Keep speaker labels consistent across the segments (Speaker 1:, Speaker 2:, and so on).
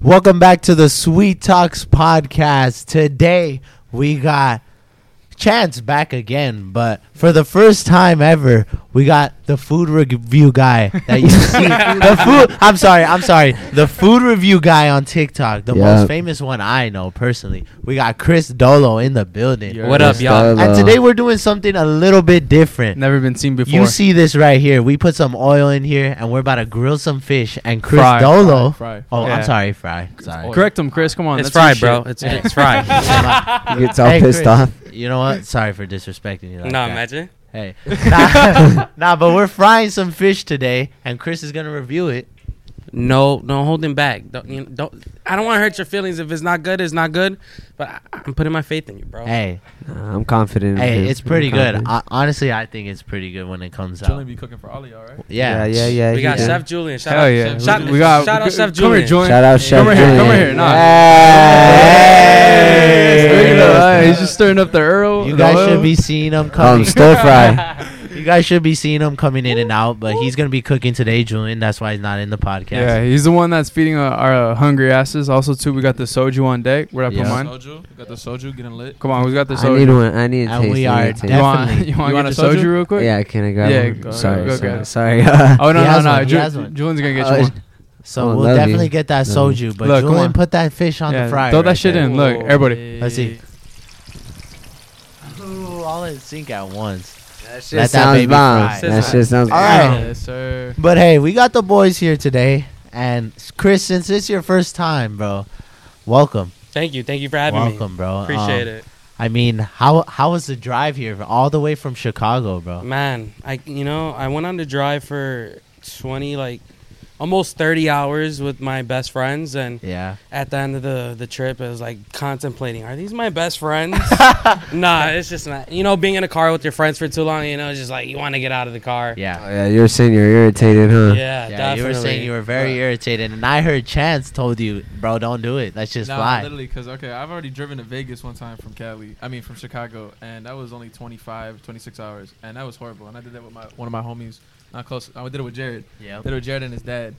Speaker 1: Welcome back to the Sweet Talks podcast. Today we got Chance back again, but for the first time ever, we got the food review guy that you see. the food. I'm sorry. I'm sorry. The food review guy on TikTok, the
Speaker 2: Yeah.
Speaker 1: most famous one I know personally. We got Chris Dolo in the building,
Speaker 3: What up, y'all?
Speaker 1: and today we're doing something a little bit different.
Speaker 3: Never been seen before.
Speaker 1: You see this right here. We put some oil in here, and we're about to grill some fish. And Chris
Speaker 3: Fry,
Speaker 1: Dolo.
Speaker 3: fry, fry.
Speaker 1: Oh, I'm
Speaker 3: Yeah.
Speaker 1: sorry, Fry. Sorry.
Speaker 3: Correct him, Chris. Come on.
Speaker 4: it's fried,
Speaker 3: that's your
Speaker 4: bro.
Speaker 3: shit.
Speaker 4: It's it's fried.
Speaker 2: he gets all
Speaker 1: Hey,
Speaker 2: pissed
Speaker 1: Chris,
Speaker 2: off.
Speaker 1: You know what? Sorry for disrespecting you. Like
Speaker 4: no,
Speaker 1: that.
Speaker 4: imagine.
Speaker 1: Hey, nah, nah, but we're frying some fish today, and Chris is gonna review it.
Speaker 4: No, don't hold him back. Don't, you know, don't. I don't want to hurt your feelings. If it's not good, it's not good. But I, I'm putting my faith in you, bro.
Speaker 1: Hey,
Speaker 2: Nah, I'm confident. in
Speaker 1: hey,
Speaker 2: him.
Speaker 1: it's pretty
Speaker 2: I'm
Speaker 1: good. Uh,
Speaker 2: confident.
Speaker 1: I, honestly, I think it's pretty good when it comes
Speaker 5: Chilling
Speaker 1: out.
Speaker 5: be cooking for all of y'all, right?
Speaker 1: Yeah,
Speaker 2: yeah, yeah, yeah.
Speaker 4: we
Speaker 2: he
Speaker 4: got
Speaker 2: did.
Speaker 4: Chef Julian. Shout
Speaker 3: Hell
Speaker 4: out,
Speaker 3: yeah.
Speaker 4: Shout,
Speaker 3: we got,
Speaker 4: shout out,
Speaker 3: c-
Speaker 4: Chef
Speaker 3: Come here,
Speaker 4: Julian.
Speaker 3: join.
Speaker 2: Shout out, Chef
Speaker 3: Come over here. Come over
Speaker 2: Julian.
Speaker 3: here. Nah.
Speaker 1: Hey!
Speaker 3: Yes, look at that.
Speaker 1: Hey!
Speaker 3: He's just stirring up the Earl.
Speaker 1: You guys
Speaker 3: the
Speaker 1: should
Speaker 3: oil.
Speaker 1: be seeing them
Speaker 2: Call
Speaker 1: coming.
Speaker 2: him Um, stir fry.
Speaker 1: you guys should be seeing him coming in and out, but he's gonna be cooking today, Julian. That's why he's not in the podcast.
Speaker 3: Yeah, he's the one that's feeding our, our uh, hungry asses. Also, too, we got the soju on deck. Where'd I
Speaker 1: Yeah.
Speaker 3: put mine?
Speaker 5: Soju, we got the soju getting lit.
Speaker 3: Come on, we got the
Speaker 2: I need
Speaker 3: soju.
Speaker 2: one. I need a
Speaker 1: And
Speaker 2: taste.
Speaker 1: we
Speaker 2: I
Speaker 1: are
Speaker 2: need a taste.
Speaker 3: You want
Speaker 1: Definitely.
Speaker 3: you want
Speaker 5: You
Speaker 3: to
Speaker 5: want
Speaker 3: get
Speaker 5: a
Speaker 3: the soju?
Speaker 5: soju?
Speaker 3: real quick?
Speaker 2: Yeah, can I grab
Speaker 3: Yeah,
Speaker 2: one?
Speaker 3: go-
Speaker 2: sorry,
Speaker 3: go
Speaker 2: sorry,
Speaker 3: grab it.
Speaker 2: sorry.
Speaker 3: Oh
Speaker 1: He
Speaker 3: no
Speaker 1: has
Speaker 3: no no!
Speaker 1: one, he
Speaker 3: Ju-
Speaker 1: has one.
Speaker 3: Julian's gonna get
Speaker 2: Oh,
Speaker 3: you one.
Speaker 1: So
Speaker 2: Oh,
Speaker 1: we'll
Speaker 2: love
Speaker 1: definitely
Speaker 2: you.
Speaker 1: get that
Speaker 2: Love
Speaker 1: soju, but
Speaker 3: Look, come
Speaker 1: Julian
Speaker 3: on.
Speaker 1: put that fish on
Speaker 3: Yeah,
Speaker 1: the fryer.
Speaker 3: throw that
Speaker 1: right
Speaker 3: shit
Speaker 1: there.
Speaker 3: in. Look, everybody.
Speaker 1: Let's see. Ooh, all in sync at once.
Speaker 2: That
Speaker 1: Let that
Speaker 2: shit sounds
Speaker 1: baby
Speaker 2: bomb.
Speaker 1: fry.
Speaker 2: That shit sounds
Speaker 1: All right.
Speaker 3: Yes, sir.
Speaker 1: But hey, we got the boys here today, and Chris, since it's your first time, bro, welcome,
Speaker 4: Thank you, thank you for having
Speaker 1: welcome,
Speaker 4: me.
Speaker 1: bro.
Speaker 4: Appreciate
Speaker 1: Um,
Speaker 4: it,
Speaker 1: I mean, how how was the drive here, all the way from Chicago, bro?
Speaker 4: man. I you know I went on the drive for 20 like almost 30 hours with my best friends and.
Speaker 1: Yeah,
Speaker 4: At the end of the, the trip, I was like contemplating: Are these my best friends? nah, it's just not. You know, being in a car with your friends for too long, you know, it's just like you want to get out of the car.
Speaker 1: yeah.
Speaker 2: Oh, yeah, you're saying you're irritated, huh?
Speaker 4: yeah,
Speaker 1: Yeah,
Speaker 4: definitely.
Speaker 1: you were saying you were very irritated, and I heard Chance told you, bro, don't do it. Let's just
Speaker 5: Nah,
Speaker 1: fly.
Speaker 5: literally, because, okay, I've already driven to Vegas one time from Cali. I mean, from Chicago, and that was only 25, 26 hours, and that was horrible. And I did that with my one of my homies, not close. I did it with Jared.
Speaker 1: Yep.
Speaker 5: Did it with Jared and his dad,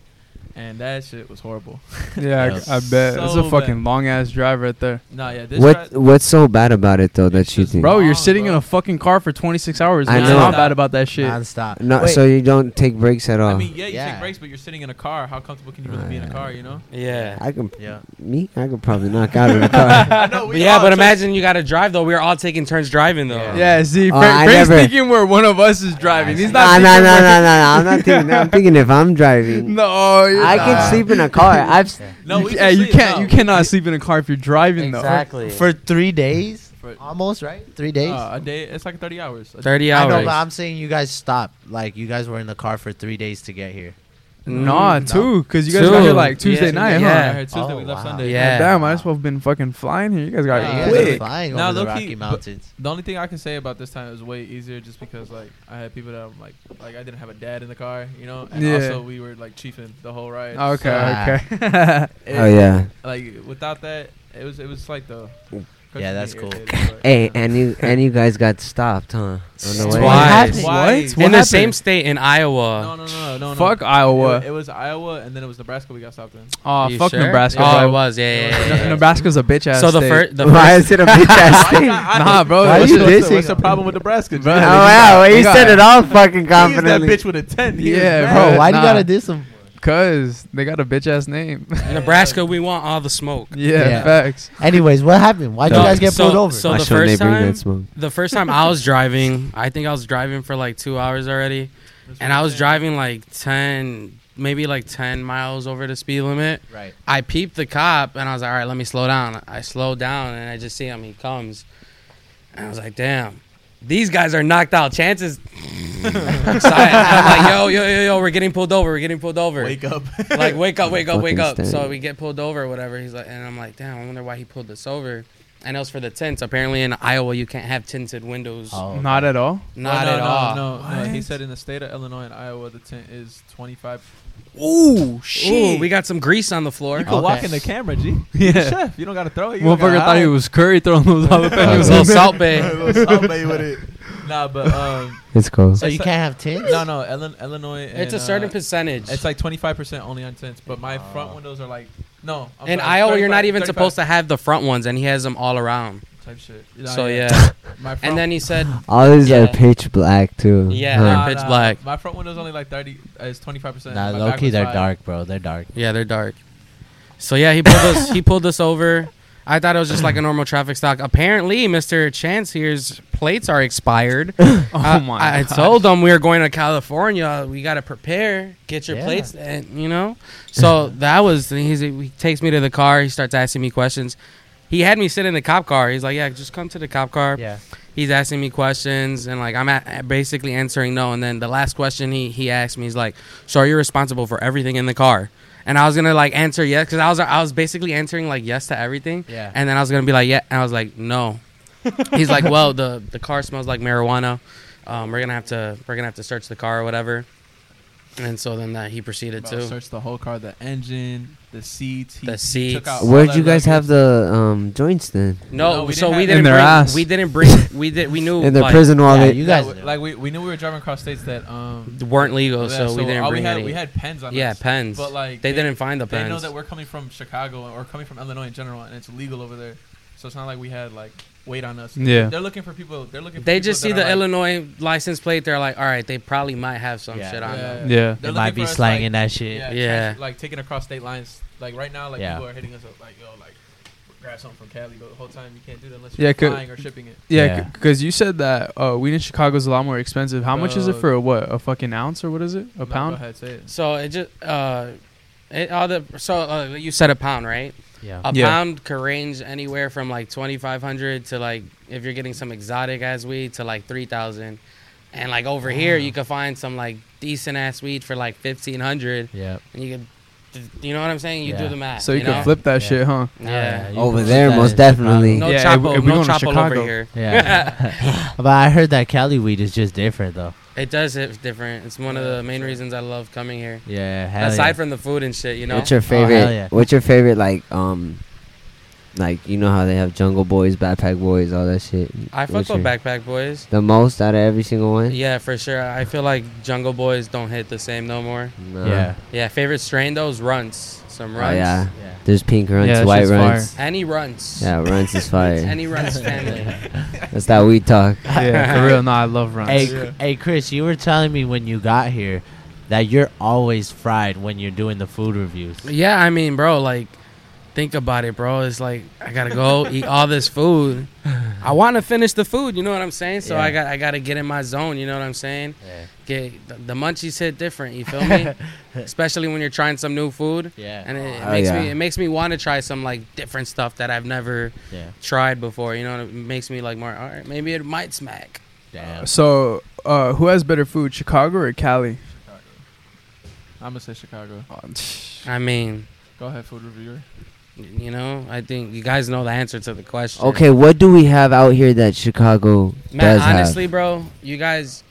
Speaker 5: and that shit was horrible.
Speaker 3: Yeah,
Speaker 1: Yes.
Speaker 3: I, I bet. It's a
Speaker 5: So
Speaker 3: fucking long ass drive right there.
Speaker 5: Nah, yeah, this
Speaker 2: What
Speaker 5: ride-
Speaker 2: What's so bad about it though that you
Speaker 5: just
Speaker 2: think?
Speaker 3: Bro, you're
Speaker 5: Long,
Speaker 3: sitting in
Speaker 5: bro.
Speaker 3: a fucking car for 26 hours.
Speaker 2: I
Speaker 3: I
Speaker 2: know.
Speaker 3: know. not bad about that shit.
Speaker 1: Nonstop.
Speaker 2: No,
Speaker 1: Wait,
Speaker 2: so you don't take breaks at all.
Speaker 5: I mean, yeah, you
Speaker 1: Yeah.
Speaker 5: take breaks, but you're sitting in a car. How comfortable can you really be in a car? You know.
Speaker 4: Yeah.
Speaker 2: I can
Speaker 1: yeah.
Speaker 2: me. I could probably knock out in the car.
Speaker 5: I know.
Speaker 4: But yeah, but imagine you got to drive though. We were all taking turns driving though.
Speaker 3: Yeah, see,
Speaker 2: Oh,
Speaker 3: Fra-
Speaker 2: I
Speaker 3: Frank's
Speaker 2: never-
Speaker 3: thinking where one of us is driving. He's
Speaker 2: Nah, nah,
Speaker 3: not.
Speaker 2: nah,
Speaker 3: thinking
Speaker 2: nah,
Speaker 3: where-
Speaker 2: nah, nah. I'm not thinking. that. I'm thinking if I'm driving.
Speaker 3: No, you're
Speaker 2: I
Speaker 3: not.
Speaker 2: can sleep in a car. I've s-
Speaker 5: No, we
Speaker 3: you,
Speaker 5: can
Speaker 3: hey, you
Speaker 5: sleep,
Speaker 3: can't.
Speaker 5: no.
Speaker 3: You cannot sleep in a car if you're driving
Speaker 1: For three days,
Speaker 5: For-
Speaker 1: almost right? Three days.
Speaker 5: Uh, a day. It's like 30 hours. A day.
Speaker 4: Thirty
Speaker 1: I
Speaker 4: hours.
Speaker 1: know, but I'm saying you guys stopped. Like you guys were in the car for three days to get here.
Speaker 3: though. Nah,
Speaker 1: No.
Speaker 3: too, cause you guys got here
Speaker 4: Two.
Speaker 3: like Tuesday
Speaker 4: Yeah, yeah.
Speaker 3: night, huh?
Speaker 5: I heard Tuesday
Speaker 1: Oh,
Speaker 5: we left
Speaker 1: wow.
Speaker 5: Sunday.
Speaker 4: Yeah.
Speaker 3: Damn, I just have been fucking flying here. You guys got
Speaker 5: Yeah,
Speaker 1: you guys are
Speaker 3: quick.
Speaker 1: flying
Speaker 5: Now,
Speaker 1: over the
Speaker 5: low-key,
Speaker 1: Rocky
Speaker 5: but-
Speaker 1: Mountains.
Speaker 5: The only thing I can say about this time is way easier, just because like I had people that I'm like, like I didn't have a dad in the car, you know, and
Speaker 3: Yeah.
Speaker 5: also we were like chiefing the whole ride.
Speaker 3: Okay,
Speaker 1: Ah.
Speaker 3: okay.
Speaker 5: So,
Speaker 2: Oh yeah.
Speaker 5: Like without that, it was it was like the.
Speaker 1: Yeah, that's cool.
Speaker 2: Hey, and you and you guys got stopped, huh? On the way.
Speaker 4: Twice.
Speaker 3: What?
Speaker 4: in
Speaker 3: What
Speaker 4: the
Speaker 3: happened?
Speaker 4: same state in
Speaker 5: No,
Speaker 4: Iowa.
Speaker 5: no, no, no, no.
Speaker 3: Fuck
Speaker 5: It, wa-
Speaker 3: Iowa.
Speaker 5: it was Iowa, and then it was Nebraska. We got stopped in.
Speaker 3: Oh,
Speaker 4: You
Speaker 3: fuck
Speaker 4: sure?
Speaker 3: Nebraska.
Speaker 4: Oh,
Speaker 3: bro.
Speaker 4: it was. Yeah, yeah, yeah, yeah.
Speaker 3: Nebraska's a bitch ass.
Speaker 4: So the
Speaker 3: state.
Speaker 4: first, the
Speaker 2: Why
Speaker 4: first,
Speaker 2: is it a bitch ass thing?
Speaker 3: Nah, bro.
Speaker 2: Why
Speaker 3: it's
Speaker 2: you
Speaker 3: just-
Speaker 2: dissing?
Speaker 5: What's the- what's the problem with Nebraska?
Speaker 2: Oh
Speaker 3: Bro,
Speaker 5: Jay?
Speaker 2: wow, well,
Speaker 3: They
Speaker 2: you
Speaker 3: got-
Speaker 2: said it all fucking
Speaker 5: He's that
Speaker 2: confidently.
Speaker 5: bitch with a ten. He is
Speaker 3: Yeah,
Speaker 5: mad.
Speaker 1: Bro,
Speaker 3: Bro,
Speaker 1: why do you
Speaker 3: nah.
Speaker 1: gotta diss him?
Speaker 3: Cause they got a bitch ass name.
Speaker 4: Nebraska, we want all the smoke.
Speaker 3: yeah,
Speaker 1: Yeah.
Speaker 3: facts.
Speaker 1: Anyways, what happened? Why'd you
Speaker 4: No,
Speaker 1: guys get
Speaker 4: so-
Speaker 1: pulled over?
Speaker 4: so-
Speaker 2: Why
Speaker 4: the
Speaker 2: shouldn't
Speaker 4: first
Speaker 2: they bring
Speaker 4: time-
Speaker 2: that smoke?
Speaker 4: The first time I was driving, I think I was driving for like two hours already, and I was driving like ten, maybe like ten miles over the speed limit.
Speaker 1: right.
Speaker 4: I peeped the cop and I was like, all right, let me slow down. I slowed down and I just see him. He comes. And I was like, damn. these guys are knocked out. Chances. I'm sorry. I'm like, yo, yo, yo, yo, we're getting pulled over. We're getting pulled over.
Speaker 5: Wake up.
Speaker 4: Like, wake up, wake up, wake up.
Speaker 2: Fucking
Speaker 4: So
Speaker 2: stand.
Speaker 4: we get pulled over or whatever. He's like, and I'm like, damn, I wonder why he pulled us over. And it was for the tints. Apparently in Iowa, you can't have tinted windows.
Speaker 1: Oh,
Speaker 3: Not at all.
Speaker 4: Not
Speaker 5: Oh, no,
Speaker 4: at
Speaker 5: no,
Speaker 4: all.
Speaker 5: No, no, He
Speaker 3: What?
Speaker 5: said in the state of Illinois and Iowa, the tint is 25.
Speaker 3: Ooh,
Speaker 4: Ooh, we got some grease on the floor.
Speaker 5: You could walk
Speaker 1: Okay.
Speaker 5: in the camera, G.
Speaker 3: Yeah.
Speaker 5: You're the chef. You don't gotta throw it. You
Speaker 3: Motherfucker thought he was Curry throwing those jalapenos.
Speaker 4: little salt bay.
Speaker 5: was. nah, but um,
Speaker 2: It's cool.
Speaker 1: so you
Speaker 5: It's-
Speaker 1: can't have tints?
Speaker 5: no, no, Ellen, Illinois. And,
Speaker 4: It's a certain
Speaker 5: uh,
Speaker 4: percentage.
Speaker 5: It's like 25 percent only on tints, but my front windows are like no. I'm
Speaker 4: in
Speaker 5: sorry,
Speaker 4: Iowa, you're not
Speaker 5: 35,
Speaker 4: even
Speaker 5: 35
Speaker 4: supposed to have the front ones, and he has them all around.
Speaker 5: type shit.
Speaker 4: so yeah.
Speaker 5: My front,
Speaker 4: and then he said,
Speaker 2: All these are
Speaker 4: Yeah.
Speaker 2: pitch black too.
Speaker 4: Yeah,
Speaker 2: Huh.
Speaker 4: they're pitch black.
Speaker 5: My front window's only like 30. Uh, it's 25 percent.
Speaker 1: Nah, low key, they're dark, bro. They're dark.
Speaker 4: "Yeah, they're dark." So yeah, he pulled us. He pulled us over. I thought it was just like a normal traffic stop. Apparently, Mister Chance here's plates are expired.
Speaker 3: oh
Speaker 4: I-
Speaker 3: my!
Speaker 4: I,
Speaker 3: gosh.
Speaker 4: told them we were going to California. We got to prepare. Get your
Speaker 1: Yeah.
Speaker 4: plates, and you know. So that was. and He's, he takes me to the car. He starts asking me questions. He had me sit in the cop car. He's like, "Yeah, just come to the cop car."
Speaker 1: Yeah.
Speaker 4: he's asking me questions and like I'm at, basically answering no. And then the last question he he asked me is like, "So are you responsible for everything in the car?" And I was gonna like answer yes because I was I was basically answering like yes to everything.
Speaker 1: Yeah.
Speaker 4: And then I was gonna be like yeah, and I was like no. he's like, well, the the car smells like marijuana. Um, we're gonna have to we're gonna have to search the car or whatever. And so then that he proceeded
Speaker 5: Bro,
Speaker 4: to.
Speaker 5: searched the whole car, the engine, the seats. He,
Speaker 4: The
Speaker 5: he
Speaker 4: seats.
Speaker 5: Took out all
Speaker 2: Where'd
Speaker 5: that
Speaker 2: you guys have
Speaker 5: luggage.
Speaker 2: the um, joints then?
Speaker 4: No,
Speaker 5: No, we
Speaker 4: so
Speaker 5: didn't
Speaker 4: we
Speaker 5: have-
Speaker 4: didn't
Speaker 3: In
Speaker 4: bring
Speaker 3: their ass.
Speaker 4: we didn't bring we did we knew
Speaker 2: In the
Speaker 4: like,
Speaker 2: prison while
Speaker 1: Yeah,
Speaker 2: they.
Speaker 1: you
Speaker 5: Yeah,
Speaker 1: guys.
Speaker 5: w-
Speaker 1: knew.
Speaker 5: like we, we knew we were driving across states that um
Speaker 4: weren't legal,
Speaker 5: yeah,
Speaker 4: so, we didn't
Speaker 5: all
Speaker 4: bring
Speaker 5: we had,
Speaker 4: any.
Speaker 5: We had pens on.
Speaker 4: yeah,
Speaker 5: us,
Speaker 4: pens.
Speaker 5: But like
Speaker 4: they, didn't find the
Speaker 5: They
Speaker 4: pens.
Speaker 5: know that we're coming from Chicago or coming from Illinois in general, and it's illegal over there. So it's not like we had like weight on us.
Speaker 3: Yeah.
Speaker 5: they're looking for people. They're looking. For
Speaker 4: They
Speaker 5: people
Speaker 4: just see
Speaker 5: that
Speaker 4: the
Speaker 5: are, like-
Speaker 4: Illinois license plate. They're like, all right, they probably might have some
Speaker 1: Yeah.
Speaker 4: shit on them.
Speaker 5: Yeah.
Speaker 3: Yeah.
Speaker 5: They're
Speaker 1: They might
Speaker 5: looking
Speaker 1: be
Speaker 5: for us,
Speaker 1: slanging
Speaker 5: like-
Speaker 1: that shit.
Speaker 5: Yeah,
Speaker 4: Yeah.
Speaker 5: trans- like taking across state lines. Like right now, like
Speaker 1: Yeah.
Speaker 5: people are hitting us up, like yo, like grab something from Cali, but the whole time you can't do that unless
Speaker 3: Yeah,
Speaker 5: you're
Speaker 3: could-
Speaker 5: flying or shipping it.
Speaker 3: Yeah,
Speaker 1: Yeah.
Speaker 3: because you said that uh, weed in Chicago is a lot more expensive. How much is it
Speaker 5: Bro.
Speaker 3: for a what? A fucking ounce or what is it? A
Speaker 5: No, go
Speaker 3: pound?
Speaker 5: ahead, say it.
Speaker 4: So it just uh, it, all the so uh, you said a pound, right?
Speaker 1: Yeah.
Speaker 4: A
Speaker 3: Yeah.
Speaker 4: pound could range anywhere from like twenty five hundred to like if you're getting some exotic ass weed to like three thousand, and like over here you could find some like decent ass weed for like fifteen hundred,
Speaker 1: Yeah.
Speaker 4: and you could, th- you know what I'm saying? You do
Speaker 1: Yeah.
Speaker 4: the math.
Speaker 3: So you,
Speaker 4: know?
Speaker 3: can flip that
Speaker 1: Yeah.
Speaker 3: shit, huh?
Speaker 4: Yeah.
Speaker 1: you
Speaker 2: Over
Speaker 1: can
Speaker 2: there,
Speaker 1: put that
Speaker 2: most
Speaker 1: in Chicago.
Speaker 2: definitely.
Speaker 4: No
Speaker 3: Yeah, if-
Speaker 4: choppo,
Speaker 3: if we
Speaker 4: no
Speaker 3: going to
Speaker 4: choppo over
Speaker 3: Chicago.
Speaker 4: here.
Speaker 1: Yeah. but I heard that Cali weed is just different, though.
Speaker 4: It does hit different. It's one of the main reasons I love coming here.
Speaker 1: Yeah.
Speaker 4: Aside from the food and shit, you know.
Speaker 2: What's your
Speaker 1: hell
Speaker 2: favorite?
Speaker 1: yeah.
Speaker 2: What's your favorite like um, like you know how they have Jungle Boys, Backpack Boys, all that shit.
Speaker 4: I fuck
Speaker 2: What's
Speaker 4: with
Speaker 2: your-
Speaker 4: Backpack Boys.
Speaker 2: The most out of every single one.
Speaker 4: Yeah, for sure. I feel like Jungle Boys don't hit the same no more.
Speaker 2: Nah.
Speaker 1: Yeah.
Speaker 4: Yeah, favorite strain those runts. Some
Speaker 2: Oh
Speaker 4: runts.
Speaker 2: yeah.
Speaker 1: Yeah.
Speaker 2: There's pink runs,
Speaker 3: Yeah, that
Speaker 2: white
Speaker 3: shit's
Speaker 2: runs.
Speaker 4: Any runts.
Speaker 2: Yeah, runs is fire.
Speaker 4: Any runts family.
Speaker 2: That's that weed talk.
Speaker 3: yeah, for real. No, I love runs.
Speaker 1: Hey, hey, Chris, you were telling me when you got here that you're always fried when you're doing the food reviews.
Speaker 4: yeah, I mean, bro, like think about it, bro. It's like I gotta go eat all this food. I wanna finish the food, you know what I'm saying? So
Speaker 1: Yeah.
Speaker 4: I got I gotta get in my zone, you know what I'm saying?
Speaker 1: Yeah.
Speaker 4: Get the, the munchies hit different, you feel me? Especially when you're trying some new food.
Speaker 1: Yeah.
Speaker 4: And it, it
Speaker 2: Oh,
Speaker 4: makes
Speaker 2: yeah.
Speaker 4: me it makes me want to try some like different stuff that I've never
Speaker 1: yeah.
Speaker 4: tried before. You know, and it makes me like more. All right, maybe it might smack.
Speaker 1: Damn.
Speaker 3: So, uh, who has better food, Chicago or Cali?
Speaker 5: I'm gonna say Chicago.
Speaker 4: I mean,
Speaker 5: Go ahead, food reviewer.
Speaker 4: you know, I think you guys know the answer to the question.
Speaker 2: Okay, what do we have out here that Chicago
Speaker 4: man.
Speaker 2: does
Speaker 4: honestly,
Speaker 2: have?
Speaker 4: bro, you guys,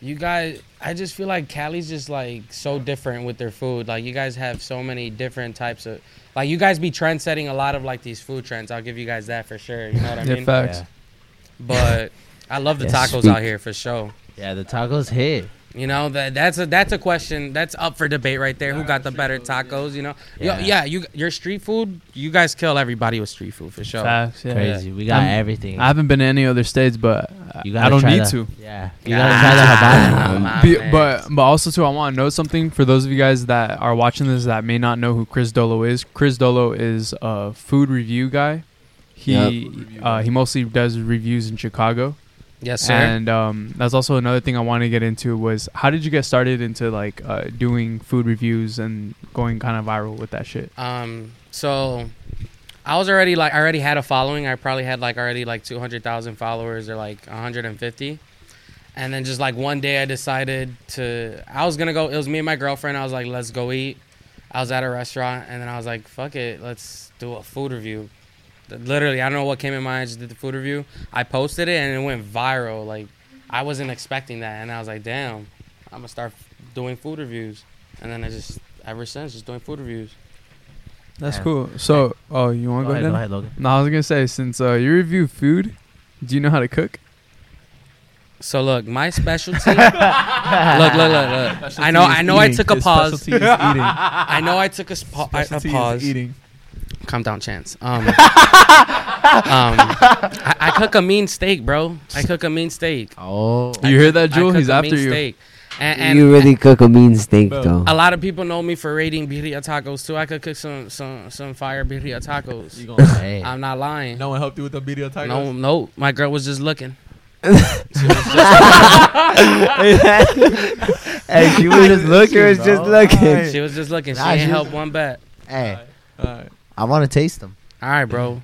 Speaker 4: you guys, I just feel like Cali's just like so different with their food. Like you guys have so many different types of. Like you guys be trend setting a lot of like these food trends. I'll give you guys that for sure. You know what I
Speaker 3: Yeah,
Speaker 4: mean?
Speaker 3: facts.
Speaker 1: Yeah.
Speaker 4: But I love the
Speaker 2: Yeah,
Speaker 4: tacos
Speaker 2: speak.
Speaker 4: out here for sure.
Speaker 1: Yeah, the tacos hit.
Speaker 4: You know that that's a that's a question that's up for debate right there. Who got the better tacos? You know, yeah,
Speaker 1: Yeah.
Speaker 4: yeah. You your street food, you guys kill everybody with street food for sure.
Speaker 3: Facts, yeah.
Speaker 1: Crazy. We got
Speaker 3: I'm-
Speaker 1: everything.
Speaker 3: I haven't been to any other states, but I-
Speaker 1: You
Speaker 3: I
Speaker 1: gotta
Speaker 3: don't
Speaker 1: try
Speaker 3: need
Speaker 1: the-
Speaker 3: to.
Speaker 1: yeah. You gotta try the Habana.
Speaker 4: Ah, my
Speaker 3: Be-
Speaker 4: man.
Speaker 3: but but also too, I want to know something for those of you guys that are watching this that may not know who Chris Dolo is. Chris Dolo is a food review guy. He
Speaker 5: Yep.
Speaker 3: uh, he mostly does reviews in Chicago,
Speaker 4: yes, sir.
Speaker 3: and um, that's also another thing I want to get into was how did you get started into like uh, doing food reviews and going kind of viral with that shit?
Speaker 4: um, so I was already like I already had a following. I probably had like already like 200,000 followers or like 150. And then just like one day I decided to I was going to go it was me and my girlfriend. I was like, "Let's go eat." I was at a restaurant and then I was like, "Fuck it, let's do a food review." Literally, I don't know what came in my mind. I just did the food review. I posted it and it went viral. Like I wasn't expecting that and I was like, "Damn, I'm going to start doing food reviews." And then I just ever since just doing food reviews.
Speaker 3: That's
Speaker 1: Yeah.
Speaker 3: cool. So, oh, you want to go,
Speaker 1: ahead,
Speaker 3: then?
Speaker 1: go ahead, Logan.
Speaker 3: No, I was gonna say since uh, you review food, do you know how to cook?
Speaker 4: So look, my specialty. look, look, look, look. I know, I know. I took a pause.
Speaker 5: Specialty is eating.
Speaker 4: I know. I took a, spa- I- a
Speaker 5: Specialty is
Speaker 4: pause.
Speaker 5: eating.
Speaker 4: Calm down, Chance. Um, um, I, I cook a mean steak, bro. I cook a mean steak.
Speaker 1: Oh,
Speaker 4: I
Speaker 3: You hear
Speaker 4: cook-
Speaker 3: that,
Speaker 4: I
Speaker 3: Jewel?
Speaker 4: cook
Speaker 3: He's
Speaker 4: a
Speaker 3: after
Speaker 4: mean
Speaker 3: you.
Speaker 4: Steak. And, and
Speaker 2: you really cook a mean steak
Speaker 5: Bro.
Speaker 2: though.
Speaker 4: a lot of people know me for rating birria tacos too. I could cook some some some fire birria tacos.
Speaker 5: You gonna,
Speaker 1: hey.
Speaker 4: I'm not lying.
Speaker 5: no one helped you with the video tacos.
Speaker 4: no, no. My girl was just looking.
Speaker 2: hey, she was just looking. She was just
Speaker 1: bro.
Speaker 2: looking.
Speaker 4: She was just looking. She
Speaker 1: Nah,
Speaker 4: ain't
Speaker 1: she was-
Speaker 4: help one bet.
Speaker 1: hey,
Speaker 5: All right.
Speaker 1: I want to taste them.
Speaker 4: All right, bro.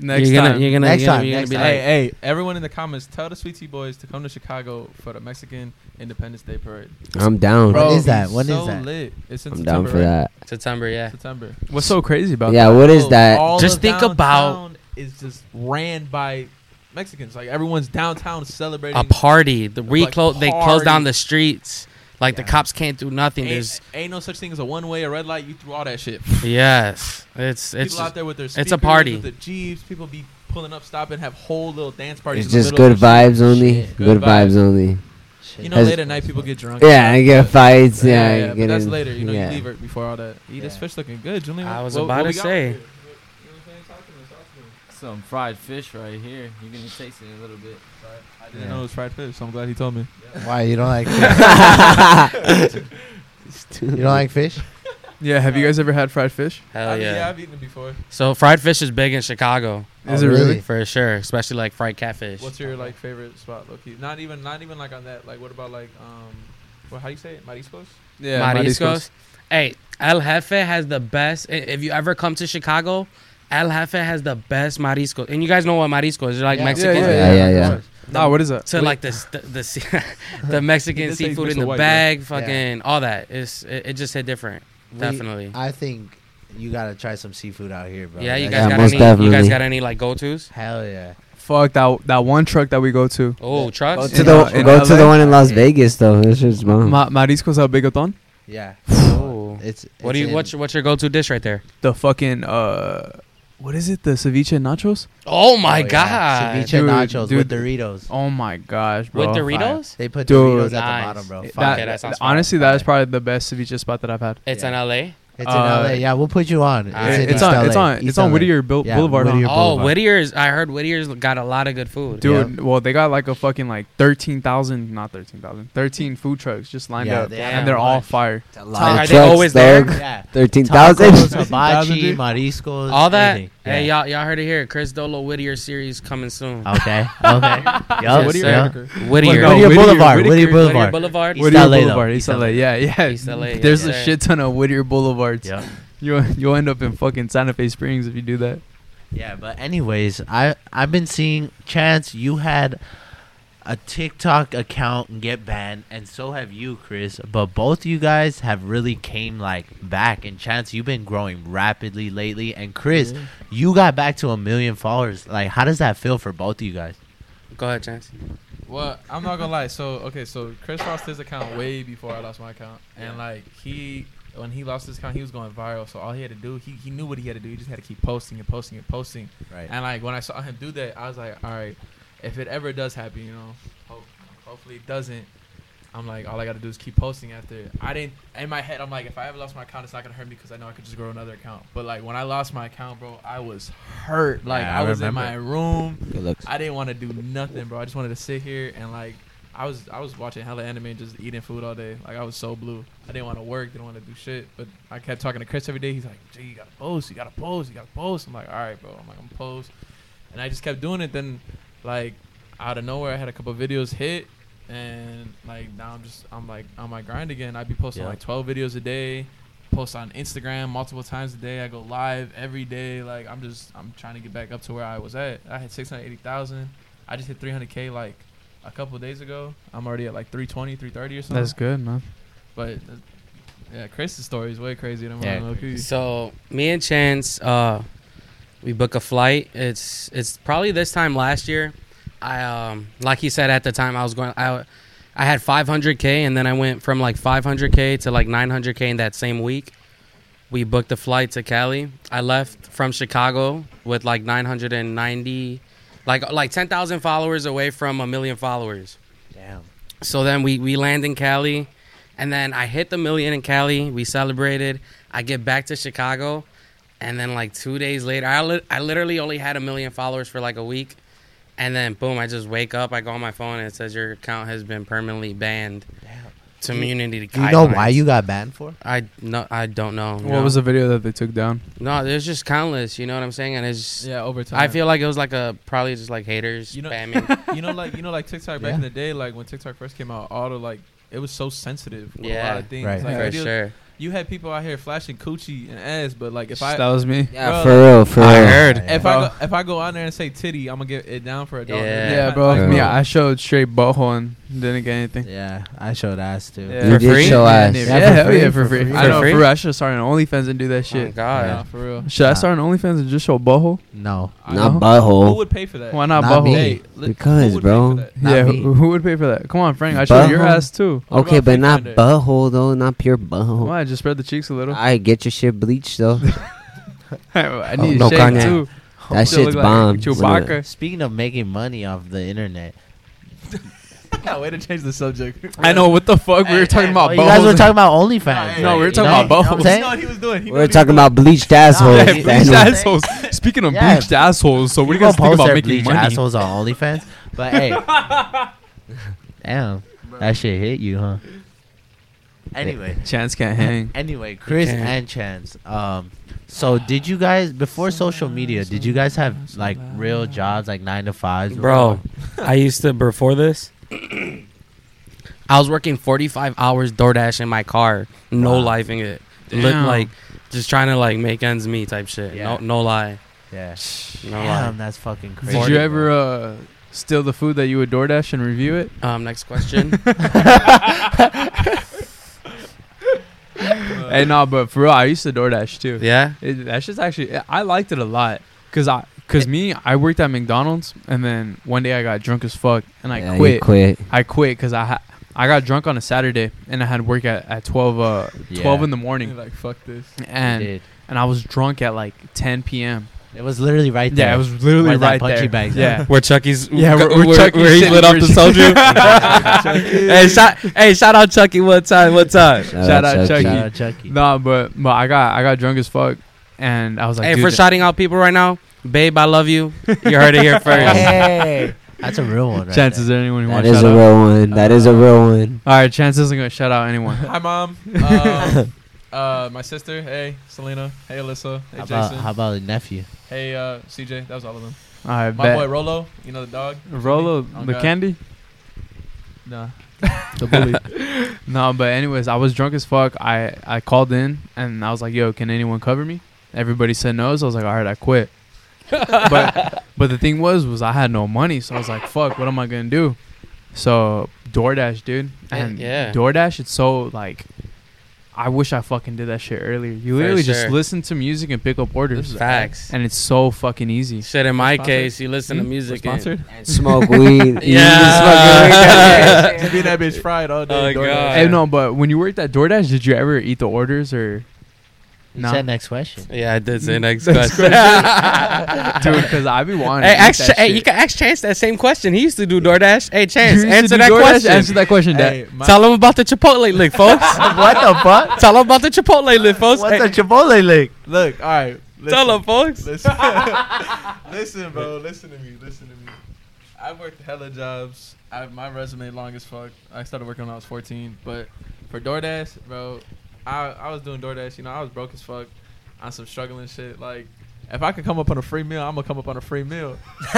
Speaker 3: Next
Speaker 4: you're gonna,
Speaker 3: time.
Speaker 4: You're gonna,
Speaker 1: Next
Speaker 4: you're gonna,
Speaker 1: time,
Speaker 4: you're
Speaker 1: next
Speaker 4: gonna be
Speaker 1: time.
Speaker 4: like,
Speaker 5: Hey, hey, everyone in the comments, tell the Sweet Tea Boys to come to Chicago for the Mexican Independence Day Parade.
Speaker 2: I'm down.
Speaker 1: Bro, is that?
Speaker 5: it's
Speaker 1: When is
Speaker 5: so
Speaker 1: that?
Speaker 5: Lit. It's in
Speaker 2: I'm
Speaker 5: September,
Speaker 2: down for
Speaker 5: right?
Speaker 2: that.
Speaker 4: September, yeah.
Speaker 5: September.
Speaker 3: What's so crazy about
Speaker 2: Yeah, what is that?
Speaker 5: All
Speaker 4: Just
Speaker 5: of
Speaker 4: think about-
Speaker 5: downtown is just ran by Mexicans. Like everyone's downtown is celebrating.
Speaker 4: a party. The
Speaker 5: Like,
Speaker 4: reclose, they close down
Speaker 5: party.
Speaker 4: the streets. Like the cops can't do nothing.
Speaker 5: Ain't,
Speaker 4: There's
Speaker 5: ain't no such thing as a one way, a red light. You threw all that shit.
Speaker 4: yes, it's it's
Speaker 5: people out there with their
Speaker 4: a
Speaker 5: speakers,
Speaker 4: party.
Speaker 5: With the jeeps, people be pulling up, stopping, have whole little dance parties.
Speaker 2: It's
Speaker 5: in the
Speaker 2: just
Speaker 5: middle
Speaker 2: good
Speaker 5: of the shit.
Speaker 2: vibes only.
Speaker 1: Shit.
Speaker 2: Good
Speaker 5: Good
Speaker 2: vibes
Speaker 5: vibes.
Speaker 2: only.
Speaker 5: You know,
Speaker 2: Has-
Speaker 5: later at night people get drunk.
Speaker 2: Yeah, I get fights. Yeah, I
Speaker 5: but
Speaker 2: get
Speaker 5: that's
Speaker 2: in-
Speaker 5: later. You know,
Speaker 2: yeah.
Speaker 5: you leave it before all that. Eat this
Speaker 6: Yeah.
Speaker 5: fish looking good, Julian.
Speaker 4: I was
Speaker 5: What-
Speaker 4: about
Speaker 5: what we
Speaker 4: to
Speaker 5: got
Speaker 4: say.
Speaker 5: here? You know what I'm saying? Talk to me, talk to me.
Speaker 6: Some fried fish right here. You're gonna taste it a little bit.
Speaker 5: I didn't
Speaker 1: Yeah.
Speaker 5: know it was fried fish, so I'm glad he told me.
Speaker 1: Why you don't like fish? you don't like fish?
Speaker 3: Yeah, have you guys ever had fried fish?
Speaker 4: hell
Speaker 5: I've-
Speaker 4: yeah.
Speaker 5: I've eaten it before.
Speaker 4: So fried fish is big in Chicago
Speaker 3: Is
Speaker 1: Oh,
Speaker 3: it really?
Speaker 1: really?
Speaker 4: for sure, especially like fried catfish.
Speaker 5: What's your like favorite spot, Loki? Not even, not even like on that. Like, what about like, um, well, how do you say it? Mariscos.
Speaker 3: Yeah,
Speaker 4: Mariscos. Hey, El Jefe has the best. i- If you ever come to Chicago, El Jefe has the best mariscos. And you guys know what mariscos? They're like
Speaker 1: Yeah.
Speaker 4: Mexican.
Speaker 3: Yeah,
Speaker 2: yeah, yeah, yeah.
Speaker 3: Nah, what is that?
Speaker 4: to like the s- the the, se- the
Speaker 5: He
Speaker 4: Mexican
Speaker 5: did say he's
Speaker 4: seafood in
Speaker 5: Mr.
Speaker 4: the
Speaker 5: White, bro.
Speaker 4: bag, fucking all that. It's it, it just hit different,
Speaker 1: We-
Speaker 4: definitely.
Speaker 1: I think you gotta try some seafood out here, bro.
Speaker 4: yeah, you
Speaker 1: Like,
Speaker 4: guys got
Speaker 2: most
Speaker 4: any? You guys
Speaker 2: definitely.
Speaker 4: got any like go tos?
Speaker 1: Hell yeah.
Speaker 3: Fuck that that one truck that we go to.
Speaker 4: Oh, trucks.
Speaker 3: to
Speaker 2: To
Speaker 3: the-
Speaker 2: the,
Speaker 3: in
Speaker 2: go to
Speaker 3: LA?
Speaker 2: the one in Las Vegas though. This shit's bomb.
Speaker 3: Ma- Mariscos al bigoton.
Speaker 1: Yeah.
Speaker 4: Oh.
Speaker 1: It's,
Speaker 4: What
Speaker 1: it's
Speaker 4: do you
Speaker 1: in-
Speaker 4: what's your, what's your go to dish right there?
Speaker 3: The fucking uh, what is it? The ceviche and nachos.
Speaker 4: Oh my
Speaker 1: Oh, yeah.
Speaker 4: god,
Speaker 1: Ceviche
Speaker 3: Dude,
Speaker 1: nachos with
Speaker 3: dude.
Speaker 1: Doritos.
Speaker 3: Oh my gosh, bro.
Speaker 4: with Doritos.
Speaker 1: They put
Speaker 3: Dude.
Speaker 1: Doritos at the
Speaker 4: Nice.
Speaker 1: bottom, bro.
Speaker 3: It-
Speaker 1: Oh, Fuck
Speaker 4: Okay,
Speaker 3: that-
Speaker 4: that sounds
Speaker 3: honestly,
Speaker 4: fire.
Speaker 3: that is probably the best ceviche spot that I've had.
Speaker 4: It's
Speaker 1: Yeah.
Speaker 4: in
Speaker 1: It's
Speaker 3: Uh,
Speaker 1: in LA. Yeah, we'll put you on. Ah, It's,
Speaker 4: I-
Speaker 1: in
Speaker 4: it's
Speaker 1: East
Speaker 3: on-
Speaker 1: LA.
Speaker 3: it's on-
Speaker 1: East
Speaker 3: it's on
Speaker 1: LA.
Speaker 3: Whittier Bul-
Speaker 1: yeah,
Speaker 3: Boulevard, huh?
Speaker 1: Whittier
Speaker 4: LA. Oh,
Speaker 1: Boulevard.
Speaker 4: Whittier's. I heard Whittier's got a lot of good food.
Speaker 3: Dude, well, they got like a fucking like 13,000, not 13,000, 13 food trucks just lined
Speaker 1: Yeah,
Speaker 3: up.
Speaker 1: they
Speaker 4: have
Speaker 3: and they're all
Speaker 1: lunch.
Speaker 3: fire.
Speaker 4: Are
Speaker 2: Of
Speaker 4: they always there?
Speaker 2: dog.
Speaker 1: Yeah.
Speaker 2: Thirteen
Speaker 1: Tacos,
Speaker 2: thousand.
Speaker 1: hibachi, mariscos,
Speaker 4: all that.
Speaker 1: anything.
Speaker 4: Hey,
Speaker 1: Yeah. Oh,
Speaker 4: y'all, y'all heard it here. Chris Dolo Whittier series coming soon.
Speaker 1: Okay. Okay. Yup,
Speaker 4: What do you
Speaker 1: yup.
Speaker 4: reckon? Whittier.
Speaker 3: No,
Speaker 1: Whittier Boulevard.
Speaker 3: Whittier- Whittier-
Speaker 1: Whittier
Speaker 4: Whittier
Speaker 1: Boulevard.
Speaker 4: Boulevard.
Speaker 1: East
Speaker 3: Whittier
Speaker 1: LA, though.
Speaker 3: Boulevard,
Speaker 1: East
Speaker 3: East LA, yeah, yeah.
Speaker 4: East LA, yes,
Speaker 3: There's a
Speaker 4: sir.
Speaker 3: shit ton of Whittier Boulevards.
Speaker 1: Yup.
Speaker 3: You you'll end up in fucking Santa Fe Springs if you do that.
Speaker 1: Yeah, but anyways, I I've been seeing Chance. You had a TikTok account get banned, and so have you, Chris. But both you guys have really came like back. And Chance, you've been growing rapidly lately, and Chris, you got back to a million followers. Like, how does that feel for both of you guys?
Speaker 4: Go ahead, Chance.
Speaker 5: Well, I'm not gonna lie. So okay, so Chris lost his account way before I lost my account, and like he, when he lost his account, he was going viral. So all he had to do, he, he knew what he had to do. He just had to keep posting and posting and posting.
Speaker 1: Right.
Speaker 5: And like when I saw him do that, I was like, all right, if it ever does happen, you know, hope, hopefully it doesn't. I'm like, all I gotta do is keep posting after. it. I didn't in my head. I'm like, if I ever lost my account, it's not gonna hurt me because I know I could just grow another account. But like when I lost my account, bro, I was hurt. Like
Speaker 1: Yeah, I
Speaker 5: I, was
Speaker 1: remember.
Speaker 5: in my room.
Speaker 2: Good looks.
Speaker 5: I didn't want to do nothing, bro. I just wanted to sit here and like I was I was watching hella anime and just eating food all day. Like I was so blue. I didn't want to work, didn't want to do shit. But I kept talking to Chris every day. He's like, Jay, you gotta post, you gotta post, you gotta post. I'm like, all right, bro. I'm like, I'm post. And I just kept doing it. Then like out of nowhere, I had a couple videos hit, and like now I'm just I'm like on my grind again. I'd be posting
Speaker 1: Yeah.
Speaker 5: like 12 videos a day. post on Instagram multiple times a day. I go live every day. Like I'm just I'm trying to get back up to where I was at. I had 680,000. I just hit 300k like a couple days ago. I'm already at like 320, 330 or something.
Speaker 3: That's good, man.
Speaker 5: but uh, yeah, Chris's story is way crazier than
Speaker 1: Yeah.
Speaker 5: mine. low-key.
Speaker 4: So me and Chance, uh, we book a flight. It's it's probably this time last year. I um like he said at the time I was going I I had 500k and then I went from like 500k to like 900k in that same week. We booked a flight to Cali. I left from Chicago with like 990 like like 10,000 followers away from a million followers.
Speaker 1: Damn.
Speaker 4: So then we we land in Cali, and then I hit the million in Cali. We celebrated. I get back to Chicago, and then like two days later, I li- I literally only had a million followers for like a week, and then boom, I just wake up. I go on my phone and it says your account has been permanently banned. To community.
Speaker 1: Do you know
Speaker 4: guidelines.
Speaker 1: why you got banned for?
Speaker 4: I no, I don't know.
Speaker 3: What was the video that they took down?
Speaker 4: No, there's just countless. You know what I'm saying? And it's.
Speaker 5: yeah, over time.
Speaker 4: I feel like it was like a probably just like haters
Speaker 5: You know-
Speaker 4: spamming.
Speaker 5: you know, like you know, like TikTok back
Speaker 1: Yeah.
Speaker 5: in the day, like when TikTok first came out, all the like it was so sensitive with a
Speaker 4: Yeah.
Speaker 5: lot of things.
Speaker 1: Right.
Speaker 5: Like,
Speaker 4: for
Speaker 5: radio-
Speaker 4: sure.
Speaker 5: You had people out here flashing coochie and ass, but like if
Speaker 3: that
Speaker 5: I
Speaker 3: was me.
Speaker 2: Yeah,
Speaker 5: Bro,
Speaker 2: for real, for real.
Speaker 1: I heard.
Speaker 5: if
Speaker 3: Bro.
Speaker 5: I go, if I go on there and say titty, I'm gonna get it down for a dollar.
Speaker 4: Yeah.
Speaker 3: Yeah, bro.
Speaker 2: Yeah.
Speaker 3: Like me, I showed straight butthole and didn't get anything.
Speaker 1: Yeah, I showed ass too.
Speaker 3: Yeah.
Speaker 2: You
Speaker 4: For
Speaker 2: did
Speaker 4: free?
Speaker 2: show
Speaker 3: Yeah,
Speaker 2: ass.
Speaker 3: yeah,
Speaker 1: Yeah,
Speaker 3: yeah,
Speaker 1: for
Speaker 3: hell
Speaker 1: free,
Speaker 3: yeah, for
Speaker 1: for
Speaker 3: free.
Speaker 1: free.
Speaker 3: I
Speaker 1: For
Speaker 3: know,
Speaker 4: free?
Speaker 3: for real. I should start an OnlyFans and do that
Speaker 4: Oh,
Speaker 3: shit.
Speaker 4: God.
Speaker 5: Nah, for real.
Speaker 3: Should I
Speaker 1: Nah.
Speaker 3: start an OnlyFans and just show butthole?
Speaker 1: No.
Speaker 5: I
Speaker 2: Not
Speaker 5: know. Who
Speaker 2: butthole.
Speaker 5: would pay for that?
Speaker 3: Why not,
Speaker 1: Not
Speaker 3: butthole?
Speaker 1: me.
Speaker 5: Hey, li-
Speaker 2: Because,
Speaker 5: who would
Speaker 2: bro.
Speaker 5: Pay for that?
Speaker 1: Not
Speaker 3: yeah,
Speaker 1: me.
Speaker 3: who, who would pay for that? Come on, Frank. I showed your
Speaker 2: Butthole?
Speaker 3: ass too.
Speaker 5: What
Speaker 2: Okay,
Speaker 5: about
Speaker 2: but
Speaker 5: Pink
Speaker 2: not
Speaker 5: Panther?
Speaker 2: butthole though. Not pure butthole.
Speaker 3: Why? Just spread the cheeks a little.
Speaker 2: I get your shit bleached though.
Speaker 3: I
Speaker 2: Oh,
Speaker 3: need
Speaker 2: no,
Speaker 3: to shave
Speaker 2: Kanye.
Speaker 3: too.
Speaker 2: that
Speaker 3: Still look
Speaker 2: shit's
Speaker 3: like
Speaker 2: bomb.
Speaker 3: Chewbacca.
Speaker 1: Speaking of making money off the internet,
Speaker 5: Yeah, way to change the subject.
Speaker 3: I know what the fuck we were talking about.
Speaker 1: Well, Oh, you guys were
Speaker 3: buttholes.
Speaker 1: talking about OnlyFans.
Speaker 3: No, we were
Speaker 1: you
Speaker 3: talking
Speaker 1: know?
Speaker 3: about
Speaker 1: You know what I'm
Speaker 3: buttholes.
Speaker 5: You
Speaker 1: saying?
Speaker 5: know what he was doing. He
Speaker 2: We're
Speaker 5: knew what
Speaker 2: talking about bleached
Speaker 1: Yeah,
Speaker 2: assholes.
Speaker 3: Yeah,
Speaker 1: Hey,
Speaker 3: bleached
Speaker 1: Daniel.
Speaker 3: assholes. Speaking of
Speaker 1: Yeah.
Speaker 3: bleached assholes, so what do you
Speaker 1: People
Speaker 3: guys think
Speaker 1: post
Speaker 3: about
Speaker 1: their
Speaker 3: making
Speaker 1: bleach
Speaker 3: money?
Speaker 1: assholes on OnlyFans. But hey, damn, that shit hit you, huh? Anyway,
Speaker 3: Chance can't hang.
Speaker 1: anyway, Chris
Speaker 4: Damn.
Speaker 1: and Chance. Um, so did you guys before social media? Did you guys have like real jobs, like nine to fives,
Speaker 4: Bro, I used to before this. I was working 45 hours DoorDash in my car, no
Speaker 1: Wow.
Speaker 4: lifing it. Lit,
Speaker 3: Damn.
Speaker 4: like just trying to like make ends meet type shit.
Speaker 1: Yeah.
Speaker 4: No no lie.
Speaker 1: Yeah,
Speaker 4: No
Speaker 1: damn, that's fucking
Speaker 3: Did
Speaker 1: crazy.
Speaker 3: you ever uh, steal the food that you would DoorDash and review it?
Speaker 4: lie. Um next question.
Speaker 3: hey, no, but for real, I used to DoorDash too.
Speaker 4: yeah.
Speaker 3: It, that shit's actually I- I liked it a lot because I because me I worked at McDonald's and then one day I got drunk as fuck and I
Speaker 2: Yeah, you
Speaker 3: quit.
Speaker 2: quit.
Speaker 3: I quit because I ha- I got drunk on a Saturday and I had work at, at twelve uh
Speaker 1: Yeah.
Speaker 3: twelve in the
Speaker 5: he was
Speaker 3: morning
Speaker 5: Like fuck this.
Speaker 1: You
Speaker 3: and
Speaker 1: did.
Speaker 3: and I was drunk at like ten p.m.
Speaker 1: It was literally right there.
Speaker 3: Yeah, it was literally
Speaker 1: Where's that
Speaker 3: right
Speaker 1: punching
Speaker 3: there.
Speaker 1: bag
Speaker 3: yeah.
Speaker 4: Where Chucky's
Speaker 3: Yeah,
Speaker 4: where,
Speaker 3: where- where Chucky
Speaker 4: where he
Speaker 3: shit
Speaker 4: lit off the
Speaker 3: was-
Speaker 4: soldier. hey, shout hey, shout out Chucky one time, one time.
Speaker 2: Shout,
Speaker 3: Shout out
Speaker 2: out
Speaker 3: Chucky.
Speaker 2: Chucky.
Speaker 1: Shout out Chucky.
Speaker 3: No, but but I got I got drunk as fuck and I was like,
Speaker 4: hey,
Speaker 3: dude,
Speaker 4: for shouting out people right now, babe, I love you. You heard it here first.
Speaker 1: Hey, that's a real one. Right
Speaker 3: Chance, is
Speaker 1: there.
Speaker 3: there anyone you
Speaker 2: That
Speaker 3: want to
Speaker 2: is
Speaker 3: shout
Speaker 2: a
Speaker 3: out?
Speaker 2: real one. That is a real one.
Speaker 3: All right, Chance isn't gonna shout out anyone.
Speaker 5: Hi, mom. Um, uh, my sister. Hey, Selena. Hey, Alyssa. Hey,
Speaker 1: How about,
Speaker 5: Jason.
Speaker 1: how about a nephew?
Speaker 5: hey, uh, CJ. That was all of them.
Speaker 3: All right,
Speaker 5: My
Speaker 3: bet.
Speaker 5: boy Rolo. You know the dog.
Speaker 3: Rolo,
Speaker 5: Oh,
Speaker 3: the
Speaker 5: God.
Speaker 3: candy.
Speaker 5: No.
Speaker 3: the bully. no, but anyways, I was drunk as fuck. I I called in and I was like, "Yo, can anyone cover me?" Everybody said no, so I was like, "All right, I quit." but but the thing was was I had no money, so I was like, "Fuck, what am I gonna do?" So DoorDash, dude,
Speaker 4: Eh,
Speaker 3: and
Speaker 4: yeah.
Speaker 3: DoorDash, it's so like. I wish I fucking did that shit earlier. You
Speaker 4: For
Speaker 3: literally just
Speaker 4: sure.
Speaker 3: listen to music and pick up orders,
Speaker 4: Facts.
Speaker 3: and it's so fucking easy.
Speaker 4: Shit, in my
Speaker 5: Sponsored?
Speaker 4: case, you listen to
Speaker 3: Hmm?
Speaker 4: music. and-
Speaker 5: Sponsored.
Speaker 2: And smoke weed.
Speaker 4: Yeah.
Speaker 5: Just being that bitch fried all day.
Speaker 4: Oh,
Speaker 5: DoorDash.
Speaker 4: God.
Speaker 3: Hey, Eh, no, but when you worked at DoorDash, did you ever eat the orders or?
Speaker 1: You
Speaker 3: Nah.
Speaker 1: said next question.
Speaker 4: Yeah, I did say next
Speaker 3: Next
Speaker 4: question.
Speaker 3: dude, because I be wanting.
Speaker 4: Hey,
Speaker 3: to eat
Speaker 4: ask,
Speaker 3: that
Speaker 4: hey,
Speaker 3: shit.
Speaker 4: you can ask Chance that same question. He used to do DoorDash. Hey,
Speaker 3: You
Speaker 4: Chance,
Speaker 3: used to
Speaker 4: answer
Speaker 3: do
Speaker 4: that
Speaker 3: DoorDash?
Speaker 4: question.
Speaker 3: Answer that question, Dad.
Speaker 5: Hey, my,
Speaker 4: Tell him about the Chipotle lick, folks.
Speaker 1: what the fuck?
Speaker 4: Tell him about the Chipotle lick, folks.
Speaker 1: What's
Speaker 4: Hey,
Speaker 1: a Chipotle link?
Speaker 5: look. All right. Listen,
Speaker 4: tell him, folks.
Speaker 5: Listen. listen, bro. Listen to me. Listen to me. I worked hella jobs. I, my resume long as fuck. I started working when I was 14. But for DoorDash, bro, I, I was doing DoorDash. You know, I was broke as fuck on some struggling shit. Like, if I could come up on a free meal, I'm going to come up on a free meal.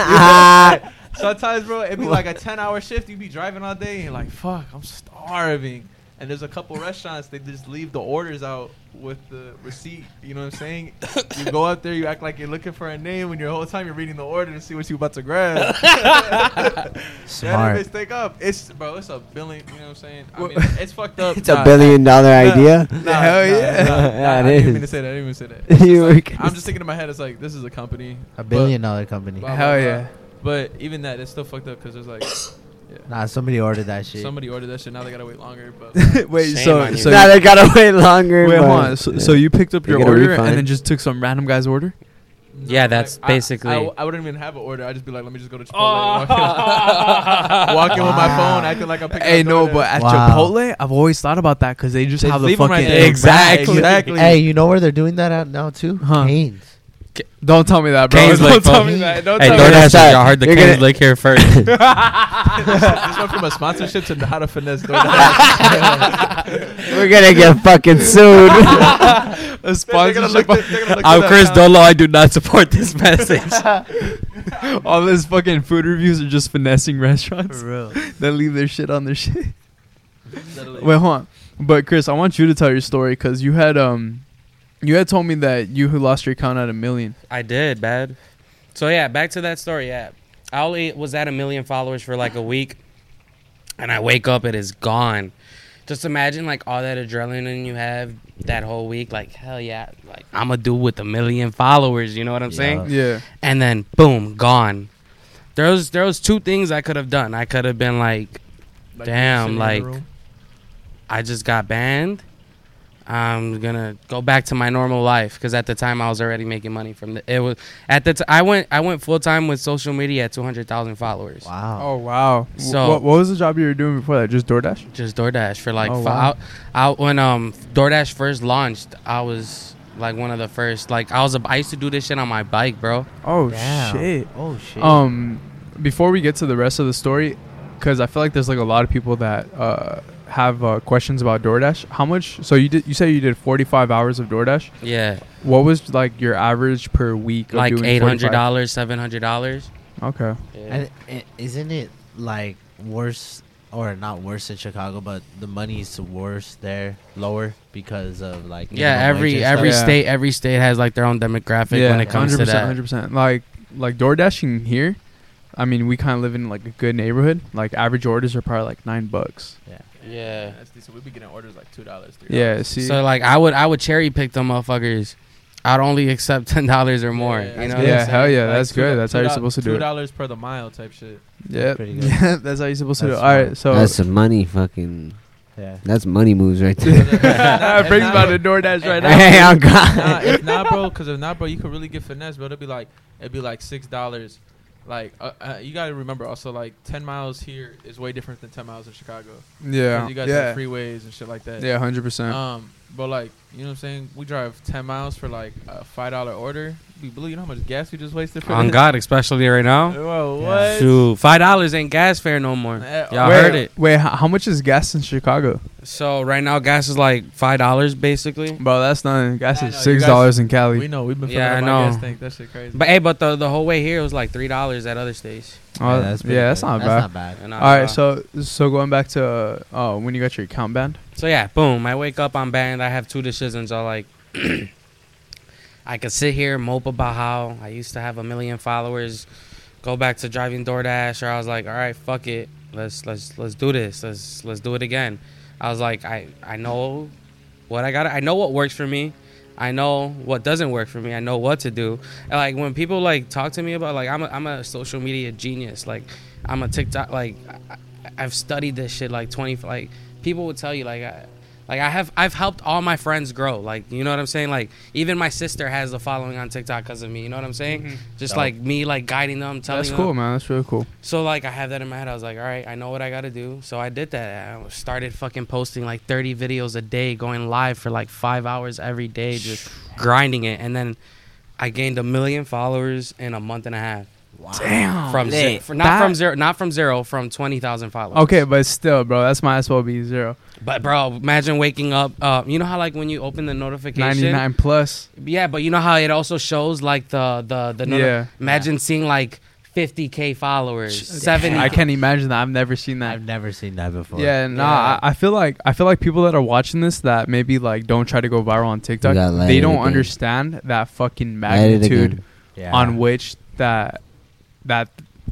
Speaker 5: Sometimes, bro, it'd be like a 10 hour shift. You'd be driving all day and like, fuck, I'm starving. And there's a couple restaurants they just leave the orders out with the receipt. You know what I'm saying? you go out there, you act like you're looking for a name, when your whole time you're reading the order to see what you about to grab.
Speaker 1: Smart.
Speaker 5: That mistake up. It's bro. It's a billion. You know what I'm saying? I mean, it's fucked up.
Speaker 2: It's a
Speaker 5: Nah,
Speaker 2: billion dollar
Speaker 5: nah,
Speaker 2: idea.
Speaker 5: nah,
Speaker 3: Hell
Speaker 5: nah,
Speaker 3: yeah.
Speaker 5: nah, nah,
Speaker 2: Yeah,
Speaker 5: I
Speaker 2: it
Speaker 5: didn't even mean
Speaker 2: is.
Speaker 5: to say that. I didn't even say that.
Speaker 2: You were
Speaker 5: It's like- I'm
Speaker 2: kidding.
Speaker 5: just thinking in my head. It's like this is a company.
Speaker 1: A billion dollar company.
Speaker 5: blah, blah,
Speaker 3: Hell
Speaker 5: blah.
Speaker 3: yeah.
Speaker 5: But even that, it's still fucked up because there's like
Speaker 1: Nah, somebody ordered that shit.
Speaker 5: somebody ordered that shit. Now they gotta wait longer. But
Speaker 3: Wait,
Speaker 4: Shame
Speaker 3: so
Speaker 4: on you.
Speaker 3: so
Speaker 2: now they gotta wait longer.
Speaker 3: wait, hold
Speaker 2: but-
Speaker 3: on. So, so you picked up
Speaker 2: You
Speaker 3: your
Speaker 2: get a
Speaker 3: order
Speaker 2: refund?
Speaker 3: and then just took some random guy's order?
Speaker 4: Yeah, that's
Speaker 5: like, I-
Speaker 4: basically-
Speaker 5: I, w- I wouldn't even have an order. I'd just be like, let me just go to Chipotle. Walk in- walk in with my
Speaker 1: Wow.
Speaker 5: phone, acting like I'm picking.
Speaker 3: Hey,
Speaker 5: up
Speaker 3: no,
Speaker 5: DoorDash.
Speaker 3: but at
Speaker 1: Wow.
Speaker 3: Chipotle, I've always thought about that because they just
Speaker 5: They
Speaker 3: have the
Speaker 5: leave 'em
Speaker 3: fucking
Speaker 5: right there.
Speaker 3: exactly.
Speaker 5: Exactly.
Speaker 1: Hey, you know where they're doing that at now too?
Speaker 3: Huh.
Speaker 1: Canes.
Speaker 3: Don't tell me that, bro.
Speaker 6: Cane's
Speaker 3: don't
Speaker 6: like,
Speaker 3: tell
Speaker 6: fuck.
Speaker 3: me that. Don't
Speaker 6: Hey,
Speaker 3: tell
Speaker 2: don't
Speaker 3: me
Speaker 2: ask-
Speaker 3: that.
Speaker 2: that.
Speaker 6: DoorDash, y'all heard the
Speaker 2: You're
Speaker 6: Canes
Speaker 2: gonna-
Speaker 6: lick here first.
Speaker 5: this went from a sponsorship to how to finesse DoorDash.
Speaker 2: We're gonna get fucking sued.
Speaker 3: A
Speaker 5: They're gonna look
Speaker 3: sponsorship
Speaker 5: th- they're gonna look
Speaker 6: I'm
Speaker 5: that
Speaker 6: Chris
Speaker 5: up.
Speaker 6: Dolo. I do not support this message.
Speaker 3: on- All these fucking food reviews are just finessing restaurants
Speaker 1: real.
Speaker 3: that leave their shit on their shit. Wait, hold on. But Chris, I want you to tell your story because you had um, you had told me that you had lost your account at a million.
Speaker 4: I did, bad. So yeah, back to that story. Yeah, I only was at a million followers for like a week, and I wake up, it is gone. Just imagine like all that adrenaline you have that whole week. Like hell yeah, like I'm a dude with a million followers. You know what I'm saying?
Speaker 3: Yeah.
Speaker 4: and then boom, gone. There was there was two things I could have done. I could have been like,
Speaker 5: Like,
Speaker 4: damn,
Speaker 5: sitting in
Speaker 4: like
Speaker 5: the room.
Speaker 4: I just got banned. I'm gonna go back to my normal life because at the time I was already making money from the. It was at the t- I went I went full time with social media at 200,000 followers.
Speaker 1: Wow.
Speaker 3: Oh wow.
Speaker 4: So-
Speaker 3: So what, what was the job you were doing before that? Just DoorDash.
Speaker 4: Just DoorDash for like
Speaker 3: Oh,
Speaker 4: fi-
Speaker 3: wow.
Speaker 4: I, I when um DoorDash first launched, I was like one of the first. Like I was a, I used to do this shit on my bike, bro.
Speaker 3: Oh
Speaker 1: Damn.
Speaker 3: shit.
Speaker 1: Oh shit.
Speaker 3: Um, before we get to the rest of the story, because I feel like there's like a lot of people that uh have uh, questions about DoorDash. How much? So you did you say you did 45 hours of DoorDash?
Speaker 4: Yeah,
Speaker 3: What was like your average per week? Of
Speaker 4: like
Speaker 3: doing
Speaker 4: eight hundred
Speaker 3: 45?
Speaker 4: dollars, seven hundred dollars.
Speaker 3: Okay.
Speaker 1: And i- isn't it like worse or not worse in Chicago, but the money's worse there, lower because of like
Speaker 4: Yeah,
Speaker 1: minimum wage
Speaker 4: every
Speaker 1: and
Speaker 4: every
Speaker 3: Yeah.
Speaker 1: stuff?
Speaker 4: state every state has like their own demographic when it comes
Speaker 3: 100%,
Speaker 4: to that.
Speaker 3: 100%. Like like door dashing here. I mean, we kind of live in like a good neighborhood. Like average orders are probably like nine bucks.
Speaker 4: Yeah.
Speaker 5: That's decent. We'd be getting orders like two dollars.
Speaker 3: Yeah. See.
Speaker 4: So like I would I would cherry pick them motherfuckers. I'd only accept ten dollars or more.
Speaker 5: Yeah,
Speaker 4: you
Speaker 5: that's
Speaker 4: know?
Speaker 5: good.
Speaker 4: what I'm
Speaker 3: Yeah,
Speaker 4: saying?
Speaker 3: hell yeah, that's good. That's how you're supposed to do
Speaker 5: Two
Speaker 3: it.
Speaker 5: dollars per the mile type shit.
Speaker 3: yeah.
Speaker 1: pretty good.
Speaker 3: Yeah. That's how you're supposed to do. it.
Speaker 1: That's
Speaker 3: All right. So
Speaker 2: That's some money, fucking.
Speaker 1: Yeah.
Speaker 2: That's money moves right there.
Speaker 3: that brings about the door dash right now.
Speaker 2: hey, I'm
Speaker 5: Nah,
Speaker 2: gone.
Speaker 5: if not, bro, because if not, bro, you could really get finesse, bro. It'd be like it'd be like six dollars. Like uh, uh, you gotta remember also, like ten miles here is way different than ten miles in Chicago. 'Cause
Speaker 3: Yeah.
Speaker 5: you guys
Speaker 3: Yeah.
Speaker 5: have freeways and shit like that.
Speaker 3: Yeah. Hundred percent.
Speaker 5: Um, but like you know what I'm saying, we drive ten miles for like a five dollar order. You believe you know how much gas we just wasted for
Speaker 4: On
Speaker 5: this?
Speaker 4: God, especially right now.
Speaker 5: Bro,
Speaker 1: Yeah.
Speaker 5: what?
Speaker 4: Shoot, five dollars ain't gas fare no more.
Speaker 5: Eh,
Speaker 4: Y'all
Speaker 5: wait,
Speaker 4: heard it.
Speaker 3: Wait, how, how much is gas in Chicago,
Speaker 4: So right now gas is like five dollars basically.
Speaker 3: bro? That's not gas
Speaker 5: Nah,
Speaker 3: is
Speaker 5: no, you
Speaker 3: six
Speaker 5: guys-
Speaker 3: dollars in Cali.
Speaker 5: We know we've been filling
Speaker 4: Yeah,
Speaker 5: up
Speaker 4: I
Speaker 5: our
Speaker 4: know.
Speaker 5: gas tank. That shit crazy.
Speaker 4: But hey, but the the whole way here was like three dollars at other states.
Speaker 3: Oh,
Speaker 1: pretty
Speaker 3: yeah, that's
Speaker 1: good.
Speaker 3: not
Speaker 1: That's
Speaker 3: bad.
Speaker 1: not bad.
Speaker 4: And I- uh,
Speaker 3: All right. So so going back to uh, oh, when you got your account banned.
Speaker 4: So yeah, boom. I wake up, I'm banned. I have two decisions. I like, I could sit here mope about how I used to have a million followers, go back to driving DoorDash, or I was like, all right, fuck it, let's let's let's do this, let's let's do it again. I was like, I I know what I got. I know what works for me. I know what doesn't work for me. I know what to do. And like when people like talk to me about like I'm a, I'm a social media genius. Like I'm a TikTok. Like I, I- I've studied this shit like 20. Like people would tell you like I, like I have I've helped all my friends grow. Like you know what I'm saying. Like even my sister has a following on TikTok because of me. You know what I'm saying. Just like me like guiding them, telling
Speaker 3: That's
Speaker 4: them.
Speaker 3: cool, man. That's really cool.
Speaker 4: So like I have that in my head. I was like, all right, I know what I got to do. So I did that. I started fucking posting like 30 videos a day, going live for like five hours every day, just grinding it. And then I gained a million followers in a month and a half. Wow. From zero,
Speaker 2: Lit.
Speaker 4: not
Speaker 3: That-
Speaker 4: from zero, not from zero, from 20,000 followers.
Speaker 3: Okay, but still, bro, that's might as well be zero.
Speaker 4: But bro, imagine waking up. Uh, you know how like when you open the notification.
Speaker 3: Ninety nine plus.
Speaker 4: Yeah, but you know how it also shows like the the the.
Speaker 3: Yeah.
Speaker 4: Imagine seeing like 50k followers,
Speaker 3: Sh-
Speaker 4: 70.
Speaker 3: I can't imagine that. I've never seen that.
Speaker 1: I've never seen that before.
Speaker 3: Yeah, nah. I, I feel like I feel like people that are watching this that maybe like don't try to go viral on TikTok,
Speaker 2: gotta let
Speaker 3: they
Speaker 2: it
Speaker 3: don't
Speaker 2: again.
Speaker 3: understand that fucking
Speaker 2: Light it
Speaker 3: magnitude
Speaker 2: again.
Speaker 1: Yeah.
Speaker 3: on which that that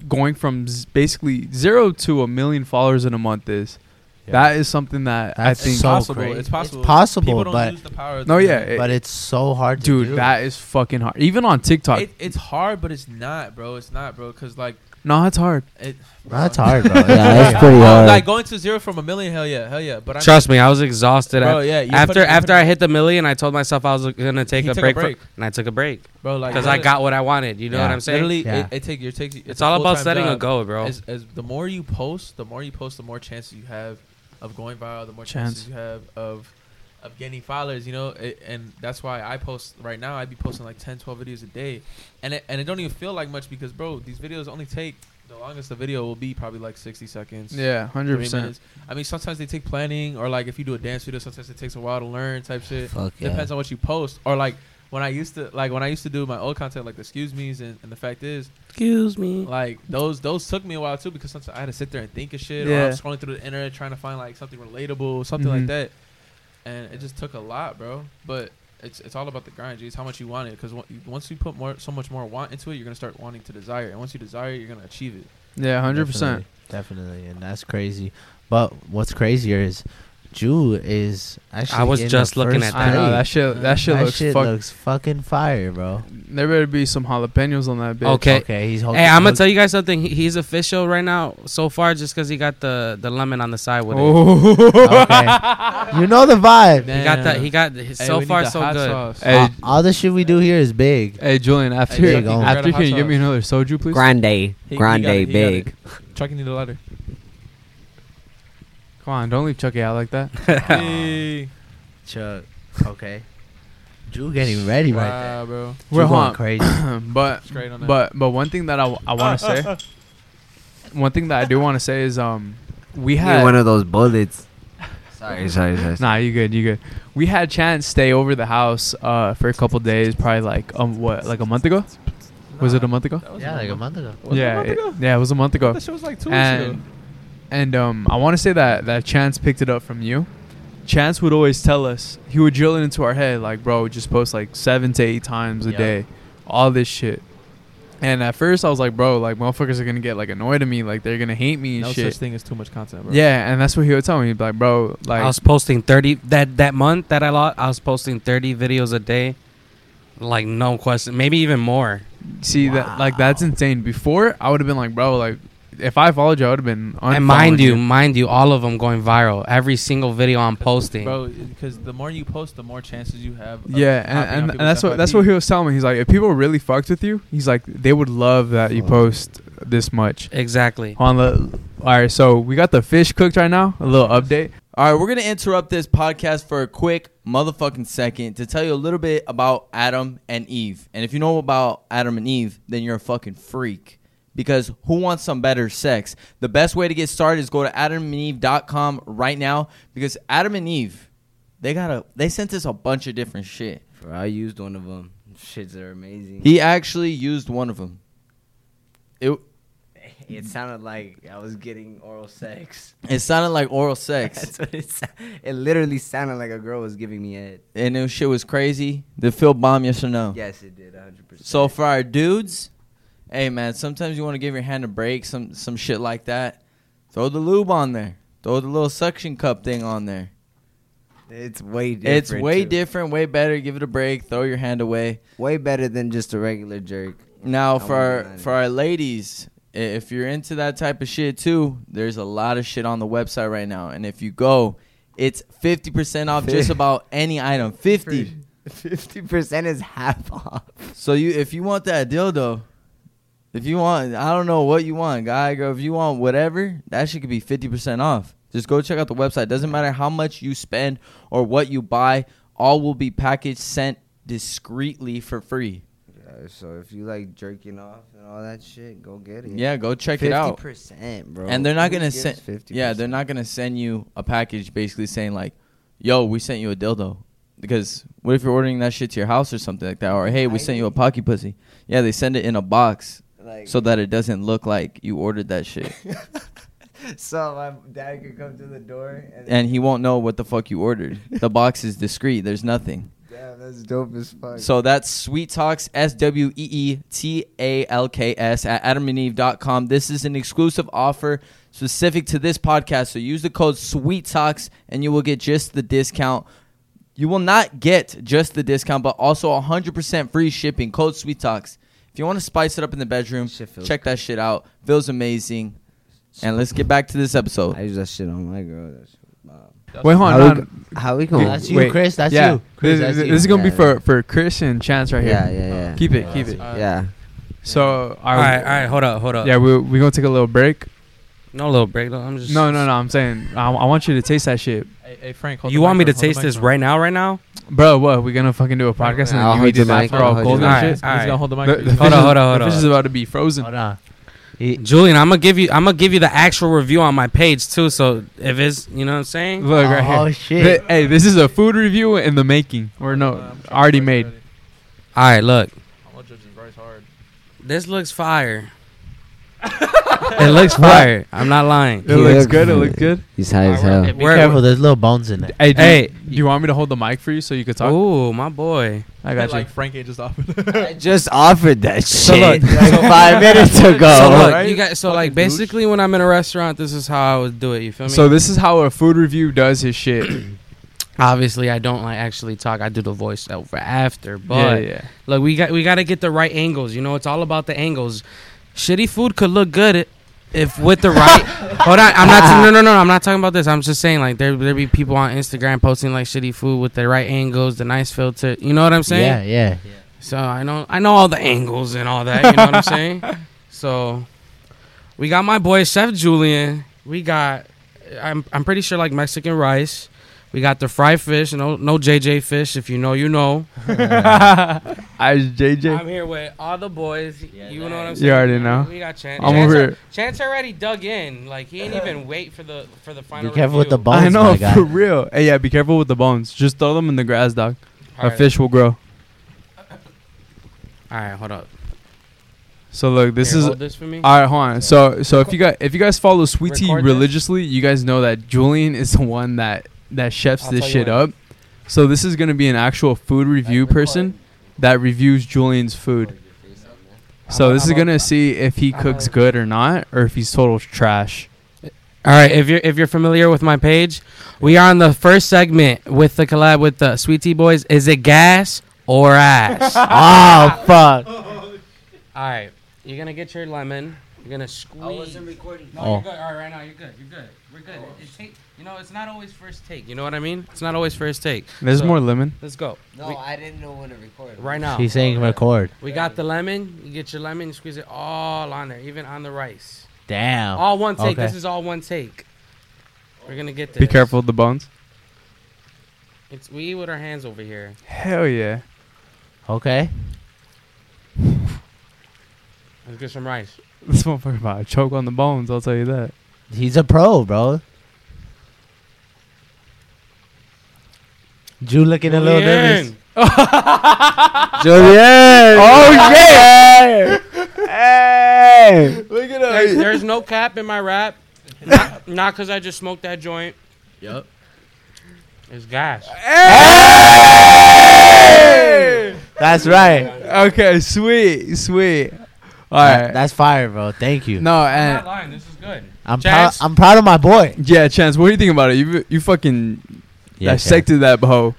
Speaker 3: going from z- basically zero to a million followers in a month is.
Speaker 1: Yeah.
Speaker 3: That is something that
Speaker 1: That's
Speaker 3: I think.
Speaker 1: so
Speaker 5: possible.
Speaker 1: great.
Speaker 5: It's possible.
Speaker 1: possible,
Speaker 5: People don't
Speaker 1: but-
Speaker 5: lose the power.
Speaker 3: No,
Speaker 5: to-
Speaker 3: yeah, it-
Speaker 1: but it's so hard to
Speaker 3: dude,
Speaker 1: do.
Speaker 3: that is fucking hard. Even on TikTok,
Speaker 5: It, it's hard, but it's not, bro. It's not, bro. Cause like
Speaker 3: no, it's hard.
Speaker 5: it. bro.
Speaker 1: that's hard, bro.
Speaker 2: Yeah, that's
Speaker 5: Oh,
Speaker 2: pretty hard.
Speaker 5: Like going to zero from a million, hell yeah, hell yeah. But I
Speaker 4: Trust me, I was exhausted.
Speaker 5: Bro,
Speaker 4: af-
Speaker 5: yeah, you
Speaker 4: after
Speaker 5: put it- you
Speaker 4: after
Speaker 5: put it-
Speaker 4: I hit the million, I told myself I was gonna take
Speaker 5: You
Speaker 4: a
Speaker 5: took a
Speaker 4: break, for-
Speaker 5: break.
Speaker 4: and I took a break
Speaker 5: bro, like
Speaker 4: because I
Speaker 5: literally-
Speaker 4: got what I wanted. You know
Speaker 1: Yeah.
Speaker 4: what I'm saying?
Speaker 5: literally.
Speaker 1: Yeah.
Speaker 5: It, it take your takes.
Speaker 4: it's, all about setting
Speaker 5: job.
Speaker 4: a goal, bro.
Speaker 5: As, as the more you post, the more you post, the more chances you have of going viral. The more chances
Speaker 3: Chance.
Speaker 5: you have of of getting followers. You know, it, and that's why I post right now. I'd be posting like 10, 12 videos a day, and it, and it don't even feel like much because bro, these videos only take the longest. The video will be probably like sixty seconds.
Speaker 3: Yeah, hundred
Speaker 5: three
Speaker 3: percent.
Speaker 5: minutes. I mean, sometimes they take planning, or like if you do a dance video, sometimes it takes a while to learn type shit.
Speaker 2: Fuck yeah.
Speaker 5: Depends on what you post, or like when I used to like when I used to do my old content, like the excuse me's, and, and the fact is,
Speaker 4: Excuse me.
Speaker 5: like those those took me a while too because sometimes I had to sit there and think of shit. Or
Speaker 3: Yeah.
Speaker 5: I'm scrolling through the internet trying to find like something relatable, something
Speaker 3: Mhm.
Speaker 5: like that, and it just took a lot, bro. But it's it's all about the grind, G. It's how much you want it because once you put more so much more want into it, you're gonna start wanting to desire, it. and once you desire, it, you're gonna achieve it.
Speaker 3: Yeah, hundred percent.
Speaker 1: Definitely, definitely, and that's crazy. But what's crazier is Jew is actually.
Speaker 4: I was
Speaker 1: in
Speaker 4: just
Speaker 1: the
Speaker 4: looking
Speaker 1: first
Speaker 4: at
Speaker 3: I know
Speaker 1: grade.
Speaker 3: that shit. That shit
Speaker 1: That
Speaker 3: looks
Speaker 1: shit
Speaker 3: fuck.
Speaker 1: looks fucking fire, bro.
Speaker 3: There better be some jalapenos on that bitch.
Speaker 4: Okay.
Speaker 1: okay he's holding.
Speaker 4: Hey, I'm gonna tell you guys something. He, he's official right now so far, just because he got the the lemon on the side with it.
Speaker 5: Oh.
Speaker 1: Okay. you know the vibe.
Speaker 4: He got that. He got so far so good.
Speaker 3: Hey,
Speaker 1: All, all the shit we do here is big.
Speaker 3: Hey Julian, after
Speaker 1: Hey, Jake,
Speaker 3: after
Speaker 5: you
Speaker 3: can you
Speaker 5: got a
Speaker 3: give me another soju, please?
Speaker 2: Grande, grande, big.
Speaker 5: Chucky need a letter.
Speaker 3: Come on, don't leave Chucky out like that.
Speaker 5: hey.
Speaker 1: Chuck. Okay. Jew getting ready right there.
Speaker 5: Wow, bro.
Speaker 1: Jew
Speaker 3: We're
Speaker 1: going
Speaker 3: home,
Speaker 1: crazy.
Speaker 3: but
Speaker 5: Straight on that.
Speaker 3: but but one thing that I, want to say, one thing that I do want to say is um we
Speaker 2: Need one
Speaker 3: had
Speaker 2: of those bullets. Sorry, sorry, sorry.
Speaker 3: nah you good you good we had Chance stay over the house uh for a couple days probably like um what like a month ago was it a month ago
Speaker 5: That was
Speaker 1: yeah, like a month ago.
Speaker 5: Was it a
Speaker 3: yeah
Speaker 5: month
Speaker 3: it-
Speaker 5: ago?
Speaker 3: yeah it was a month ago
Speaker 5: That shit was like two weeks
Speaker 3: and
Speaker 5: ago.
Speaker 3: and um, I want to say that that Chance picked it up from you. Chance would always tell us he would drill it into our head like, bro, just post like seven to eight times a
Speaker 1: Yeah.
Speaker 3: day, all this shit. And at first I was like, bro, like motherfuckers are gonna get like annoyed at me, like they're gonna hate me and
Speaker 5: No
Speaker 3: shit.
Speaker 5: such thing as too much content, bro.
Speaker 3: Yeah, and that's what he would tell me. He'd be like, bro, like
Speaker 4: I was posting 30 that that month that I lost. I was posting 30 videos a day, like no question, maybe even more.
Speaker 3: see that like that's insane. Before I would have been like, bro, like if I followed you, I would have been.
Speaker 4: and mind
Speaker 3: unfollowing
Speaker 4: you, mind you, all of them going viral. Every single video I'm posting.
Speaker 5: bro. Because the more you post, the more chances you have. of
Speaker 3: Yeah,
Speaker 5: hopping on
Speaker 3: and, and, and
Speaker 5: people's
Speaker 3: that's what that's
Speaker 5: FYP.
Speaker 3: what he was telling me. He's like, if people really fucked with you, he's like, they would love that you post this much.
Speaker 4: Exactly.
Speaker 3: On the, all right, so we got the fish cooked right now. A little update.
Speaker 6: All right, we're going to interrupt this podcast for a quick motherfucking second to tell you a little bit about Adam and Eve. And if you know about Adam and Eve, then you're a fucking freak. Because who wants some better sex? The best way to get started is go to adamandeve.com right now because Adam and Eve, they got a they sent us a bunch of different shit.
Speaker 2: Bro, I used one of them. Shits are amazing.
Speaker 6: He actually used one of them. It
Speaker 2: it sounded like I was getting oral sex.
Speaker 6: it sounded like oral sex.
Speaker 2: That's what it sounded. It literally sounded like a girl was giving me head.
Speaker 6: and this shit was crazy. Did Phil bomb yes or
Speaker 3: Oh.
Speaker 6: no?
Speaker 2: Yes, it did, 100%.
Speaker 6: So for our dudes, hey man, sometimes you want to give your hand a break, some some shit like that. Throw the lube on there. Throw the little suction cup thing on there.
Speaker 2: it's way different.
Speaker 6: it's way
Speaker 2: too.
Speaker 6: different, way better. Give it a break. Throw your hand away.
Speaker 2: Way better than just a regular jerk.
Speaker 6: Now
Speaker 2: I
Speaker 6: for
Speaker 2: wouldn't
Speaker 6: our,
Speaker 2: mind
Speaker 6: for
Speaker 2: it.
Speaker 6: our ladies, i- if you're into that type of shit too, there's a lot of shit on the website right now. And if you go, it's 50% off just about any item. 50.
Speaker 2: 50% is half off.
Speaker 6: So you, if you want that dildo, if you want, I don't know what you want, guy, girl. If you want whatever, that shit could be fifty percent off. Just go check out the website. Doesn't matter how much you spend or what you buy, all will be packaged sent discreetly for free.
Speaker 2: Yeah, so if you like jerking off and all that shit, go get it.
Speaker 6: Yeah, go check it out.
Speaker 2: 50%, Mm. bro.
Speaker 6: And they're not
Speaker 2: Who
Speaker 6: gonna
Speaker 2: gives
Speaker 6: send.
Speaker 2: 50%?
Speaker 6: Yeah, they're not gonna send you a package basically saying like, "Yo, we sent you a dildo." Because what if you're ordering that shit to your house or something like that? Or hey, we sent you a pocky pussy. Yeah, they send it in a box.
Speaker 2: Like
Speaker 6: so that it doesn't look like you ordered that shit,
Speaker 2: so my dad could come to the door and,
Speaker 6: and he won't know what the fuck you ordered. The box is discreet. There's nothing.
Speaker 2: damn, that's dope as fuck.
Speaker 6: So that's Sweet Talks, S W E E T A L K S, at adamandeve.com. This is an exclusive offer specific to this podcast. So use the code Sweet Talks and you will get just the discount. You will not get just the discount, but also 100% free shipping. Code Sweet Talks. If you want to spice it up in the bedroom,
Speaker 2: Shit feels
Speaker 6: check that shit out. Feels amazing. And let's get back to this episode.
Speaker 2: I use that shit on my girl. That shit, wow.
Speaker 3: Wait, hold
Speaker 2: How we
Speaker 3: on. um,
Speaker 2: g- How we going?
Speaker 1: Oh, That's you, Chris. That's
Speaker 3: yeah.
Speaker 1: you. Chris,
Speaker 3: this,
Speaker 1: that's
Speaker 3: this
Speaker 1: you.
Speaker 3: is gonna be
Speaker 2: Yeah, yeah.
Speaker 3: for for Chris and Chance right here.
Speaker 2: Yeah, yeah, yeah.
Speaker 3: Keep it, keep it.
Speaker 2: yeah.
Speaker 3: So, all
Speaker 4: All right, all right, hold up, hold up.
Speaker 3: Yeah, we we gonna take a little break.
Speaker 4: No little break. no, I'm just.
Speaker 3: No, no, no. I'm saying I, I want you to taste that shit,
Speaker 5: Hey, hey, Frank, hold
Speaker 4: You
Speaker 5: the
Speaker 4: want me to
Speaker 5: microphone, hold the
Speaker 4: taste this
Speaker 5: microphone.
Speaker 4: right now? Right now?
Speaker 3: bro. What? We gonna fucking do a podcast
Speaker 2: I'll
Speaker 3: and you
Speaker 2: hold
Speaker 3: eat
Speaker 2: your
Speaker 3: this
Speaker 2: mic,
Speaker 3: after
Speaker 2: I'll
Speaker 3: all
Speaker 2: hold
Speaker 3: cold
Speaker 4: your
Speaker 3: and
Speaker 4: mic.
Speaker 3: shit.
Speaker 5: He's gonna hold the mic.
Speaker 3: The- the
Speaker 4: Hold
Speaker 3: fish
Speaker 4: on, hold
Speaker 3: is-
Speaker 4: on, hold
Speaker 3: the
Speaker 4: on,
Speaker 3: Fish is
Speaker 4: hold on.
Speaker 3: about to be frozen.
Speaker 1: Hold on.
Speaker 4: Julian, I'm gonna give you. I'm gonna give you the actual review on my page too. So if it's, you know what I'm saying.
Speaker 3: Look right
Speaker 1: oh
Speaker 3: here.
Speaker 1: shit!
Speaker 3: Th- hey, this is a food review in the making, or
Speaker 5: Uh,
Speaker 3: no,
Speaker 5: I'm trying
Speaker 3: already
Speaker 5: to
Speaker 3: made.
Speaker 5: judge it.
Speaker 4: All right, look.
Speaker 5: I want to judge this rice hard.
Speaker 4: This looks fire. it looks fire. I'm not lying.
Speaker 3: It looks good. It looks good.
Speaker 2: He's high as
Speaker 4: Alright,
Speaker 2: hell.
Speaker 4: we're-
Speaker 1: be careful. There's little bones in it.
Speaker 3: Hey, do,
Speaker 4: Hey.
Speaker 3: You, do you want me to hold the mic for you so you could
Speaker 2: Oh.
Speaker 3: talk?
Speaker 4: Ooh, my boy.
Speaker 3: I got you.
Speaker 5: Like Frank ain't just off.
Speaker 2: I just offered that shit
Speaker 4: look,
Speaker 2: like five minutes ago.
Speaker 4: so look,
Speaker 5: right?
Speaker 4: you got so like basically when I'm in a restaurant, this is how I would do it. You feel me?
Speaker 3: So this is how a food review does his shit.
Speaker 4: obviously I don't like actually talk. I do the voiceover after, but
Speaker 3: yeah, yeah.
Speaker 4: Look, we got we got to get the right angles. You know, it's all about the angles. Shitty food could look good i- if with the right. hold on, I'm not. No, no, no. I'm not talking about this. I'm just saying, like there there be people on Instagram posting like shitty food with the right angles, the nice filter. You know what I'm saying?
Speaker 1: Yeah, yeah.
Speaker 4: So I know I know all the angles and all that. You know what I'm saying? So we got my boy Chef Julian. We got I'm I'm pretty sure like Mexican rice. We got the fried fish. No no JJ fish. If you know, you know.
Speaker 3: I JJ.
Speaker 4: I'm here with all the boys. you know what I'm
Speaker 3: is-
Speaker 4: saying?
Speaker 3: You already know.
Speaker 4: We got Chance.
Speaker 3: I'm
Speaker 4: Chance,
Speaker 3: over here.
Speaker 4: Chance already dug in. Like he didn't even wait for the for the final.
Speaker 1: Be careful with the
Speaker 4: review.
Speaker 1: bones.
Speaker 3: I know
Speaker 1: my guy.
Speaker 3: for real. Hey, yeah. Be careful with the bones. Just throw them in the grass, dog.
Speaker 4: All
Speaker 3: a
Speaker 4: right.
Speaker 3: fish will grow.
Speaker 4: All right, hold up.
Speaker 3: So look, this
Speaker 4: Here,
Speaker 3: is
Speaker 4: hold this for me.
Speaker 3: All right, hold on. So, so if you guys if you guys follow Sweet Tea
Speaker 4: Record this.
Speaker 3: religiously, you guys know that Julian is the one that that chefs
Speaker 4: I'll
Speaker 3: this
Speaker 4: tell you
Speaker 3: shit
Speaker 4: when.
Speaker 3: up. So this is gonna be an actual food review person that reviews Julian's food. So
Speaker 4: I'm-
Speaker 3: this is
Speaker 4: I'm-
Speaker 3: gonna see if he
Speaker 4: I'm
Speaker 3: cooks
Speaker 4: a-
Speaker 3: good or not, or if he's total trash.
Speaker 4: All right, if you're if you're familiar with my page, we are on the first segment with the collab with the Sweet Tea Boys. Is it gas or ass? All
Speaker 1: Oh fuck!
Speaker 4: right, you're gonna get your lemon. You're gonna squeeze.
Speaker 2: recording.
Speaker 4: No,
Speaker 1: Oh.
Speaker 4: you're good. All right, right now you're good. You're good. We're good. It, it take, you know, it's not always first take. You know what I mean? It's not always first take.
Speaker 3: There's
Speaker 4: So,
Speaker 3: more lemon.
Speaker 4: Let's go.
Speaker 2: No, I didn't know when to record.
Speaker 4: Right now.
Speaker 1: He's
Speaker 3: Oh,
Speaker 1: saying record.
Speaker 4: We got the lemon. You get your lemon, you squeeze it all on there, even on the rice.
Speaker 1: Damn.
Speaker 3: Oh.
Speaker 4: All one take.
Speaker 1: Okay.
Speaker 4: This is all one take. We're gonna get this.
Speaker 3: Be careful with the bones.
Speaker 4: It's we eat with our hands over here.
Speaker 3: Hell yeah.
Speaker 1: Okay.
Speaker 4: Let's get some rice.
Speaker 3: This motherfucker about to choke on the bones. I'll tell you that.
Speaker 1: He's a pro, bro. Jew looking a little nervous.
Speaker 4: Julian.
Speaker 1: Julian. Oh yeah. hey.
Speaker 6: Look at
Speaker 4: There's, there's no cap in my rap. Not not because I just smoked that joint.
Speaker 6: Yep.
Speaker 4: It's gas.
Speaker 1: That's right.
Speaker 3: Okay, sweet, sweet. All
Speaker 1: That-
Speaker 3: right.
Speaker 1: That's fire, bro. Thank you.
Speaker 3: no,
Speaker 4: I'm
Speaker 3: and
Speaker 4: not lying. This is good.
Speaker 1: I'm proud.
Speaker 4: Chance.
Speaker 1: I'm proud of my boy.
Speaker 3: Yeah, Chance, what do you think about it? You you fucking dissected that hoe.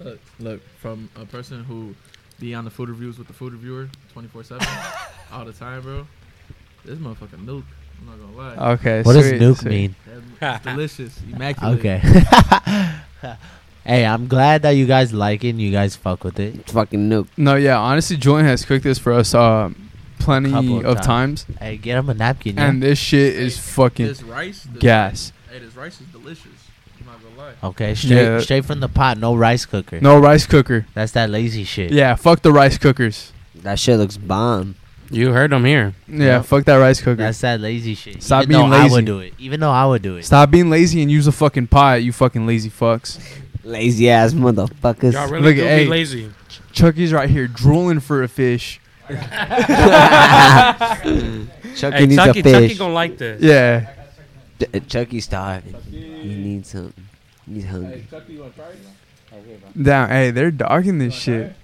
Speaker 5: Look, look, from a person who be on the food reviews with the food reviewer 24 7 all the time, bro. This motherfucking milk. I'm not gonna
Speaker 4: Uh,
Speaker 5: lie.
Speaker 3: Okay,
Speaker 1: What does
Speaker 3: sweet,
Speaker 1: nuke
Speaker 3: sweet.
Speaker 1: mean?
Speaker 5: That m- it's delicious. Immaculate.
Speaker 1: Okay. hey, I'm glad that you guys like it. and You guys fuck with it.
Speaker 2: It's fucking nuke.
Speaker 3: No, yeah, honestly, Julian has cooked this for us uh, plenty
Speaker 1: Couple
Speaker 3: of,
Speaker 1: of
Speaker 3: times,
Speaker 1: Hey, get him a napkin.
Speaker 3: and
Speaker 1: Yeah?
Speaker 3: this shit is fucking
Speaker 5: This rice. This
Speaker 3: gas.
Speaker 5: Hey, this rice is delicious. I'm not gonna lie.
Speaker 1: Okay, straight
Speaker 3: Yeah.
Speaker 1: straight from the pot. No rice cooker.
Speaker 3: No rice cooker.
Speaker 1: That's that lazy shit.
Speaker 3: Yeah, fuck the rice cookers.
Speaker 2: That shit looks bomb.
Speaker 4: You heard them here.
Speaker 3: Yeah,
Speaker 1: Yeah.
Speaker 3: fuck that rice cooker.
Speaker 1: That's that lazy shit.
Speaker 3: Stop
Speaker 1: Even though
Speaker 3: being
Speaker 1: I
Speaker 3: lazy.
Speaker 1: would do it. Even though I would do it.
Speaker 3: Stop being lazy and use a fucking pot, you fucking lazy fucks.
Speaker 2: Lazy ass motherfuckers.
Speaker 4: Y'all
Speaker 3: Look,
Speaker 4: really do
Speaker 3: hey.
Speaker 4: be lazy.
Speaker 3: Chucky's right here drooling for a fish.
Speaker 2: Chucky
Speaker 4: Hey,
Speaker 2: needs
Speaker 4: Chucky,
Speaker 2: a fish.
Speaker 4: Chucky gonna like this.
Speaker 3: Yeah.
Speaker 2: D- Chucky's starving. He needs something. He's hungry.
Speaker 3: Down. Hey, they're dogging this shit.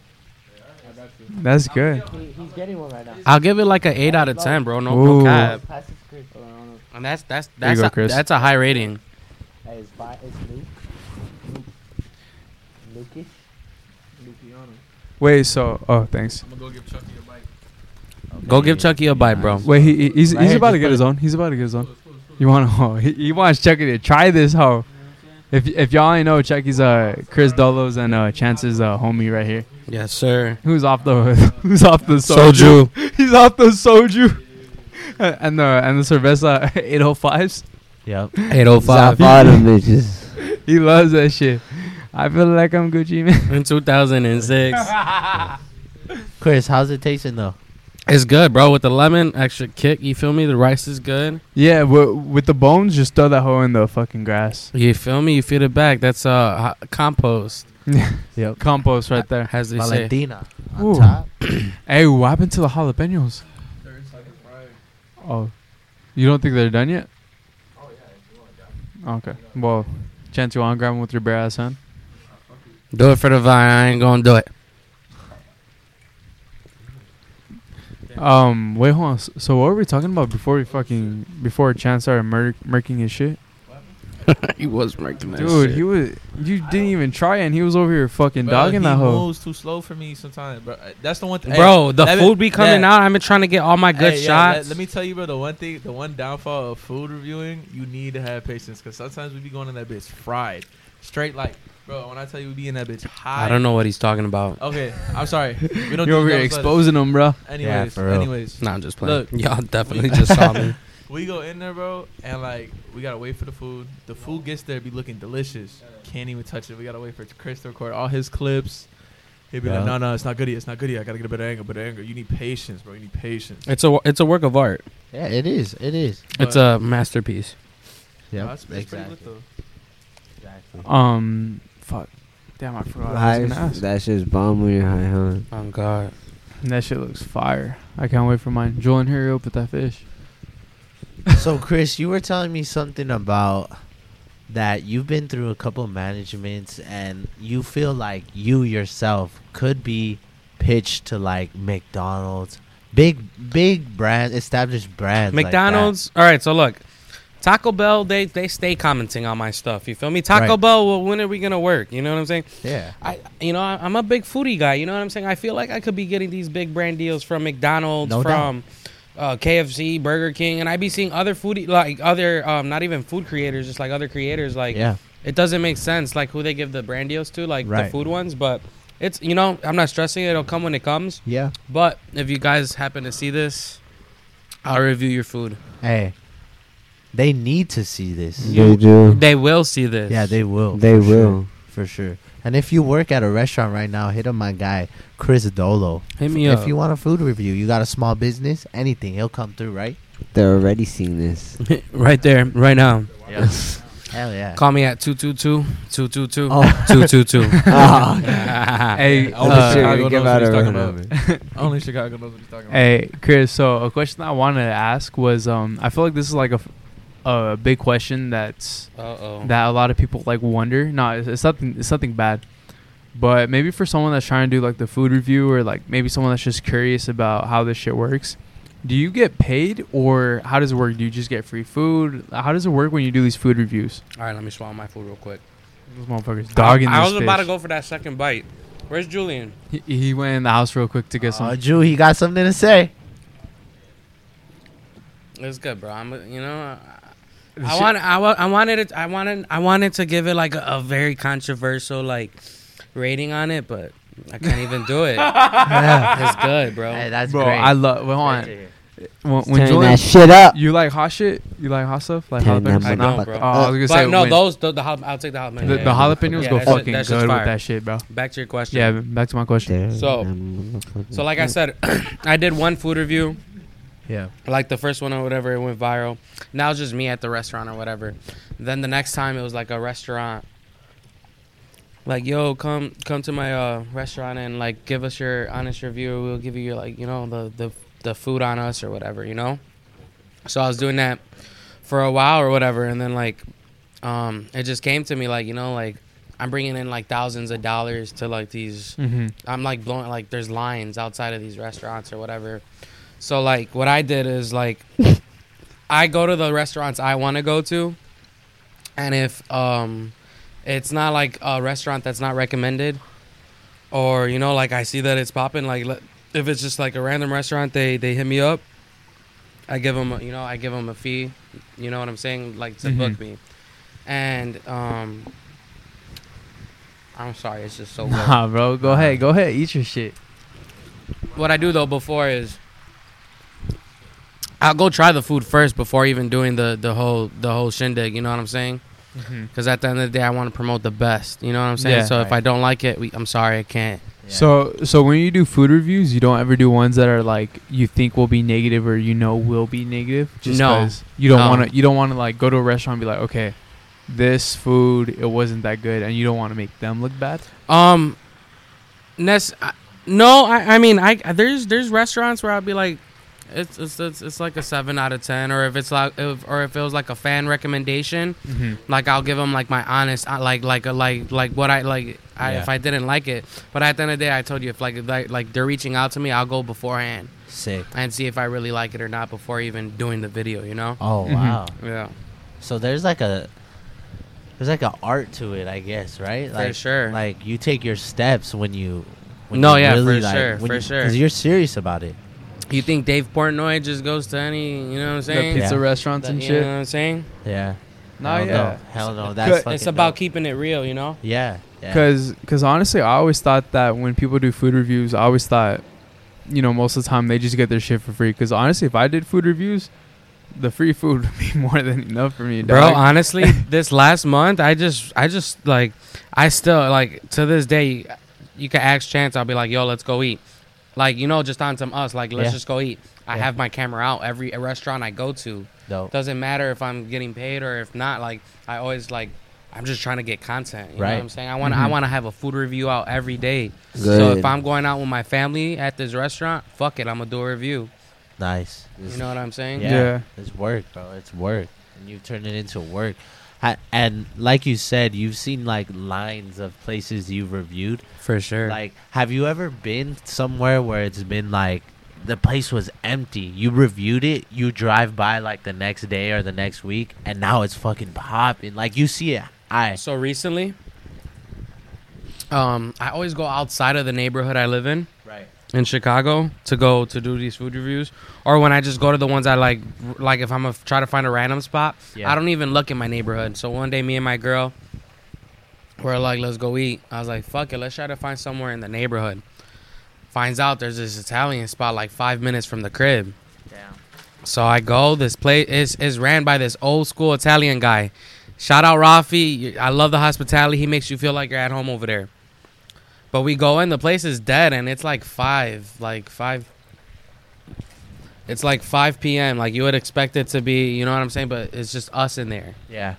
Speaker 3: That's good.
Speaker 7: He's getting one right now.
Speaker 4: I'll give it like an eight out of ten, bro. No, no
Speaker 3: Ooh.
Speaker 4: cap.
Speaker 7: Pass it to Chris. Hold on, hold on.
Speaker 4: And that's that's
Speaker 3: There you
Speaker 4: that's
Speaker 3: go,
Speaker 4: a,
Speaker 3: Chris.
Speaker 4: that's a high rating.
Speaker 7: Hey, it's, by, it's Luke. Luke. Lukey.
Speaker 3: Wait. So. Oh, thanks.
Speaker 5: I'm gonna go give Chucky a bite.
Speaker 4: Go give Chucky a bite, bro.
Speaker 3: Wait. He, he- he's
Speaker 1: Right
Speaker 3: he's
Speaker 1: here,
Speaker 3: about to
Speaker 1: just
Speaker 3: get
Speaker 1: put
Speaker 3: his own. He's about to get his own. You want to? Oh, he, he wants Chucky to try this hoe. If if y'all ain't know, Chucky's uh Chris Dolos and uh Chance's uh homie right here.
Speaker 4: Yes, sir.
Speaker 3: Who's off the Who's off the soju?
Speaker 4: Soju.
Speaker 3: He's off the soju. and the and the cerveza 805s.
Speaker 1: Yep.
Speaker 4: Eight oh
Speaker 2: Stop
Speaker 4: five.
Speaker 2: all them bitches.
Speaker 3: He loves that shit. I feel like I'm Gucci man.
Speaker 4: In two thousand and six.
Speaker 1: Chris, how's it tasting though?
Speaker 4: It's good, bro. With the lemon, extra kick. You feel me? The rice is good.
Speaker 3: Yeah, w- with the bones, just throw that hoe in the fucking grass.
Speaker 4: You feel me? You feed it back. That's uh ho- compost,
Speaker 1: Yep.
Speaker 3: Compost right there.
Speaker 4: as they say.
Speaker 1: Valentina on
Speaker 3: Ooh.
Speaker 1: top.
Speaker 3: Hey, what happened to the jalapenos? Oh, you don't think they're done yet? Okay. Well, chance you want to grab them with your bare ass hand?
Speaker 4: Do it for the vine. I ain't gonna do it.
Speaker 3: Um, wait, hold on. S- So what were we talking about before we fucking before Chance started mur- murking his shit?
Speaker 4: he was making that
Speaker 3: Dude, he was. You didn't even try, and he was over here fucking
Speaker 5: Bruh,
Speaker 3: dogging
Speaker 5: he
Speaker 3: that hoe.
Speaker 5: moves too slow for me sometimes, bro. That's the one thing.
Speaker 4: bro, the
Speaker 5: let me-
Speaker 4: food be coming
Speaker 5: yeah.
Speaker 4: out. I've been trying to get all my good
Speaker 5: Hey, yeah,
Speaker 4: shots.
Speaker 5: let, let me tell you, bro. The one thing, the one downfall of food reviewing, you need to have patience because sometimes we be going in that bitch fried, straight like, bro. When I tell you we be in that bitch high,
Speaker 4: I don't know what he's talking about.
Speaker 5: Okay, I'm sorry. We
Speaker 3: You're
Speaker 5: don't do
Speaker 3: over here
Speaker 5: those
Speaker 3: exposing him, bro.
Speaker 5: letters.
Speaker 1: Yeah,
Speaker 5: Anyways,
Speaker 1: for real.
Speaker 5: anyways,
Speaker 4: Nah, I'm just playing.
Speaker 5: Look.
Speaker 4: Y'all definitely just saw me.
Speaker 5: we go in there, bro, and like we gotta wait for the food. The food gets there, be looking delicious. Can't even touch it. We gotta wait for Chris to record all his clips. He'd be
Speaker 1: Yeah.
Speaker 5: like, no, no, it's not good yet. It's not good yet. I gotta get a better angle, better angle. You need patience, bro. You need patience.
Speaker 4: It's a it's a work of art.
Speaker 1: Yeah, it is. It is.
Speaker 4: It's a masterpiece.
Speaker 1: Yep.
Speaker 5: Nah, it's- it's pretty lit, though.
Speaker 3: Um, fuck. Damn, I forgot. what I was gonna
Speaker 2: High-
Speaker 3: ask.
Speaker 2: That shit's bomb when you're high, huh?
Speaker 4: Oh God.
Speaker 3: That shit looks fire. I can't wait for mine. Julian, hurry up with that fish.
Speaker 1: So, Chris, you were telling me something about that you've been through a couple of managements and you feel like you yourself could be pitched to like McDonald's, big, big brand, established brands. like that.
Speaker 4: McDonald's. all right, so look, Taco Bell. They they stay commenting on my stuff. You feel me? Taco
Speaker 1: Right.
Speaker 4: Bell. Well, when are we gonna work? You know what I'm saying?
Speaker 1: Yeah.
Speaker 4: I you know I, I'm a big foodie guy. You know what I'm saying? I feel like I could be getting these big brand deals from McDonald's,
Speaker 1: No
Speaker 4: from uh, KFC, Burger King, and I be seeing other foodie like other um, not even food creators, just like other creators like
Speaker 1: yeah.
Speaker 4: it doesn't make sense like who they give the brand deals to like the
Speaker 1: Right.
Speaker 4: food ones but it's you know i'm not stressing it, it'll come when it comes
Speaker 1: Yeah.
Speaker 4: but if you guys happen to see this i'll review your food
Speaker 1: Hey, they need to see this.
Speaker 2: They do.
Speaker 4: they will see this
Speaker 1: Yeah, they will.
Speaker 2: Mm. They
Speaker 1: for sure,
Speaker 2: will.
Speaker 1: for sure. And if you work at a restaurant right now, hit up my guy Chris Dolo.
Speaker 4: hit me
Speaker 1: If
Speaker 4: up
Speaker 1: you want a food review, you got a small business, anything, he'll come through, right?
Speaker 2: They're already seeing this.
Speaker 4: right there right now
Speaker 1: Hell yeah.
Speaker 4: call me at 222 222
Speaker 1: Oh.
Speaker 4: 222
Speaker 1: Ah,
Speaker 3: Hey,
Speaker 5: Oh,
Speaker 3: uh,
Speaker 5: shit.
Speaker 2: we
Speaker 5: Chicago
Speaker 2: give
Speaker 5: knows
Speaker 2: out
Speaker 5: what
Speaker 2: a
Speaker 5: he's talking
Speaker 2: run
Speaker 5: about. Only Chicago knows what he's talking about.
Speaker 3: Hey, Chris. So a question I wanted to ask was, um, I feel like this is like a, f- a big question that's
Speaker 4: uh-oh
Speaker 3: that a lot of people like wonder. No, it's, it's nothing. It's nothing bad, but maybe for someone that's trying to do like the food review or like maybe someone that's just curious about how this shit works. Do you get paid or how does it work? Do you just get free food? How does it work when you do these food reviews?
Speaker 4: all right let me swallow my food real quick
Speaker 3: Those motherfuckers dogging
Speaker 4: i, I
Speaker 3: this
Speaker 4: was about to
Speaker 3: fish.
Speaker 4: go for that second bite where's julian
Speaker 3: He, he went in the house real quick to get
Speaker 1: Oh,
Speaker 3: some.
Speaker 1: Drew, he got something to say.
Speaker 4: it's good bro i'm you know
Speaker 3: The
Speaker 4: I
Speaker 3: shit-
Speaker 4: want I, wa- I wanted it I wanted I wanted to give it like a, a very controversial like rating on it, but I can't even do it. it's good, bro.
Speaker 1: Hey, that's
Speaker 3: Bro,
Speaker 1: great.
Speaker 3: I love. Well, hold on. When, when
Speaker 2: Turn
Speaker 3: Julian,
Speaker 2: that shit up.
Speaker 3: you like hot shit? You like hot stuff? Like
Speaker 2: Turn that
Speaker 3: jalapenos?
Speaker 4: I
Speaker 3: Nah.
Speaker 4: don't, bro.
Speaker 3: Oh, I was gonna say
Speaker 4: but no,
Speaker 3: when-
Speaker 4: those the, the jal- I'll take the jalapeno.
Speaker 3: the,
Speaker 4: Yeah,
Speaker 3: the
Speaker 4: yeah.
Speaker 3: jalapenos
Speaker 4: Yeah,
Speaker 3: go
Speaker 4: that shit-
Speaker 3: fucking
Speaker 4: that shit's
Speaker 3: good
Speaker 4: fire.
Speaker 3: with that shit, bro.
Speaker 4: Back to your question.
Speaker 3: Yeah, back to my question.
Speaker 4: So- So like I said, I did one food review,
Speaker 1: yeah.
Speaker 4: like the first one or whatever, it went viral. Now it's just me at the restaurant or whatever. Then the next time it was like a restaurant like, yo, come come to my uh, restaurant and like give us your honest review. We'll give you your like, you know, the the the food on us or whatever, you know. So I was doing that for a while or whatever, and then like, um, it just came to me like, you know, like I'm bringing in like thousands of dollars to like these.
Speaker 3: Mm-hmm.
Speaker 4: I'm like blowing like there's lines outside of these restaurants or whatever. So like what I did is like I go to the restaurants I want to go to and if um it's not like a restaurant that's not recommended or you know like I see that it's popping like le- if it's just like a random restaurant they they hit me up I give them you know I give them a fee, you know what I'm saying like to book me. And um I'm sorry, it's just so weird.
Speaker 3: Nah, bro. Go ahead. Go ahead. Eat your shit.
Speaker 4: what I do though before is I'll go try the food first before even doing the the whole the whole shindig. You know what I'm saying? Because at the end of the day, I want to promote the best. You know what I'm saying?
Speaker 3: Yeah.
Speaker 4: so if I don't like it, we, I'm sorry, I can't.
Speaker 3: So, so when you do food reviews, you don't ever do ones that are like you think will be negative or you know will be negative. Just
Speaker 4: No.
Speaker 3: 'cause you don't
Speaker 4: No.
Speaker 3: want to. You don't want to like go to a restaurant and be like, okay, this food it wasn't that good, and you don't want to make them look bad.
Speaker 4: Um, Ness, I, no, I, I mean, I there's there's restaurants where I'll be like, it's it's it's, it's like a seven out of ten, or if it's like if, or if it was like a fan recommendation,
Speaker 3: Mm-hmm.
Speaker 4: like I'll give them like my honest, uh, like like uh, like like what I like. I,
Speaker 6: Yeah.
Speaker 4: If I didn't like it, but at the end of the day, I told you if like like, like they're reaching out to me, I'll go beforehand
Speaker 1: Sick.
Speaker 4: and see if I really like it or not before even doing the video. You know?
Speaker 1: Oh
Speaker 3: Mhm.
Speaker 1: wow.
Speaker 4: Yeah,
Speaker 1: So there's like a there's like an art to it, I guess, right? Like
Speaker 4: for sure.
Speaker 1: like you take your steps when you. When
Speaker 4: No,
Speaker 1: you
Speaker 4: yeah, for
Speaker 1: really, like,
Speaker 4: sure,
Speaker 1: when
Speaker 4: for
Speaker 1: you-
Speaker 4: sure.
Speaker 1: Cause you're serious about it.
Speaker 4: you think Dave Portnoy just goes to any? You know what I'm
Speaker 3: The
Speaker 4: saying?
Speaker 3: pizza
Speaker 1: Yeah.
Speaker 3: restaurants
Speaker 4: That-
Speaker 3: and
Speaker 4: you
Speaker 3: shit.
Speaker 4: know what I'm saying?
Speaker 1: Yeah.
Speaker 3: Nah,
Speaker 1: Hell
Speaker 3: yeah.
Speaker 1: No. Hell no.
Speaker 3: Good.
Speaker 1: That's
Speaker 3: It's
Speaker 1: fucking
Speaker 4: It's about
Speaker 1: dope.
Speaker 4: keeping it real, you know.
Speaker 1: yeah. Yeah.
Speaker 3: Cause, cause honestly, I always thought that when people do food reviews, I always thought, you know, most of the time they just get their shit for free. Cause honestly, if I did food reviews, the free food would be more than enough for me,
Speaker 4: Bro,
Speaker 3: dog.
Speaker 4: honestly, this last month, I just, I just like, I still like to this day. You can ask Chance. I'll be like, "Yo, let's go eat." Like you know, just on some us. Like let's
Speaker 1: Yeah.
Speaker 4: just go eat. I
Speaker 1: Yeah.
Speaker 4: have my camera out every restaurant I go to.
Speaker 1: dope.
Speaker 4: Doesn't matter if I'm getting paid or if not. Like I always like, I'm just trying to get content. You know
Speaker 1: Right. Mm-hmm.
Speaker 4: what I'm saying? I want, to I
Speaker 3: Mhm.
Speaker 4: want to have a food review out every day. So
Speaker 2: Good.
Speaker 4: if I'm going out with my family at this restaurant, fuck it, I'm gonna do a review.
Speaker 1: Nice.
Speaker 4: You know what I'm saying?
Speaker 1: Yeah.
Speaker 3: Yeah.
Speaker 1: It's work, bro. It's work. And you turn it into work. I, and like you said, you've seen like lines of places you've reviewed.
Speaker 4: for sure.
Speaker 1: Like, have you ever been somewhere where it's been like the place was empty? You reviewed it, you drive by like the next day or the next week, and now it's fucking popping. Like, you see it. I.
Speaker 4: So recently, um, I always go outside of the neighborhood I live in
Speaker 1: Right.
Speaker 4: in Chicago to go to do these food reviews, or when I just go to the ones I like. r- Like if I'm gonna try to find a random spot,
Speaker 1: Yeah.
Speaker 4: I don't even look in my neighborhood. So one day, me and my girl were like, "Let's go eat." I was like, "Fuck it, let's try to find somewhere in the neighborhood." Finds out there's this Italian spot like five minutes from the crib.
Speaker 1: Damn.
Speaker 4: So I go. This place is is ran by this old school Italian guy. Shout out Rafi. You- I love the hospitality. He makes you feel like you're at home over there. But we go in. The place is dead, and it's like five, like five. It's like five p.m. Like you would expect it to be. You know what I'm saying? But it's just us in there
Speaker 1: Yeah.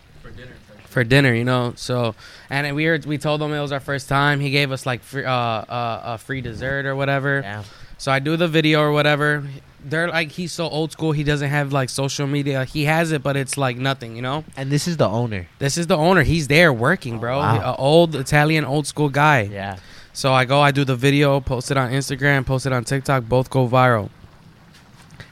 Speaker 4: for dinner, you know. So, and then we were, we told him it was our first time. He gave us like free, uh, uh, a free dessert or whatever.
Speaker 1: Damn.
Speaker 4: So I do the video or whatever. They're like he's so old school. He doesn't have like social media. He has it, but it's like nothing, you know.
Speaker 1: And this is the owner.
Speaker 4: This is the owner. He's there working, bro.
Speaker 1: wow.
Speaker 4: A old Italian, old school guy.
Speaker 1: Yeah.
Speaker 4: So I go, I do the video, post it on Instagram, post it on TikTok, both go viral.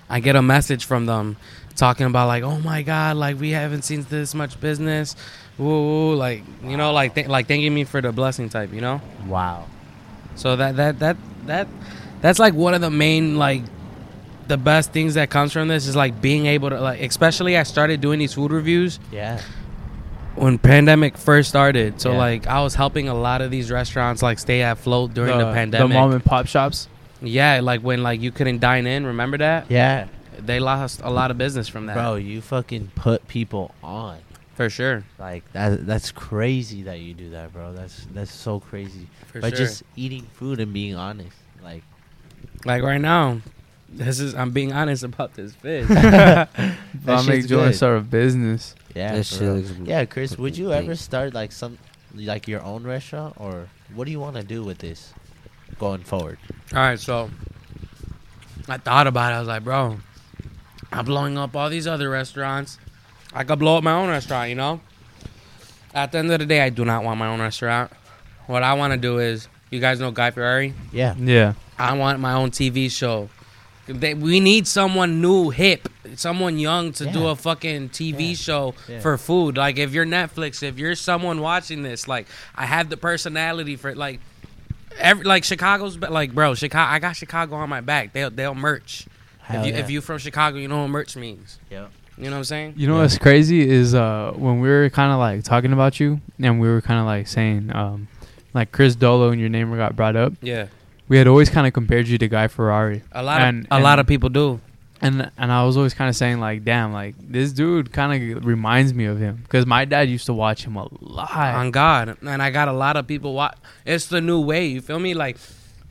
Speaker 4: I get a message from them talking about like, oh my god, like we haven't seen this much business, woo, woo, like you know, like th- like thanking me for the blessing type, you know.
Speaker 1: Wow.
Speaker 4: So that that that that that's like one of the main like the best things that comes from this is like being able to like especially I started doing these food reviews
Speaker 1: Yeah.
Speaker 4: when pandemic first started. So
Speaker 1: Yeah.
Speaker 4: like I was helping a lot of these restaurants like stay afloat during the,
Speaker 3: the
Speaker 4: pandemic.
Speaker 3: mom and pop shops.
Speaker 4: Yeah, like when like you couldn't dine in, remember that?
Speaker 1: Yeah.
Speaker 4: They lost a lot of business from that.
Speaker 1: Bro, you fucking put people on.
Speaker 4: For sure.
Speaker 1: Like that that's crazy that you do that, bro. That's that's so crazy.
Speaker 4: For
Speaker 1: but
Speaker 4: sure.
Speaker 1: just eating food and being honest. Like
Speaker 4: like right now, this is I'm being honest about this fish.
Speaker 3: I'll make
Speaker 1: shit's
Speaker 3: Julian
Speaker 1: good.
Speaker 3: start a business.
Speaker 1: yeah.
Speaker 2: That
Speaker 1: for
Speaker 2: shit
Speaker 1: real.
Speaker 2: looks
Speaker 1: yeah, Chris, would
Speaker 2: fucking
Speaker 1: you ever
Speaker 2: dank.
Speaker 1: start like some like your own restaurant, or what do you want to do with this going forward?
Speaker 4: All right, so I thought about it. I was like, bro, I'm blowing up all these other restaurants. I could blow up my own restaurant, you know? At the end of the day, I do not want my own restaurant. What I want to do is, you guys know Guy Ferrari?
Speaker 1: Yeah,
Speaker 3: Yeah.
Speaker 4: I want my own TV show. They, we need someone new, hip, someone young to do
Speaker 1: Yeah.
Speaker 4: a fucking TV
Speaker 1: Yeah.
Speaker 4: show
Speaker 1: Yeah.
Speaker 4: for food. Like if you're Netflix, if you're someone watching this, like I have the personality for it. Like, every, like Chicago's, ba- like bro, Chicago. I got Chicago on my back. They'll they'll merch.
Speaker 1: Hell
Speaker 4: if you
Speaker 1: yeah.
Speaker 4: if you from Chicago, you know what merch means. You know what I'm saying?
Speaker 3: You know what's crazy is uh, when we were kind of like talking about you, and we were kind of like saying, um, like Chris Dolo and your name got brought up.
Speaker 4: Yeah.
Speaker 3: We had always kind of compared you to Guy Ferrari,
Speaker 4: A lot of
Speaker 3: And-
Speaker 4: a
Speaker 3: and-
Speaker 4: lot of people do.
Speaker 3: and and I was always kind of saying like, damn, like this dude kind of reminds me of him because my dad used to watch him a lot.
Speaker 4: on God, and I got a lot of people. Watch. It's the new way. You feel me? Like,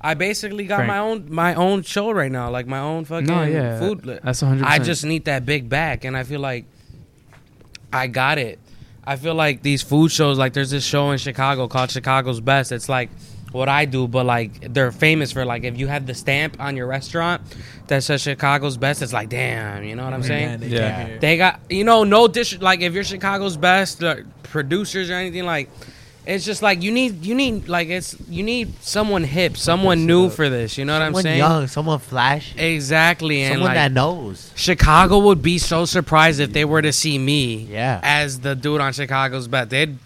Speaker 4: I basically got
Speaker 3: Frank.
Speaker 4: my own my own show right now. Like my own fucking
Speaker 3: No, yeah,
Speaker 4: food. li-
Speaker 3: that's 100%.
Speaker 4: I just need that big back, and I feel like I got it. I feel like these food shows. Like there's this show in Chicago called Chicago's Best. It's like what I do, but like they're famous for like if you have the stamp on your restaurant that says Chicago's Best, it's like damn. You know what I'm saying?
Speaker 5: Man, they
Speaker 3: Yeah.
Speaker 5: came here.
Speaker 4: They got you know no dish like if you're Chicago's best the producers or anything like it's just like you need you need like it's you need someone hip, someone new for this. You know what I'm
Speaker 1: someone
Speaker 4: saying?
Speaker 1: young, someone flashy,
Speaker 4: Exactly, and
Speaker 1: someone
Speaker 4: like
Speaker 1: that knows.
Speaker 4: Chicago would be so surprised if they were to see me
Speaker 1: Yeah.
Speaker 4: as the dude on Chicago's best. They'd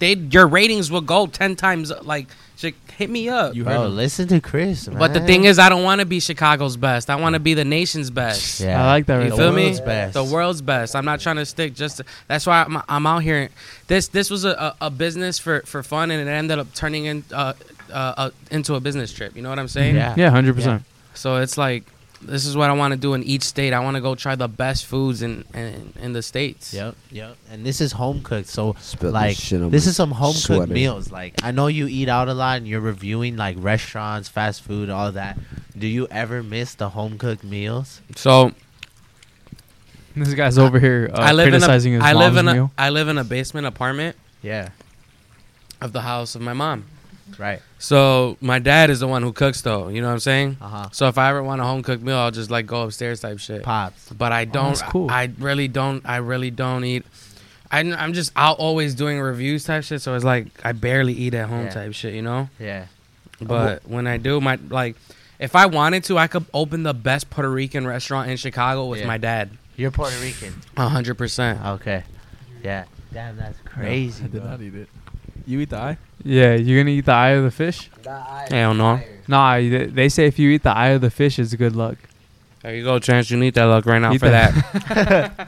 Speaker 4: they'd your ratings would go ten times like Chi- hit me up.
Speaker 5: You heard
Speaker 1: Bro,
Speaker 5: him.
Speaker 1: listen to Chris, man.
Speaker 4: but the thing is, I don't want to be Chicago's best. I want to be the nation's best.
Speaker 1: yeah.
Speaker 3: I like that.
Speaker 4: You
Speaker 3: Right
Speaker 1: The
Speaker 4: feel
Speaker 3: there.
Speaker 4: me?
Speaker 1: world's best.
Speaker 4: The world's best. I'm not trying to stick just. To, that's why I'm, I'm out here. This this was a, a, a business for, for fun, and it ended up turning in, uh, uh, uh, into a business trip. You know what I'm saying?
Speaker 1: Yeah.
Speaker 3: Yeah, hundred percent.
Speaker 4: So it's like this is what I want to do in each state. I want to go try the best foods in, in in the states.
Speaker 1: Yep, yep. And this is home cooked, so
Speaker 2: Spilled this
Speaker 1: like
Speaker 2: shit on
Speaker 1: this
Speaker 2: my
Speaker 1: is some home cooked
Speaker 2: sweater.
Speaker 1: meals. Like I know you eat out a lot, and you're reviewing like restaurants, fast food, all that. Do you ever miss the home cooked meals?
Speaker 3: Uh,
Speaker 4: So
Speaker 3: This guy's over here uh,
Speaker 4: I live in a
Speaker 3: criticizing his
Speaker 4: I live
Speaker 3: mom's
Speaker 4: in a,
Speaker 3: meal.
Speaker 4: I live in a basement apartment
Speaker 1: Yeah,
Speaker 4: of the house of my mom.
Speaker 1: right.
Speaker 4: So my dad is the one who cooks though. You know what I'm saying?
Speaker 1: Uh huh.
Speaker 4: So if I ever want a home cooked meal, I'll just like go upstairs type shit.
Speaker 1: Pops.
Speaker 4: but I don't.
Speaker 3: that's cool.
Speaker 4: I really don't. I really don't eat. I, am just out always doing reviews type shit, so it's like I barely eat at home
Speaker 1: Yeah.
Speaker 4: type shit, you know.
Speaker 1: Yeah.
Speaker 4: But when I do, my like, if I wanted to, I could open the best Puerto Rican restaurant in Chicago with
Speaker 1: Yeah.
Speaker 4: my dad,
Speaker 1: You're Puerto Rican.
Speaker 4: hundred percent.
Speaker 1: Okay. Yeah. Damn, that's crazy.
Speaker 5: I did
Speaker 1: bro.
Speaker 5: not eat it. You eat the eye?
Speaker 3: Yeah, you're gonna eat the eye of the fish.
Speaker 4: Hell no.
Speaker 3: Nah, they they say if you eat the eye of the fish, it's good luck.
Speaker 4: There you go, Chance. You need that look right now
Speaker 3: Eat
Speaker 4: for that.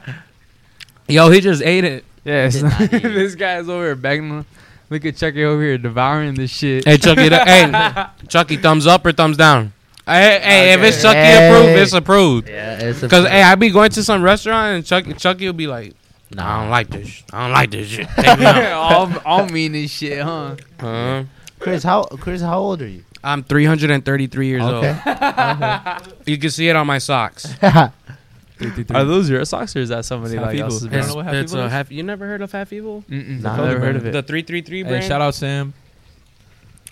Speaker 4: Yo, he just ate it.
Speaker 3: Yeah, it's
Speaker 1: Did not eat it.
Speaker 3: this guy's over here begging. him. Look at Chucky over here devouring this shit.
Speaker 4: Hey, Chucky. th- hey, Chucky. Thumbs up or thumbs down? Hey, hey, if it's Chucky
Speaker 1: Hey.
Speaker 4: approved, it's approved.
Speaker 1: Yeah, it's a
Speaker 4: Cause hey, I be going to some restaurant and Chuck Chucky will be like, "Nah, I don't like this. sh- I don't like this shit." Take me out.
Speaker 3: all, all mean this shit, huh?
Speaker 4: Uh-huh.
Speaker 1: Chris, how Chris, how old are you?
Speaker 4: I'm 333 years
Speaker 1: Okay.
Speaker 4: old. You can see it on my socks.
Speaker 3: Are those your socks or is that somebody
Speaker 5: Fat
Speaker 3: like
Speaker 5: people.
Speaker 3: else's?
Speaker 5: You
Speaker 4: It's,
Speaker 3: brand?
Speaker 5: don't know what Half
Speaker 4: it's
Speaker 5: Evil
Speaker 4: a
Speaker 5: is?
Speaker 4: half. You never heard of Half Evil?
Speaker 3: Mm-mm,
Speaker 1: Nah,
Speaker 3: I've
Speaker 1: never
Speaker 3: never heard of
Speaker 4: The
Speaker 3: it.
Speaker 4: 333
Speaker 5: Hey,
Speaker 4: brand.
Speaker 5: shout out Sam.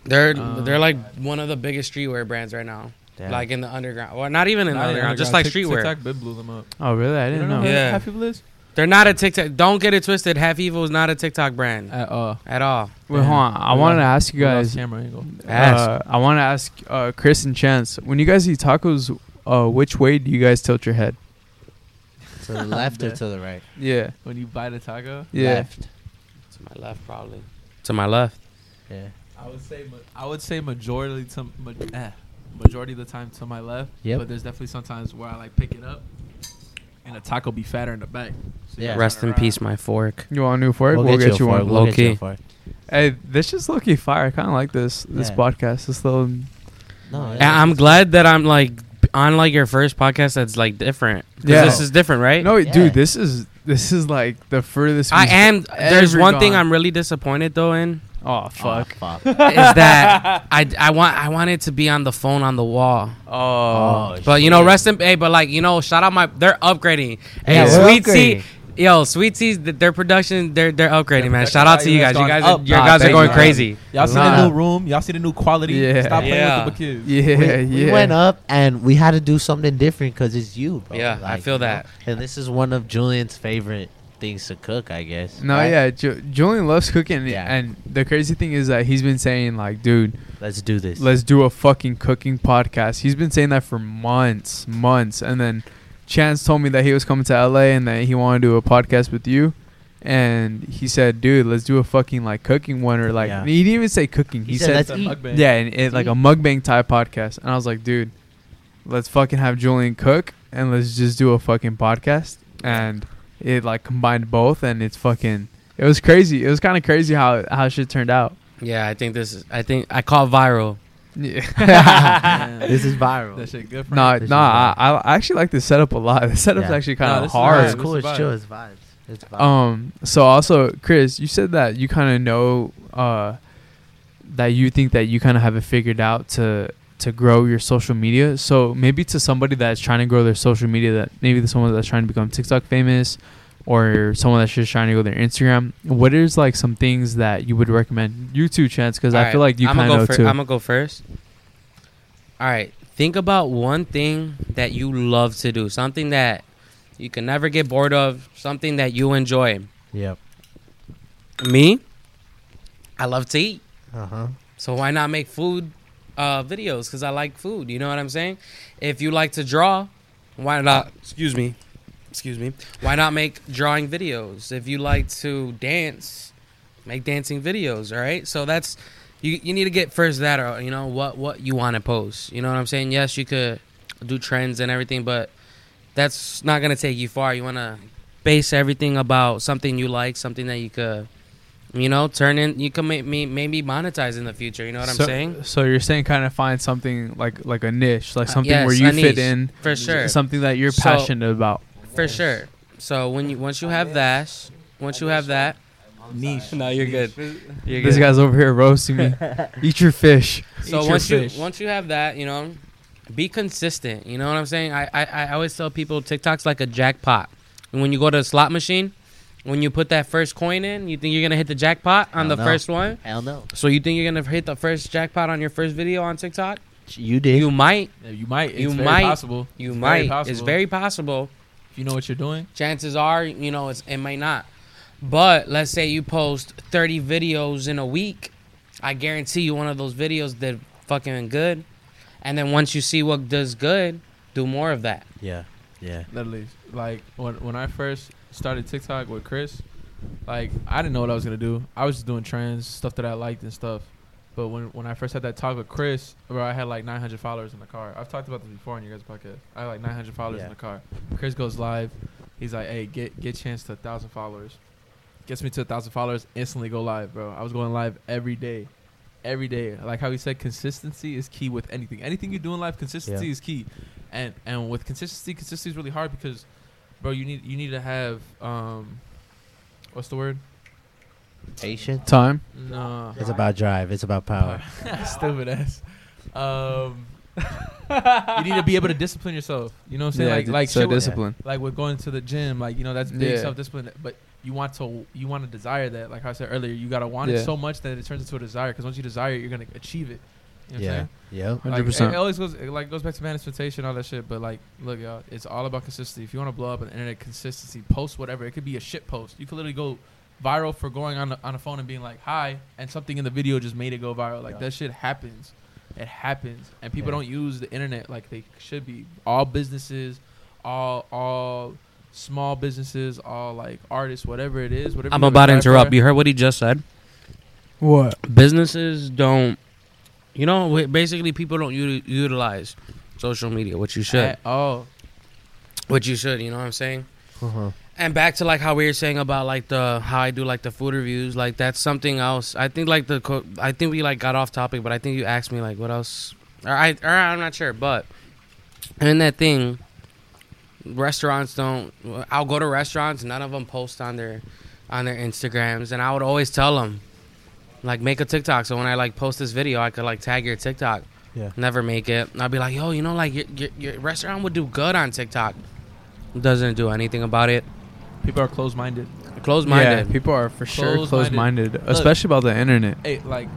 Speaker 4: They're
Speaker 5: Uh,
Speaker 4: they're like one of the biggest streetwear brands right now.
Speaker 1: Damn.
Speaker 4: Like in the underground. Well, not even in the
Speaker 5: Not
Speaker 4: underground.
Speaker 5: underground.
Speaker 4: Just like
Speaker 5: Tik-
Speaker 4: streetwear.
Speaker 5: TikTok bit blew them up.
Speaker 3: Oh, really? I
Speaker 5: You
Speaker 3: didn't
Speaker 5: don't know
Speaker 3: know.
Speaker 5: who
Speaker 4: Yeah.
Speaker 5: Half People is?
Speaker 4: They're not a TikTok. Don't get it twisted. Half Evil is not a TikTok brand
Speaker 5: At all.
Speaker 4: at all.
Speaker 3: Wait, hold on. I
Speaker 5: We
Speaker 3: wanted to
Speaker 5: lost-
Speaker 3: ask you
Speaker 5: we lost
Speaker 3: guys.
Speaker 5: Camera angle.
Speaker 4: Ask.
Speaker 3: Uh, I want to ask uh, Chris and Chance. When you guys eat tacos, uh, which way do you guys tilt your head?
Speaker 1: to the left or to the right?
Speaker 3: Yeah.
Speaker 5: When you bite a taco,
Speaker 3: Yeah.
Speaker 1: Left.
Speaker 4: To my left, probably. To my left.
Speaker 1: Yeah.
Speaker 5: I would say ma- I would say majority to ma- eh, majority of the time to my left.
Speaker 1: Yep.
Speaker 5: But there's definitely sometimes where I like pick it up, and a taco be fatter in the back. So you
Speaker 1: Yeah.
Speaker 5: gotta
Speaker 4: Rest
Speaker 5: turn
Speaker 4: in
Speaker 5: around.
Speaker 4: peace, my fork.
Speaker 3: You want a new fork? We'll, get, you,
Speaker 1: a
Speaker 3: one.
Speaker 1: fork, we'll get you a
Speaker 4: low-key.
Speaker 1: fork.
Speaker 3: Hey, this is low key fire. I kind of like this this
Speaker 1: Yeah.
Speaker 3: podcast. This little
Speaker 1: No,
Speaker 4: And I'm glad that I'm like on like your first podcast that's like different. 'Cause
Speaker 3: Yeah.
Speaker 4: This is different, right?
Speaker 3: no,
Speaker 1: Yeah.
Speaker 3: dude. This is this is like the furthest.
Speaker 4: I
Speaker 3: we've
Speaker 4: am. There's
Speaker 3: ever
Speaker 4: one thing
Speaker 3: gone.
Speaker 4: I'm really disappointed though in
Speaker 3: Oh fuck.
Speaker 1: Oh, fuck.
Speaker 4: is that I, I want I wanted to be on the phone on the wall.
Speaker 3: Oh.
Speaker 1: Oh,
Speaker 4: But you know,
Speaker 1: shit.
Speaker 4: rest in hey, but like you know, shout out my they're upgrading.
Speaker 1: Yeah,
Speaker 4: Hey,
Speaker 1: we're
Speaker 4: sweet
Speaker 1: upgrading.
Speaker 4: tea Yo, Sweet Tea's th- their production, they're they're upgrading,
Speaker 5: Their
Speaker 4: man.
Speaker 5: production
Speaker 4: Shout out to
Speaker 5: value
Speaker 4: you
Speaker 5: has
Speaker 4: guys. You
Speaker 5: gone
Speaker 4: guys,
Speaker 5: up.
Speaker 4: are, your
Speaker 3: Nah,
Speaker 4: guys are
Speaker 3: thank
Speaker 4: going
Speaker 3: you.
Speaker 4: crazy.
Speaker 5: Y'all see
Speaker 1: Nah.
Speaker 5: the new room? Y'all see the new quality?
Speaker 3: Yeah.
Speaker 5: Stop playing
Speaker 4: Yeah.
Speaker 5: with the kids.
Speaker 3: Yeah,
Speaker 1: Oh. we,
Speaker 3: yeah.
Speaker 1: we went up and we had to do something different because it's you, bro.
Speaker 4: Yeah, I
Speaker 1: Like,
Speaker 4: feel
Speaker 1: you know?
Speaker 4: that.
Speaker 1: And this is one of Julian's favorite things to cook, I guess.
Speaker 3: No,
Speaker 1: right?
Speaker 3: yeah. Ju- Julian loves cooking,
Speaker 1: Yeah.
Speaker 3: and the crazy thing is that he's been saying like, dude,
Speaker 1: Let's do this.
Speaker 3: let's do a fucking cooking podcast. He's been saying that for months, months, and then Chance told me that he was coming to LA and that he wanted to do a podcast with you. And he said, "Dude, let's do a fucking like cooking one or like
Speaker 1: Yeah.
Speaker 3: he didn't even say cooking. He,
Speaker 1: He said,
Speaker 3: said,
Speaker 1: "Let's Mm-hmm.
Speaker 5: It's a
Speaker 1: eat."
Speaker 5: mukbang.
Speaker 3: yeah, and it, like a mukbang type podcast." And I was like, "Dude, let's fucking have Julian cook and let's just do a fucking podcast." And it like combined both, and it's fucking. It was crazy. It was kind of crazy how how shit turned out.
Speaker 4: Yeah, I think this is. I think I call it viral.
Speaker 1: this is viral.
Speaker 5: That shit good for
Speaker 3: No,
Speaker 1: This
Speaker 3: no,
Speaker 1: is
Speaker 3: I, I I actually like the setup a lot. The setup's
Speaker 1: Yeah.
Speaker 3: actually kind
Speaker 5: No,
Speaker 3: of
Speaker 5: this is
Speaker 1: Nah,
Speaker 3: hard.
Speaker 1: It's
Speaker 5: Alright,
Speaker 1: cool.
Speaker 5: what's the
Speaker 1: It's
Speaker 5: vibe?
Speaker 1: chill. It's vibes. It's vibes.
Speaker 3: Um, so also, Chris, you said that you kind of know, uh, that you think that you kind of have it figured out to to grow your social media. So maybe to somebody that's trying to grow their social media, that maybe there's someone that's trying to become TikTok famous, or someone that's just trying to go their Instagram. What is like some things that you would recommend? You too, Chance, because I feel like you
Speaker 4: I'm gonna
Speaker 3: kind
Speaker 4: go
Speaker 3: of know
Speaker 4: fir-
Speaker 3: too.
Speaker 4: I'm gonna go first. All right, think about one thing that you love to do, something that you can never get bored of, something that you enjoy.
Speaker 1: Yep.
Speaker 4: Me, I love to eat.
Speaker 1: Uh huh.
Speaker 4: So why not make food uh, videos? Because I like food. You know what I'm saying? If you like to draw, why not? Excuse me. Excuse me. Why not make drawing videos? If you like to dance, make dancing videos. All right. So that's you. You need to get first that out. You know what what you want to post. You know what I'm saying? Yes, you could do trends and everything, but that's not gonna take you far. You want to base everything about something you like, something that you could. You know, turn in. You can ma- me maybe monetize in the future. You know what I'm
Speaker 3: so,
Speaker 4: saying?
Speaker 3: So you're saying kind of find something like like a niche, like
Speaker 4: Uh,
Speaker 3: something
Speaker 4: yes,
Speaker 3: where you
Speaker 4: a
Speaker 3: fit
Speaker 4: niche,
Speaker 3: in,
Speaker 4: for sure.
Speaker 3: something that you're
Speaker 4: So-
Speaker 3: passionate about.
Speaker 4: For sure. So when you once you have that, once you have that,
Speaker 5: Niche.
Speaker 4: no, you're good. You're
Speaker 3: This
Speaker 4: good.
Speaker 3: guy's over here roasting me. Eat your fish.
Speaker 4: So
Speaker 5: Eat your
Speaker 4: once you
Speaker 5: fish.
Speaker 4: once you have that, you know, be consistent. You know what I'm saying? I, I I always tell people TikTok's like a jackpot. And when you go to a slot machine, when you put that first coin in, you think you're gonna hit the jackpot on
Speaker 1: Hell
Speaker 4: the
Speaker 1: no.
Speaker 4: first one.
Speaker 1: Hell no.
Speaker 4: So you think you're gonna hit the first jackpot on your first video on TikTok?
Speaker 1: You did.
Speaker 4: You might.
Speaker 5: Yeah, you might. It's
Speaker 4: You
Speaker 5: very
Speaker 4: might.
Speaker 5: possible.
Speaker 4: You
Speaker 5: It's very
Speaker 4: might. it's
Speaker 5: possible.
Speaker 4: very possible.
Speaker 5: If you know what you're doing.
Speaker 4: chances are you know it's, it may not but let's say you post 30 videos in a week i guarantee you one of those videos did fucking good and then once you see what does good do more of that
Speaker 1: yeah. Yeah.
Speaker 5: literally like when when I first started TikTok with Chris, like I didn't know what I was gonna do. I was just doing trends, stuff that I liked and stuff. But when when I first had that talk with Chris, bro, I had like 900 followers in the car. I've talked about this before on your guys' podcast. I had like 900 followers
Speaker 1: Yeah.
Speaker 5: in the car. Chris goes live. He's like, "Hey, get get chance to a thousand followers." Gets me to a thousand followers. Instantly go live, bro. I was going live every day, every day. Like how he said, consistency is key with anything. Anything you do in life, consistency
Speaker 1: Yeah.
Speaker 5: is key and and with consistency, consistency is really hard because, bro, you need you need to have um, what's the word?
Speaker 1: Patient.
Speaker 3: Time.
Speaker 5: No,
Speaker 1: It's about drive. It's about power.
Speaker 5: stupid ass. Um, you need to be able to discipline yourself. You know what I'm saying? like like
Speaker 3: so
Speaker 5: shit with,
Speaker 3: discipline.
Speaker 5: like with going to the gym, like you know that's big
Speaker 3: Yeah.
Speaker 5: self discipline. But you want to you want to desire that. Like I said earlier, you gotta want
Speaker 3: Yeah.
Speaker 5: it so much that it turns into a desire. Because once you desire it, you're gonna achieve it. You know what I'm
Speaker 1: Yeah.
Speaker 5: saying?
Speaker 1: Yep.
Speaker 5: Like,
Speaker 3: 100%.
Speaker 5: It, it always goes it like goes back to manifestation, all that shit. But like, look, y'all, it's all about consistency. If you want to blow up on the internet, consistency. Post whatever. It could be a shit post. You could literally go viral for going on the, on a phone and being like, "Hi," and something in the video just made it go viral. Like
Speaker 1: Yeah.
Speaker 5: that shit happens. It happens, and people
Speaker 1: Yeah.
Speaker 5: don't use the internet like they should be. All businesses, all all small businesses, all like artists, whatever it is, whatever.
Speaker 4: i'm
Speaker 5: you
Speaker 4: about to
Speaker 5: wanna strive
Speaker 4: interrupt
Speaker 5: for.
Speaker 4: you heard what he just said
Speaker 3: What?
Speaker 4: businesses don't you know wh- basically people don't u- utilize social media what you should
Speaker 5: At all.
Speaker 4: what you should you know what i'm saying
Speaker 1: Uh-huh.
Speaker 4: And back to like how we were saying about like the how I do like the food reviews, like that's something else. I think like the co- I think we like got off topic, but I think you asked me like what else, or I or I'm not sure, but in that thing, restaurants don't. I'll go to restaurants, none of them post on their on their Instagrams, and I would always tell them like make a TikTok. So when I like post this video, I could like tag your TikTok.
Speaker 1: Yeah.
Speaker 4: Never make it. And I'd be like, yo, you know, like your, your your restaurant would do good on TikTok. Doesn't do anything about it
Speaker 5: People are closed minded.
Speaker 4: Close
Speaker 3: Yeah,
Speaker 4: minded.
Speaker 3: people are for sure
Speaker 5: Closed-minded.
Speaker 3: closed-minded, especially about the internet.
Speaker 5: Hey, like,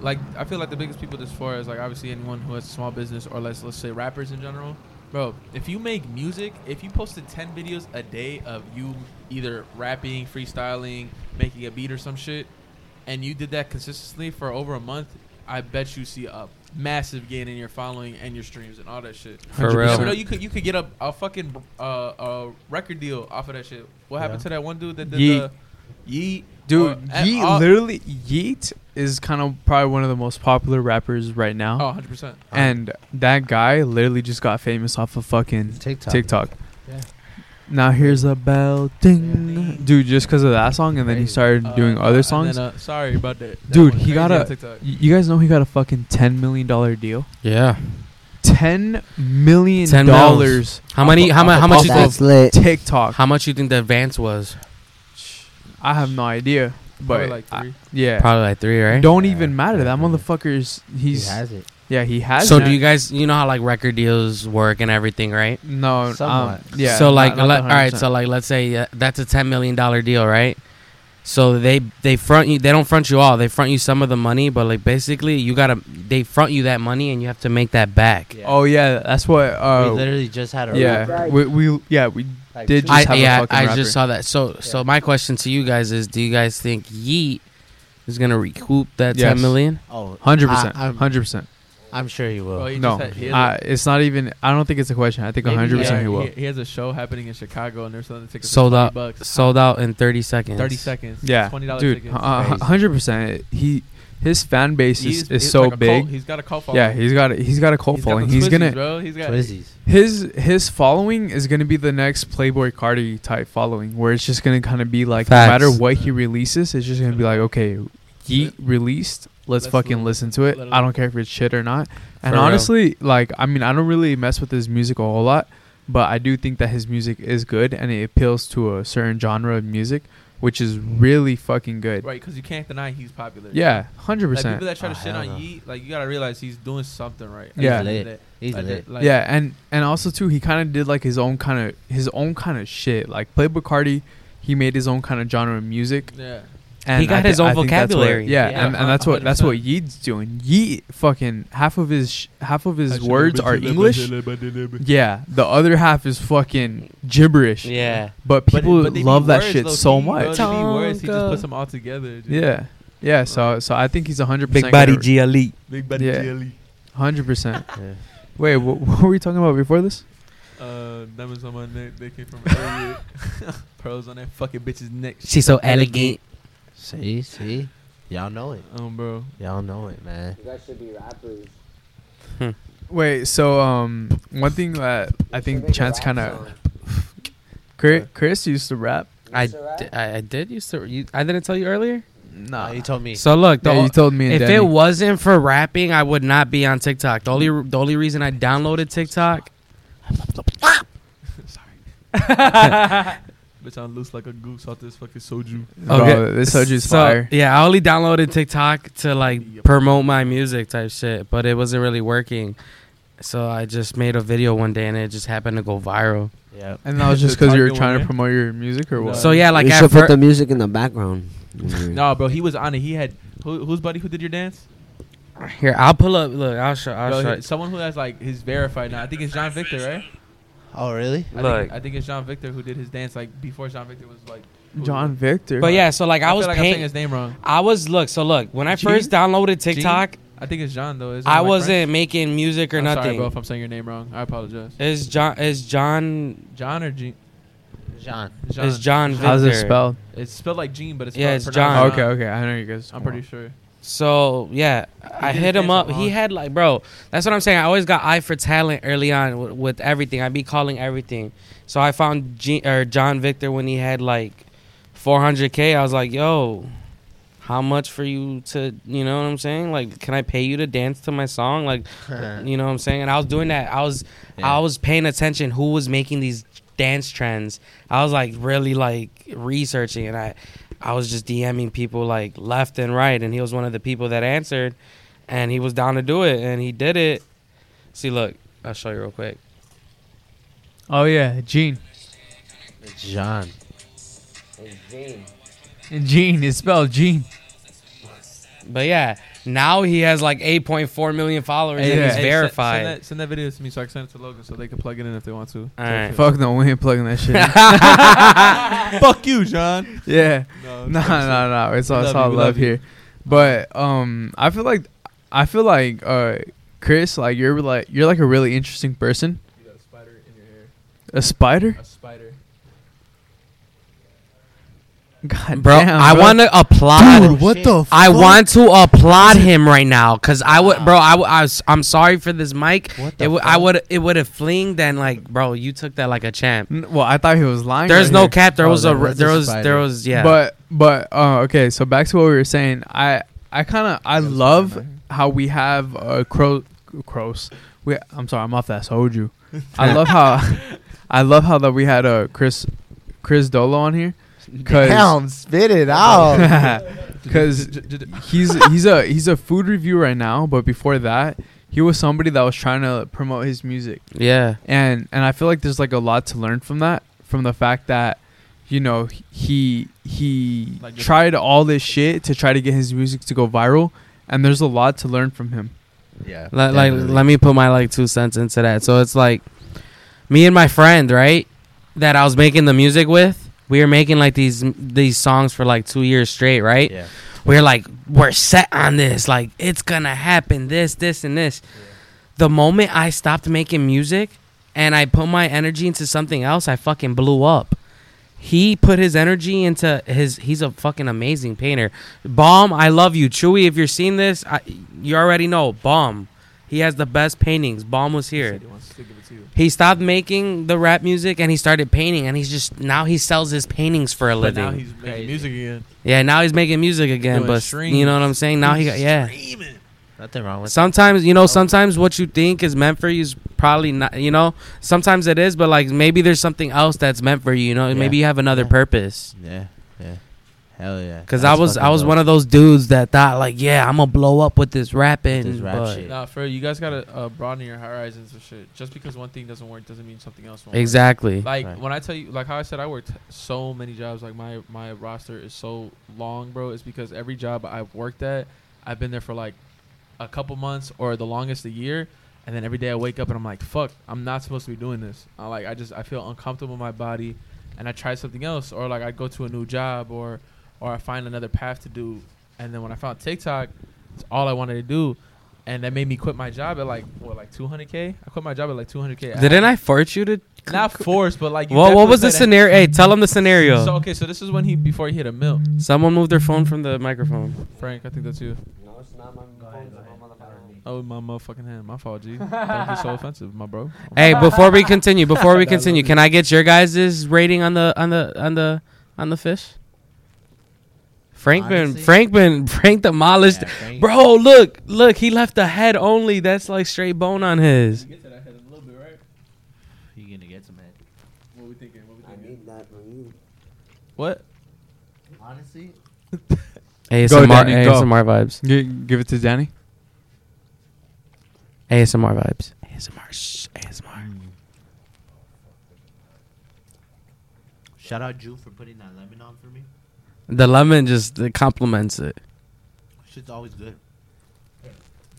Speaker 5: like I feel like the biggest people this for is like obviously anyone who has a small business or let's let's say rappers in general. Bro, if you make music, if you posted ten videos a day of you either rapping, freestyling, making a beat or some shit, and you did that consistently for over a month, I bet you see a massive gain in your following and your streams and all that shit.
Speaker 4: For
Speaker 5: You never
Speaker 4: real.
Speaker 5: know you could you could get a, a fucking uh, a record deal off of that shit. What happened to that one dude that did
Speaker 3: Yeet.
Speaker 5: the Yeet,
Speaker 3: Dude,
Speaker 5: or- and
Speaker 3: Yeet
Speaker 5: Oh, all-
Speaker 3: literally Yeet is kind of probably one of the most popular rappers right
Speaker 5: Oh,
Speaker 3: now.
Speaker 5: 100 percent.
Speaker 3: And that guy literally just got famous off of fucking
Speaker 1: TikTok.
Speaker 3: TikTok.
Speaker 1: Yeah.
Speaker 3: Now here's a bell ding. Dude, just because of that song and then he
Speaker 1: Crazy.
Speaker 3: started doing
Speaker 5: Uh,
Speaker 3: other
Speaker 5: and
Speaker 3: songs.
Speaker 5: then, uh, sorry about that. That
Speaker 3: Dude,
Speaker 5: went
Speaker 3: he
Speaker 5: crazy
Speaker 3: got
Speaker 5: on
Speaker 3: a-
Speaker 5: TikTok.
Speaker 3: Y- you guys know he got a fucking 10 million dollar deal?
Speaker 4: Yeah.
Speaker 3: 10 million
Speaker 4: Ten
Speaker 3: dollars
Speaker 4: How many? How, mu- how much? You think,
Speaker 2: Oh, That's lit.
Speaker 3: TikTok.
Speaker 4: how much you think the advance was?
Speaker 3: I have no idea,
Speaker 5: Probably
Speaker 3: but
Speaker 5: like
Speaker 3: I-
Speaker 5: three.
Speaker 3: yeah.
Speaker 4: Probably like three, right?
Speaker 3: Don't
Speaker 1: Yeah,
Speaker 3: even matter. That
Speaker 1: yeah.
Speaker 3: motherfucker's
Speaker 1: He
Speaker 3: he's
Speaker 1: has it.
Speaker 3: yeah, he has
Speaker 4: so
Speaker 3: that.
Speaker 4: do you guys? You know how like record deals work and everything, right?
Speaker 3: No, um,
Speaker 1: Somewhat.
Speaker 3: yeah.
Speaker 4: So like,
Speaker 3: not- not
Speaker 4: le-
Speaker 3: the
Speaker 4: all right.
Speaker 3: 100%.
Speaker 4: So like, let's say uh, that's a ten million dollar deal, right? So they they front you. They don't front you all. They front you some of the money, but like basically you gotta they front you that money and you have to make that back.
Speaker 3: oh yeah, that's what.
Speaker 1: we
Speaker 3: Uh,
Speaker 1: literally just had a rapper,
Speaker 3: yeah,
Speaker 7: Right.
Speaker 3: we, we yeah we
Speaker 1: like,
Speaker 3: did
Speaker 1: two-
Speaker 3: just
Speaker 4: I
Speaker 3: have a
Speaker 4: yeah,
Speaker 3: fucking
Speaker 4: I
Speaker 3: rapper.
Speaker 4: just saw that. So so my question to you guys is, do you guys think Yeet is gonna recoup that
Speaker 3: Yes.
Speaker 4: ten million?
Speaker 1: oh,
Speaker 3: hundred
Speaker 1: I-
Speaker 3: percent,
Speaker 1: I'm-
Speaker 3: hundred percent.
Speaker 1: I'm sure he will.
Speaker 5: Bro, he
Speaker 3: No,
Speaker 5: just had- he has a-
Speaker 3: I, it's not even. I don't think it's a question. I think
Speaker 5: maybe
Speaker 3: hundred percent
Speaker 5: had-
Speaker 3: he will.
Speaker 5: He has a show happening in Chicago, and they're selling the tickets.
Speaker 4: Sold
Speaker 5: for 20
Speaker 4: out.
Speaker 5: Bucks.
Speaker 4: Sold out in thirty seconds.
Speaker 5: Thirty seconds.
Speaker 3: Yeah,
Speaker 5: Twenty dollars.
Speaker 3: dude,
Speaker 5: tickets. Crazy.
Speaker 3: hundred percent. He his fan base
Speaker 5: He's-
Speaker 3: is,
Speaker 5: he's
Speaker 3: is so
Speaker 5: like a cult.
Speaker 3: big.
Speaker 5: He's got a cult following.
Speaker 3: Yeah, he's got a, he's got a cult
Speaker 5: He's got the
Speaker 3: following. He's
Speaker 5: Twizzies,
Speaker 3: gonna
Speaker 5: bro. He's got.
Speaker 1: Twizzies.
Speaker 3: his his following is gonna be the next Playboy Cardi type following, where it's just gonna kind of be like
Speaker 4: Facts.
Speaker 3: no matter what he releases, it's just gonna be like okay, Yeet released. Let's,
Speaker 5: Let's
Speaker 3: fucking
Speaker 5: li-
Speaker 3: listen to it.
Speaker 5: let it
Speaker 3: I don't care if it's shit or not. And
Speaker 4: For real.
Speaker 3: honestly, like I mean, I don't really mess with his music a whole lot, but I do think that his music is good and it appeals to a certain genre of music, which is really fucking good.
Speaker 5: Right, because you can't deny he's popular.
Speaker 3: Yeah, hundred
Speaker 5: Like
Speaker 3: percent.
Speaker 5: people that try to
Speaker 1: Oh,
Speaker 5: shit
Speaker 1: hell
Speaker 5: on
Speaker 1: no.
Speaker 5: Yeet, like you gotta realize he's doing something right. at the
Speaker 3: Yeah.
Speaker 5: end of the
Speaker 1: Lit.
Speaker 5: day.
Speaker 1: He's
Speaker 5: Like,
Speaker 1: lit.
Speaker 5: like-
Speaker 3: yeah, and and also too, he kind of did like his own kind of his own kind of shit. Like Play Bacardi, he made his own kind of genre of music.
Speaker 5: Yeah.
Speaker 3: And
Speaker 4: He got
Speaker 3: I thi-
Speaker 4: his own
Speaker 3: I think that's what-
Speaker 4: vocabulary.
Speaker 3: yeah,
Speaker 5: Yeah,
Speaker 3: and, and that's what that's what
Speaker 5: 100%.
Speaker 3: Yeet's doing. Yeet fucking half of his sh- half of his words are English. Yeah, the other half is fucking gibberish.
Speaker 4: Yeah.
Speaker 3: But
Speaker 5: But-
Speaker 3: people
Speaker 5: but they be
Speaker 3: love that
Speaker 5: words
Speaker 3: shit
Speaker 5: low
Speaker 3: so
Speaker 5: key, bro.
Speaker 3: much.
Speaker 5: They be words, He just
Speaker 4: Tonka.
Speaker 5: puts them all together. dude.
Speaker 3: Yeah, yeah. So so I think he's hundred percent
Speaker 4: GLE.
Speaker 5: Big body
Speaker 3: Yeah.
Speaker 5: jelly.
Speaker 3: Hundred percent.
Speaker 1: Yeah.
Speaker 3: Wait, wha what were we talking about before this?
Speaker 5: Uh, that was on my neck. They came from earlier. Pearls on that fucking bitch's neck.
Speaker 4: She's so elegant.
Speaker 1: See, see, y'all know it.
Speaker 5: Um, bro.
Speaker 1: Y'all know it, man.
Speaker 7: You guys should be rappers.
Speaker 3: Wait, so um, one thing that I think Chance kind of Chris, Chris used to rap.
Speaker 4: I, d- I I did used to. You, I didn't tell you earlier.
Speaker 1: Nah, you told me.
Speaker 4: So look, the
Speaker 3: Yeah, you told me. And
Speaker 4: if
Speaker 3: Danny.
Speaker 4: it wasn't for rapping, I would not be on TikTok. The only the only reason I downloaded TikTok,
Speaker 5: Bitch, I'm loose like a goose off this fucking soju.
Speaker 3: Bro, this soju's
Speaker 4: so,
Speaker 3: fire.
Speaker 4: Yeah, I only downloaded TikTok to like promote my music type shit, but it wasn't really working. So I just made a video one day and it just happened to go viral.
Speaker 1: Yeah.
Speaker 3: And that was just
Speaker 5: The
Speaker 3: because you were
Speaker 5: Target
Speaker 3: trying
Speaker 5: one,
Speaker 3: to
Speaker 5: yeah?
Speaker 3: promote your music or what?
Speaker 4: So yeah, like
Speaker 2: you
Speaker 4: at
Speaker 2: should put
Speaker 4: fir-
Speaker 2: the music in the background.
Speaker 5: No, bro, he was on it. He had who, who's buddy who did your dance?
Speaker 4: here, I'll pull up. Look, I'll show. I'll
Speaker 5: Bro,
Speaker 4: show.
Speaker 5: he- someone who has like his verified now. I think it's John Victor, right?
Speaker 1: Oh, really?
Speaker 5: I
Speaker 4: Look.
Speaker 5: think, I think it's John Victor who did his dance like before John Victor was like who-
Speaker 3: John Victor.
Speaker 4: But yeah, so like I,
Speaker 5: I,
Speaker 4: was
Speaker 5: feel like I'm saying
Speaker 4: paying.
Speaker 5: his name wrong.
Speaker 4: I was look. So look, when I first downloaded TikTok,
Speaker 5: I think it's John though. Isn't it,
Speaker 4: I
Speaker 5: like,
Speaker 4: wasn't
Speaker 5: French?
Speaker 4: making music or
Speaker 5: I'm
Speaker 4: nothing.
Speaker 5: Sorry, bro, if I'm saying your name wrong, I apologize.
Speaker 4: Is John? Is John?
Speaker 5: John or Gene?
Speaker 1: John.
Speaker 5: John.
Speaker 4: Is John Victor?
Speaker 3: how's it spelled?
Speaker 5: It's spelled like Gene, but it's
Speaker 4: Yeah,
Speaker 5: spelled
Speaker 4: it's
Speaker 5: pronounced
Speaker 4: John.
Speaker 3: okay, okay, I know you guys.
Speaker 5: I'm pretty sure.
Speaker 4: So yeah, I
Speaker 5: did
Speaker 4: hit
Speaker 5: his
Speaker 4: him up.
Speaker 5: dance a
Speaker 4: He
Speaker 5: lot.
Speaker 4: had like, bro. That's what I'm saying. I always got eye for talent early on with, with everything. I'd be calling everything. So I found G- or John Victor when he had like 400k. I was like, yo, how much for you to, you know what I'm saying? Like, can I pay you to dance to my song? Like, you know what I'm saying? And I was doing that. I was,
Speaker 1: Yeah.
Speaker 4: I was paying attention who was making these dance trends. I was like really like researching, and I, I was just DMing people like left and right, and he was one of the people that answered, and he was down to do it, and he did it. See, look, I'll show you real quick.
Speaker 3: Oh yeah, Gene.
Speaker 1: John.
Speaker 4: It's Gene.
Speaker 3: Gene is spelled Gene.
Speaker 4: But yeah, now he has like 8.4 million followers and
Speaker 3: Yeah.
Speaker 4: he's
Speaker 3: Hey,
Speaker 5: send-
Speaker 4: verified.
Speaker 5: Send that, send that video to me so I can send it to Logan so they can plug it in if they want to.
Speaker 4: All right.
Speaker 3: Fuck no, we ain't plugging that shit. in.
Speaker 6: Fuck you, John.
Speaker 3: yeah.
Speaker 5: No,
Speaker 3: No, no, no. It's all,
Speaker 5: We
Speaker 3: it's
Speaker 5: love you,
Speaker 3: all
Speaker 5: we
Speaker 3: love,
Speaker 5: love you.
Speaker 3: here. But um, I feel like I feel like uh, Chris, like you're like you're like a really interesting person.
Speaker 5: You got a spider in your hair.
Speaker 3: A spider?
Speaker 5: A spider.
Speaker 3: God
Speaker 4: Bro,
Speaker 3: damn,
Speaker 4: I
Speaker 3: bro.
Speaker 4: want to applaud.
Speaker 1: Dude, what the?
Speaker 4: I
Speaker 1: fuck?
Speaker 4: want to applaud him right now because I would, bro. I, w- I was, I'm sorry for this mic.
Speaker 1: What the
Speaker 4: It would, I
Speaker 1: fuck?
Speaker 4: would, it would have flinged and like, bro, you took that like a champ.
Speaker 3: N- Well, I thought he was lying.
Speaker 4: There's
Speaker 3: right
Speaker 4: no
Speaker 3: here.
Speaker 4: cap. There
Speaker 1: Oh,
Speaker 4: was
Speaker 1: there
Speaker 4: a,
Speaker 1: was a
Speaker 4: there was,
Speaker 1: spider.
Speaker 4: there was, yeah.
Speaker 3: But but uh, okay, so back to what we were saying. I I kind of I love how we have uh, crow crows. We I'm sorry, I'm off that soju. I love how I love how that we had uh, Chris Chris Dolo on here because
Speaker 1: Damn, spit it out.
Speaker 3: he's he's a he's a food review right now. But before that, he was somebody that was trying to promote his music
Speaker 4: yeah,
Speaker 3: and and I feel like there's like a lot to learn from that, from the fact that you know he he
Speaker 5: Like just-
Speaker 3: tried all this shit to try to get his music to go viral, and there's a lot to learn from him.
Speaker 1: yeah.
Speaker 4: Let- like let me put my like two cents into that so it's like me and my friend right that i was making the music with we were making like these these songs for like two years straight right
Speaker 1: Yeah.
Speaker 4: we are like we're set on this like it's gonna happen this this and this the moment i stopped making music and i put my energy into something else i fucking blew up he put his energy into his he's a fucking amazing painter bomb i love you chewy if you're seeing this I, you already know bomb he has the best paintings bomb was
Speaker 5: He
Speaker 4: here
Speaker 5: said he wants to give it to you.
Speaker 4: he stopped making the rap music and he started painting and he's just now he sells his paintings for a
Speaker 5: But now
Speaker 4: living
Speaker 5: he's making music again.
Speaker 4: yeah now he's making music again
Speaker 5: Doing
Speaker 4: but
Speaker 5: streams.
Speaker 4: you know what i'm saying now he got yeah
Speaker 1: Nothing wrong with
Speaker 4: Sometimes you know, sometimes what you think is meant for you is probably not. You know, sometimes it is, but like maybe there's something else that's meant for you. You know,
Speaker 1: Yeah.
Speaker 4: maybe you have another
Speaker 1: Yeah.
Speaker 4: purpose.
Speaker 1: Yeah. Yeah. Hell yeah.
Speaker 4: Cause I was I was one of those dudes that thought like, yeah, I'm gonna blow up with this rapping.
Speaker 1: This rap
Speaker 4: but-
Speaker 1: shit.
Speaker 5: Nah, for you guys gotta uh, broaden your horizons and shit. Just because one thing doesn't work doesn't mean something else won't. work.
Speaker 4: Exactly.
Speaker 5: Like
Speaker 1: Right.
Speaker 5: when I tell you, like how I said, I worked so many jobs. Like my my roster is so long, bro. It's because every job I've worked at, I've been there for like a couple months or the longest a year, and then every day I wake up and I'm like, fuck, I'm not supposed to be doing this. I like I just I feel uncomfortable in my body, and I try something else, or like I go to a new job, or or I find another path to do. And then when I found TikTok, it's all I wanted to do. And that made me quit my job at like what, like 200k. I quit my job at like 200k.
Speaker 4: Didn't I force you to?
Speaker 5: Not forced, but like. you
Speaker 4: Well, what
Speaker 5: definitely
Speaker 4: was the
Speaker 5: said-
Speaker 4: scenario? Hey, tell them the scenario.
Speaker 5: So okay, so this is when he before he hit a mill.
Speaker 4: Someone moved their phone from the microphone.
Speaker 5: Frank, I think that's you.
Speaker 4: No, it's not my phone.
Speaker 5: Oh, my motherfucking hand. My fault, G. Don't be so offensive, my bro.
Speaker 4: Hey, before we continue, before we continue, can I get your guys' rating on the on the on the on the fish? Frank been
Speaker 1: Honestly?
Speaker 4: Frank been Frank demolished. Bro, look, look, he left the head only. That's like straight bone on his.
Speaker 5: Get to that head a little bit, right?
Speaker 1: You gonna get some head.
Speaker 5: What we thinking? What we
Speaker 1: Honestly,
Speaker 4: ASMR
Speaker 3: Danny, go.
Speaker 4: ASMR vibes.
Speaker 3: G- give it to Danny.
Speaker 4: ASMR vibes. ASMR. Shh, ASMR.
Speaker 1: shout out June for putting that lemon on for me.
Speaker 4: The lemon just it complements it.
Speaker 1: Shit's always good.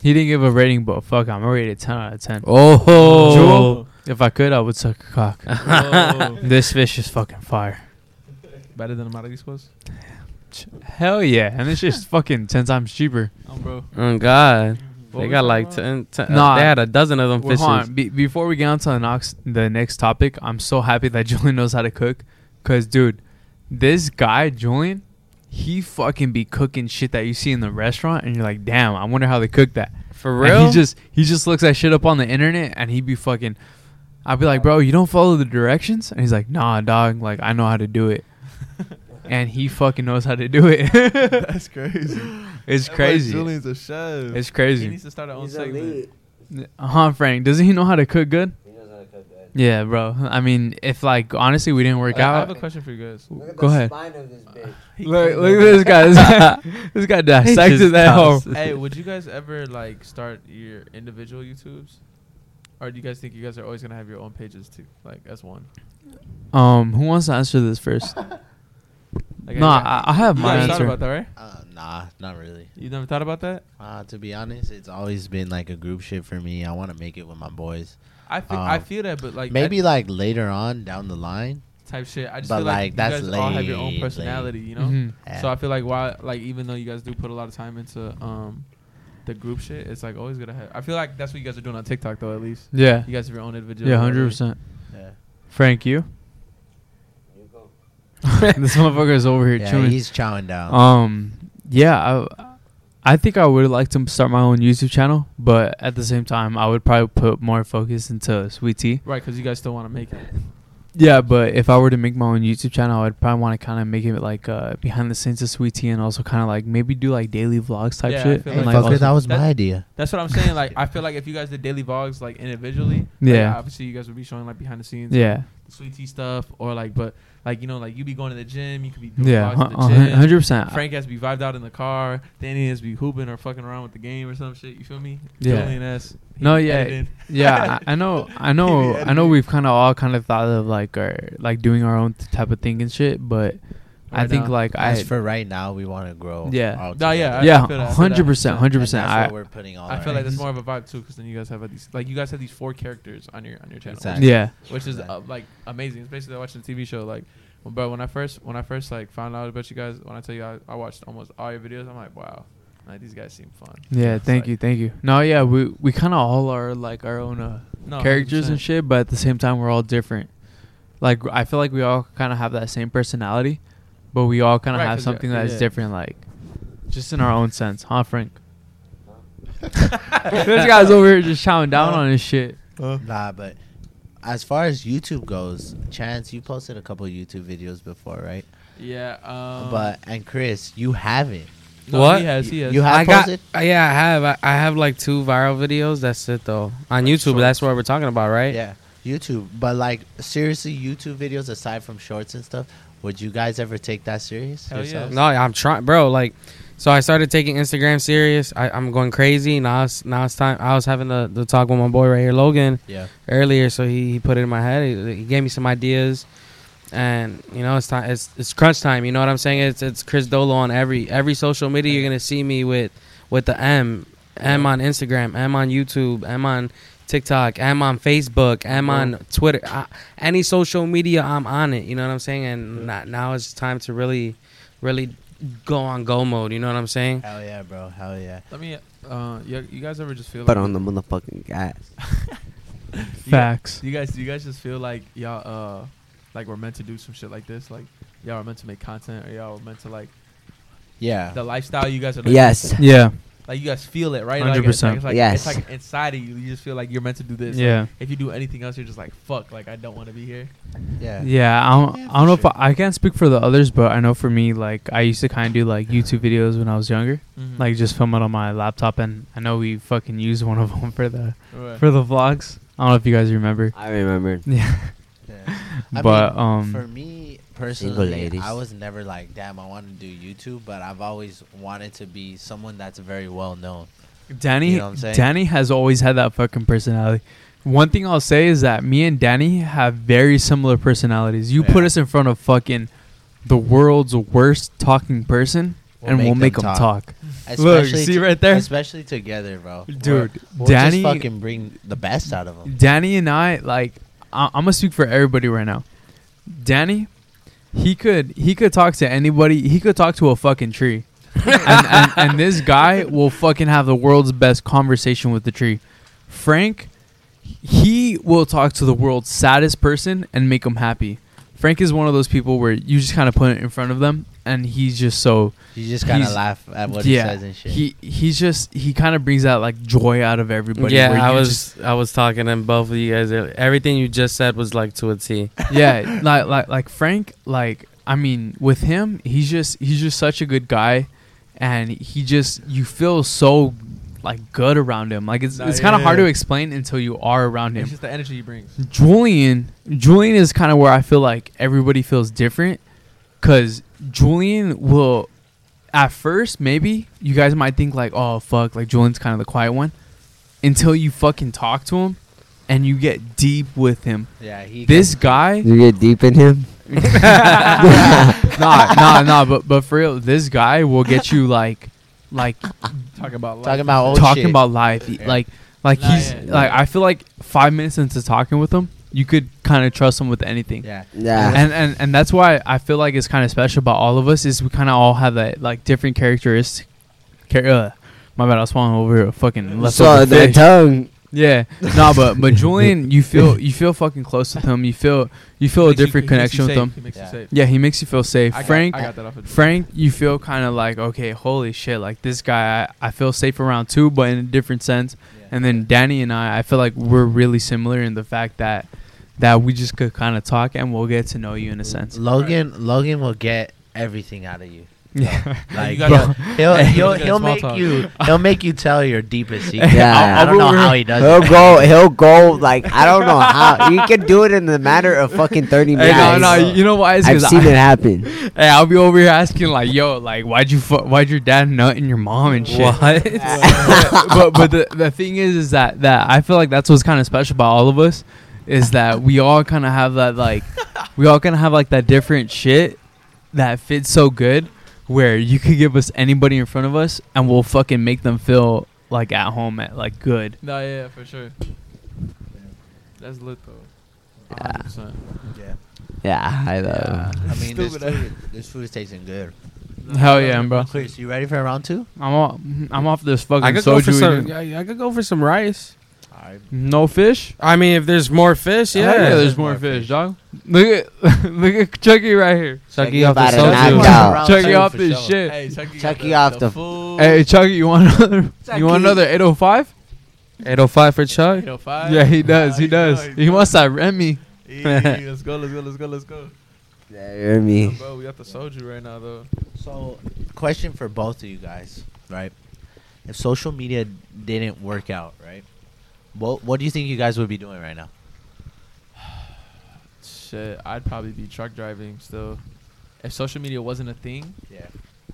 Speaker 3: He didn't give a rating, but fuck, I'm gonna rate it 10 out of 10.
Speaker 4: Oh.
Speaker 3: If I could, I would suck a cock.
Speaker 5: Whoa.
Speaker 3: this fish is fucking fire.
Speaker 5: Better than Amadeus was?
Speaker 3: Hell yeah, and it's just fucking 10 times cheaper.
Speaker 5: Oh, bro.
Speaker 4: Oh god.
Speaker 5: What
Speaker 4: they
Speaker 5: was
Speaker 4: got
Speaker 5: that
Speaker 4: like
Speaker 5: about?
Speaker 4: ten, ten
Speaker 3: Nah.
Speaker 4: they had a dozen of them
Speaker 3: Well, hold
Speaker 4: fishes.
Speaker 3: on. Be- before we get on to the, nox- the next topic, I'm so happy that Julian knows how to cook. Because, dude, this guy, Julian, he fucking be cooking shit that you see in the restaurant, and you're like, damn, I wonder how they cook that.
Speaker 4: For
Speaker 3: And
Speaker 4: real?
Speaker 3: he just he just looks at shit up on the internet, and he be fucking. I'd be like, bro, you don't follow the directions, and he's like, nah, dog, like I know how to do it, and he fucking knows how to do it.
Speaker 5: That's crazy.
Speaker 3: it's crazy.
Speaker 5: Julian's a chef.
Speaker 3: It's
Speaker 5: He
Speaker 3: crazy.
Speaker 5: needs to start our own segment.
Speaker 3: Uh, Huh, Frank? Doesn't he know how to cook good? Yeah, bro. I mean, if like honestly, we didn't work
Speaker 5: I have
Speaker 3: out.
Speaker 5: a question for you guys.
Speaker 3: Go ahead.
Speaker 7: Spine of this bitch.
Speaker 3: Look, look at this guy. This guy, this guy dissected that home.
Speaker 5: hey, would you guys ever like start your individual YouTubes? Or do you guys think you guys are always gonna have your own pages too, like as one?
Speaker 3: Um, who wants to answer this first?
Speaker 5: Like,
Speaker 3: No,
Speaker 5: have you-
Speaker 3: I, I have
Speaker 5: you
Speaker 3: my
Speaker 5: never thought
Speaker 3: answer.
Speaker 5: about that, right?
Speaker 1: Uh, nah, not really.
Speaker 5: You never thought about that?
Speaker 1: Uh, to be honest, it's always been like a group shit for me. I want to make it with my boys.
Speaker 5: I feel, I
Speaker 1: Um,
Speaker 5: feel that, but like
Speaker 1: Maybe
Speaker 5: that
Speaker 1: like later on down the line.
Speaker 5: type shit. I just
Speaker 1: but,
Speaker 5: feel
Speaker 1: like,
Speaker 5: like,
Speaker 1: that's
Speaker 5: you guys all have
Speaker 1: late,
Speaker 5: your
Speaker 1: Mm-hmm.
Speaker 5: own
Speaker 1: late.
Speaker 5: personality, you know.
Speaker 3: Mhm.
Speaker 1: Yeah.
Speaker 5: So I feel like why like even though you guys do put a lot of time into um the group shit, it's like always gonna have. I feel like that's what you guys are doing on TikTok though. At least
Speaker 3: Yeah.
Speaker 5: you guys have your own individual.
Speaker 3: Yeah, hundred percent.
Speaker 1: yeah.
Speaker 3: Frank, you. this motherfucker is over here
Speaker 1: Yeah,
Speaker 3: chewing.
Speaker 1: he's chowing down.
Speaker 3: Um, yeah, I, I think I would like to start my own YouTube channel, but at the same time, I would probably put more focus into Sweet Tea.
Speaker 5: Right, because you guys still want to make it.
Speaker 3: Yeah, but if I were to make my own YouTube channel, I'd probably want to kind of make it like uh, behind the scenes of Sweet Tea, and also kind of like maybe do like daily vlogs type
Speaker 5: Yeah, I
Speaker 3: shit.
Speaker 5: feel
Speaker 1: hey,
Speaker 3: and,
Speaker 5: like
Speaker 1: fucker,
Speaker 3: also-
Speaker 1: that was my
Speaker 5: that-
Speaker 1: idea.
Speaker 5: That's what I'm saying. Like I feel like if you guys did daily vlogs like individually, like,
Speaker 3: Yeah.
Speaker 5: obviously you guys would be showing like behind the scenes,
Speaker 3: yeah,
Speaker 5: the sweet tea stuff, or like but like you know like you be going to the gym, you could be doing
Speaker 3: yeah, uh,
Speaker 5: vlogs at the gym.
Speaker 3: hundred percent.
Speaker 5: Frank has to be vibed out in the car. Danny has to be hooping or fucking around with the game or some shit. You feel me?
Speaker 3: Yeah.
Speaker 5: Julian has- he
Speaker 3: No,
Speaker 5: be
Speaker 3: yeah,
Speaker 5: editing.
Speaker 3: yeah, I, I know, I know, I know. We've kind of all kind of thought of like our like doing our own type of thing and shit, but I
Speaker 5: Right
Speaker 3: think
Speaker 5: now.
Speaker 3: like
Speaker 1: As
Speaker 3: I,
Speaker 1: for right now, we want to grow.
Speaker 3: Yeah.
Speaker 1: all
Speaker 5: No,
Speaker 1: together.
Speaker 5: yeah, I- I feel that, I
Speaker 3: yeah,
Speaker 5: feel
Speaker 3: hundred
Speaker 5: that.
Speaker 3: percent, hundred percent.
Speaker 1: And that's
Speaker 3: I,
Speaker 1: what we're putting all
Speaker 5: I
Speaker 1: our
Speaker 5: feel like that's
Speaker 1: eggs.
Speaker 5: more of a vibe too, because then you guys have these like you guys have these four characters on your on your channel,
Speaker 1: Exactly.
Speaker 3: yeah,
Speaker 5: which is uh, like amazing. It's basically like watching a TV show. Like, well, bro, when I first when I first like found out about you guys, when I tell you I, I watched almost all your videos, I'm like, wow, like these guys seem fun.
Speaker 3: yeah.
Speaker 5: It's
Speaker 3: Thank
Speaker 5: like-
Speaker 3: you, thank you. No, yeah, we we kind of all are like our own uh,
Speaker 5: No,
Speaker 3: characters and
Speaker 5: 100%.
Speaker 3: shit, but at the same time, we're all different. Like I feel like we all kind of have that same personality, but we all kind of
Speaker 5: Right,
Speaker 3: have
Speaker 5: 'cause you're-
Speaker 3: something that's
Speaker 5: yeah.
Speaker 3: different, like just in our own sense, huh, Frank? this guy's over here just chowing down on his shit.
Speaker 1: Nah, but as far as YouTube goes, Chance, you posted a couple YouTube videos before, right?
Speaker 5: Yeah, um,
Speaker 1: but and Chris, you haven't.
Speaker 5: no,
Speaker 3: What?
Speaker 5: he has? He has.
Speaker 1: You have
Speaker 4: I got,
Speaker 1: posted.
Speaker 4: uh, yeah, I have. I, I have like two viral videos. That's it though. On YouTube, that's what we're talking about, right?
Speaker 1: Yeah, YouTube. But like seriously, YouTube videos aside from shorts and stuff, would you guys ever take that serious?
Speaker 5: Hell yeah.
Speaker 1: yourselves?
Speaker 4: No, I'm trying, bro. Like, so I started taking Instagram serious. I, I'm going crazy now. It's now it's time. I was having the, the talk with my boy right here, Logan,
Speaker 1: Yeah.
Speaker 4: earlier. So he, he put it in my head. He, he gave me some ideas, and you know it's time. It's it's crunch time. You know what I'm saying? It's it's Chris Dolo on every every social media. You're gonna see me with with the M M on Instagram, M on YouTube, M on TikTok, I'm on Facebook, I'm on Twitter, I, any social media, I'm on it. You know what I'm saying? And not, now it's time to really, really go on go mode. You know what I'm saying?
Speaker 1: Hell yeah, bro. Hell yeah.
Speaker 5: Let me. Uh, you, you guys ever just feel?
Speaker 2: But
Speaker 5: like
Speaker 2: on the motherfucking gas.
Speaker 5: you guys-
Speaker 3: Facts.
Speaker 5: Do you guys do you guys just feel like y'all uh like we're meant to do some shit like this? Like y'all are meant to make content or y'all are meant to like
Speaker 1: Yeah.
Speaker 5: the lifestyle you guys are living,
Speaker 2: Yes.
Speaker 3: Yeah,
Speaker 5: Like you guys feel it, right?
Speaker 3: 100%.
Speaker 5: Like, it's like,
Speaker 2: Yes.
Speaker 5: It's like inside of you. You just feel like you're meant to do this. Like,
Speaker 3: yeah,
Speaker 5: if you do anything else, you're just like fuck. Like I don't want to be here.
Speaker 1: Yeah.
Speaker 3: yeah. I don't,
Speaker 1: Yeah,
Speaker 3: I don't know
Speaker 1: for
Speaker 3: if I, I can't speak for the others, but I know for me, like I used to kind of do like YouTube videos when I was younger,
Speaker 5: Mm-hmm.
Speaker 3: like just film it on my laptop, and I know we fucking used one of them for the
Speaker 5: Right.
Speaker 3: for the vlogs. I don't know if you guys remember.
Speaker 2: I remembered.
Speaker 3: Yeah.
Speaker 1: yeah. I
Speaker 3: but
Speaker 1: mean,
Speaker 3: um
Speaker 1: for me personally,
Speaker 2: ladies.
Speaker 1: I was never like, damn, I want to do YouTube, but I've always wanted to be someone that's very well known.
Speaker 3: Danny
Speaker 1: You know what I'm saying?
Speaker 3: Danny has always had that fucking personality. One thing I'll say is that me and Danny have very similar personalities. You put
Speaker 1: Yeah.
Speaker 3: us in front of fucking the world's worst talking person and we'll make them talk. Look,
Speaker 1: Especially
Speaker 3: see
Speaker 1: to-
Speaker 3: right there?
Speaker 1: especially together, bro. We're-
Speaker 3: Dude,
Speaker 1: we'll
Speaker 3: Danny
Speaker 1: just fucking bring the best out of them.
Speaker 3: Danny and I like I- I'm gonna speak for everybody right now. Danny, he could he could talk to anybody. He could talk to a fucking tree, and, and, and this guy will fucking have the world's best conversation with the tree. Frank, he will talk to the world's saddest person and make them happy. Frank is one of those people where you just kind of put it in front of them, and he's just so
Speaker 1: You just gotta
Speaker 3: He's-
Speaker 1: laugh at what he says and shit.
Speaker 3: he he's just he kind of brings out like joy out of everybody. where
Speaker 4: yeah, I
Speaker 3: you
Speaker 4: was
Speaker 3: just-
Speaker 4: I was talking to both of you guys. earlier. Everything you just said was like to a T.
Speaker 3: yeah, like like like Frank, like I mean, with him, he's just he's just such a good guy, and he just you feel so like good around him. Like it's
Speaker 5: Nah,
Speaker 3: it's kind of
Speaker 5: yeah,
Speaker 3: hard
Speaker 5: yeah.
Speaker 3: to explain until you are around
Speaker 5: It's
Speaker 3: him.
Speaker 5: just the energy he brings.
Speaker 3: Julian, Julian is kind of where I feel like everybody feels different, cause Julian will, at first maybe you guys might think like, oh fuck, like Julian's kind of the quiet one, until you fucking talk to him, and you get deep with him.
Speaker 1: yeah, he
Speaker 3: This guy.
Speaker 2: You get deep in him.
Speaker 3: nah, nah, nah. But but for real, this guy will get you like, like
Speaker 5: Talking about life.
Speaker 1: Talking about old
Speaker 3: talking
Speaker 1: shit.
Speaker 3: about life.
Speaker 5: Yeah.
Speaker 3: Like like
Speaker 5: Nah,
Speaker 3: he's
Speaker 5: yeah.
Speaker 3: like I feel like five minutes into talking with him, you could kind of trust him with anything.
Speaker 1: yeah.
Speaker 2: Yeah.
Speaker 3: And, and and that's why I feel like it's kind of special about all of us is we kind of all have that like different characteristics. Char- uh, my bad, I was falling over a fucking left
Speaker 2: So the tongue.
Speaker 3: yeah, nah, but but Julian, you feel you feel fucking close with him. You feel you feel a
Speaker 5: Makes you-
Speaker 3: different
Speaker 5: he makes you
Speaker 3: connection with
Speaker 5: safe.
Speaker 3: him.
Speaker 5: He makes you
Speaker 1: Yeah.
Speaker 5: safe.
Speaker 3: Yeah, he makes you feel safe.
Speaker 5: I got-
Speaker 3: Frank,
Speaker 5: I got that off of
Speaker 3: Frank, you feel kind of like okay, holy shit, like this guy, I, I feel safe around too, but in a different sense. And then Danny and I, I feel like we're really similar in the fact that that we just could kind of talk and we'll get to know you in a sense.
Speaker 1: Logan Logan will get everything out of you.
Speaker 3: Yeah,
Speaker 1: Like
Speaker 5: gotta-
Speaker 1: bro, he'll
Speaker 5: Hey,
Speaker 1: he'll,
Speaker 5: look at
Speaker 1: he'll
Speaker 5: small
Speaker 1: make
Speaker 5: talk.
Speaker 1: you he'll make you tell your deepest secret.
Speaker 2: Yeah.
Speaker 1: I, I don't know
Speaker 2: I'll-
Speaker 1: how he does
Speaker 3: Oh,
Speaker 2: He'll
Speaker 1: it.
Speaker 2: go. He'll go. Like I don't know how he can do it in a matter of fucking thirty
Speaker 3: Hey,
Speaker 2: minutes.
Speaker 3: no, no, you know why? It's
Speaker 2: I've
Speaker 3: 'cause
Speaker 2: seen
Speaker 3: I-
Speaker 2: it happen.
Speaker 3: Hey, I'll be over here asking like, yo, like, why'd you, fu- why'd your dad nut and your mom and shit? but but, but the, the thing is, is that that I feel like that's what's kind of special about all of us is that we all kind of have that like, we all kind of have like that different shit that fits so good where you could give us anybody in front of us and we'll fucking make them feel like at home at like good.
Speaker 5: No, yeah, for sure. That's lit though.
Speaker 2: Yeah.
Speaker 5: 100%.
Speaker 2: Yeah, I know.
Speaker 1: I mean, this
Speaker 5: Stupid.
Speaker 1: food, this food is tasting good.
Speaker 3: Hell yeah, bro.
Speaker 1: Chris, you ready for round two?
Speaker 3: I'm off, I'm off this fucking
Speaker 4: I could go
Speaker 3: soju.
Speaker 4: for some.
Speaker 3: again.
Speaker 4: Yeah, I could go for some rice.
Speaker 3: No fish.
Speaker 4: I mean, if there's more fish,
Speaker 3: Yeah,
Speaker 4: yeah.
Speaker 3: there's more fish, dog. Look at look at Chucky right here.
Speaker 4: Chucky off
Speaker 2: about
Speaker 4: the
Speaker 2: it, knocked
Speaker 4: soju.
Speaker 2: out.
Speaker 1: Round
Speaker 3: Chucky
Speaker 1: two
Speaker 3: off
Speaker 1: for
Speaker 3: this
Speaker 1: sure.
Speaker 3: shit. Hey,
Speaker 5: Hey, Chucky,
Speaker 2: Chuck
Speaker 5: got
Speaker 2: you off the-
Speaker 5: food.
Speaker 3: Chucky, you want another? You want another 805?
Speaker 4: 805 for Chuck.
Speaker 5: You know, oh five.
Speaker 3: Yeah, he does.
Speaker 5: Nah,
Speaker 3: He
Speaker 5: you know
Speaker 3: does. He wants that Remy.
Speaker 5: Hey, let's go, let's go, let's go, let's go.
Speaker 2: Yeah, you hear
Speaker 5: Yo,
Speaker 2: me?
Speaker 5: bro, we got the soju right now though.
Speaker 1: So, question for both of you guys, right? If social media didn't work out, right? What What do you think you guys would be doing right now?
Speaker 5: Shit, I'd probably be truck driving still. If social media wasn't a thing,
Speaker 1: Yeah.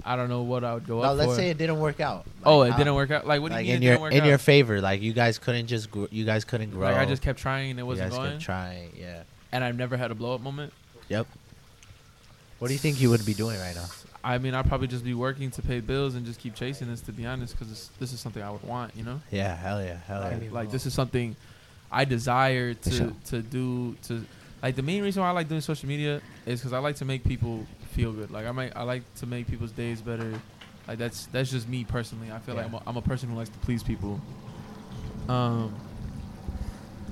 Speaker 5: I don't know what I would go
Speaker 1: Now,
Speaker 5: up
Speaker 1: let's
Speaker 5: for.
Speaker 1: say it didn't work out.
Speaker 5: oh, it
Speaker 1: Like,
Speaker 5: didn't
Speaker 1: uh,
Speaker 5: work out. Like what do
Speaker 1: Like
Speaker 5: you mean
Speaker 1: in
Speaker 5: it
Speaker 1: your
Speaker 5: didn't work
Speaker 1: in
Speaker 5: out?
Speaker 1: your favor, like you guys couldn't just gr- you guys couldn't grow.
Speaker 5: like I just kept trying and it
Speaker 1: you
Speaker 5: wasn't
Speaker 1: guys
Speaker 5: going,
Speaker 1: kept trying. Yeah.
Speaker 5: and I've never had a blow up moment.
Speaker 1: What do you think you would be doing right now?
Speaker 5: I mean, I'd probably just be working to pay bills and just keep chasing this, to be honest, because this is something I would want, you know.
Speaker 1: Yeah, hell yeah, hell yeah.
Speaker 5: Like, like, this is something I desire to
Speaker 2: sure.
Speaker 5: to do to like the main reason why I like doing social media is because I like to make people feel good. Like I might I like to make people's days better. Like that's that's just me personally. I feel like I'm a, I'm a person who likes to please people. Um,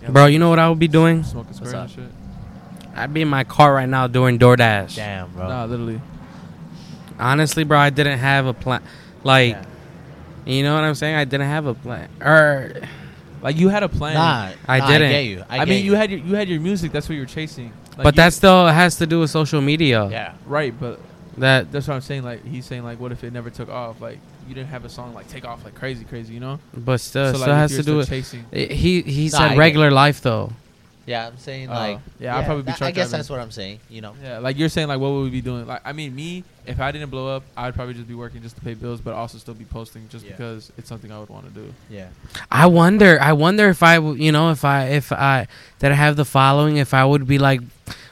Speaker 5: yeah,
Speaker 4: Bro,
Speaker 5: like,
Speaker 4: you know what I would be doing?
Speaker 5: smoking square and
Speaker 1: up?
Speaker 5: shit.
Speaker 4: I'd be in my car right now doing DoorDash.
Speaker 1: Damn, bro.
Speaker 5: Nah, literally.
Speaker 4: Honestly, bro, I didn't have a plan. Like, you know what I'm saying? I didn't have a plan. Or
Speaker 5: Like you had a plan.
Speaker 1: Nah,
Speaker 4: I
Speaker 1: nah, I
Speaker 4: didn't.
Speaker 1: get you. I,
Speaker 5: I,
Speaker 1: get
Speaker 5: mean, you had your, you had your music. That's what you were chasing. Like,
Speaker 4: but
Speaker 5: you-
Speaker 4: that still has to do with social media.
Speaker 1: yeah.
Speaker 5: right. But
Speaker 4: That
Speaker 5: that's what I'm saying. Like he's saying, like, what if it never took off? Like you didn't have a song like take off like crazy, crazy. You know.
Speaker 4: but still,
Speaker 5: like,
Speaker 4: still
Speaker 5: if
Speaker 4: has
Speaker 5: you're
Speaker 4: to do
Speaker 5: still
Speaker 4: with
Speaker 5: chasing.
Speaker 4: he he
Speaker 1: Nah, I
Speaker 4: said
Speaker 1: get
Speaker 4: regular life though.
Speaker 1: Yeah, I'm saying
Speaker 5: Oh,
Speaker 1: like
Speaker 5: yeah, I'd probably be
Speaker 1: that- I
Speaker 5: truck
Speaker 1: guess
Speaker 5: driving.
Speaker 1: that's what I'm saying. You know.
Speaker 5: Yeah, like you're saying, like what would we be doing? Like, I mean, me, if I didn't blow up, I'd probably just be working just to pay bills, but also still be posting just
Speaker 1: Yeah.
Speaker 5: because it's something I would want to do.
Speaker 1: Yeah.
Speaker 4: I wonder. I wonder if I, w- you know, if I, if I that I have the following, if I would be like,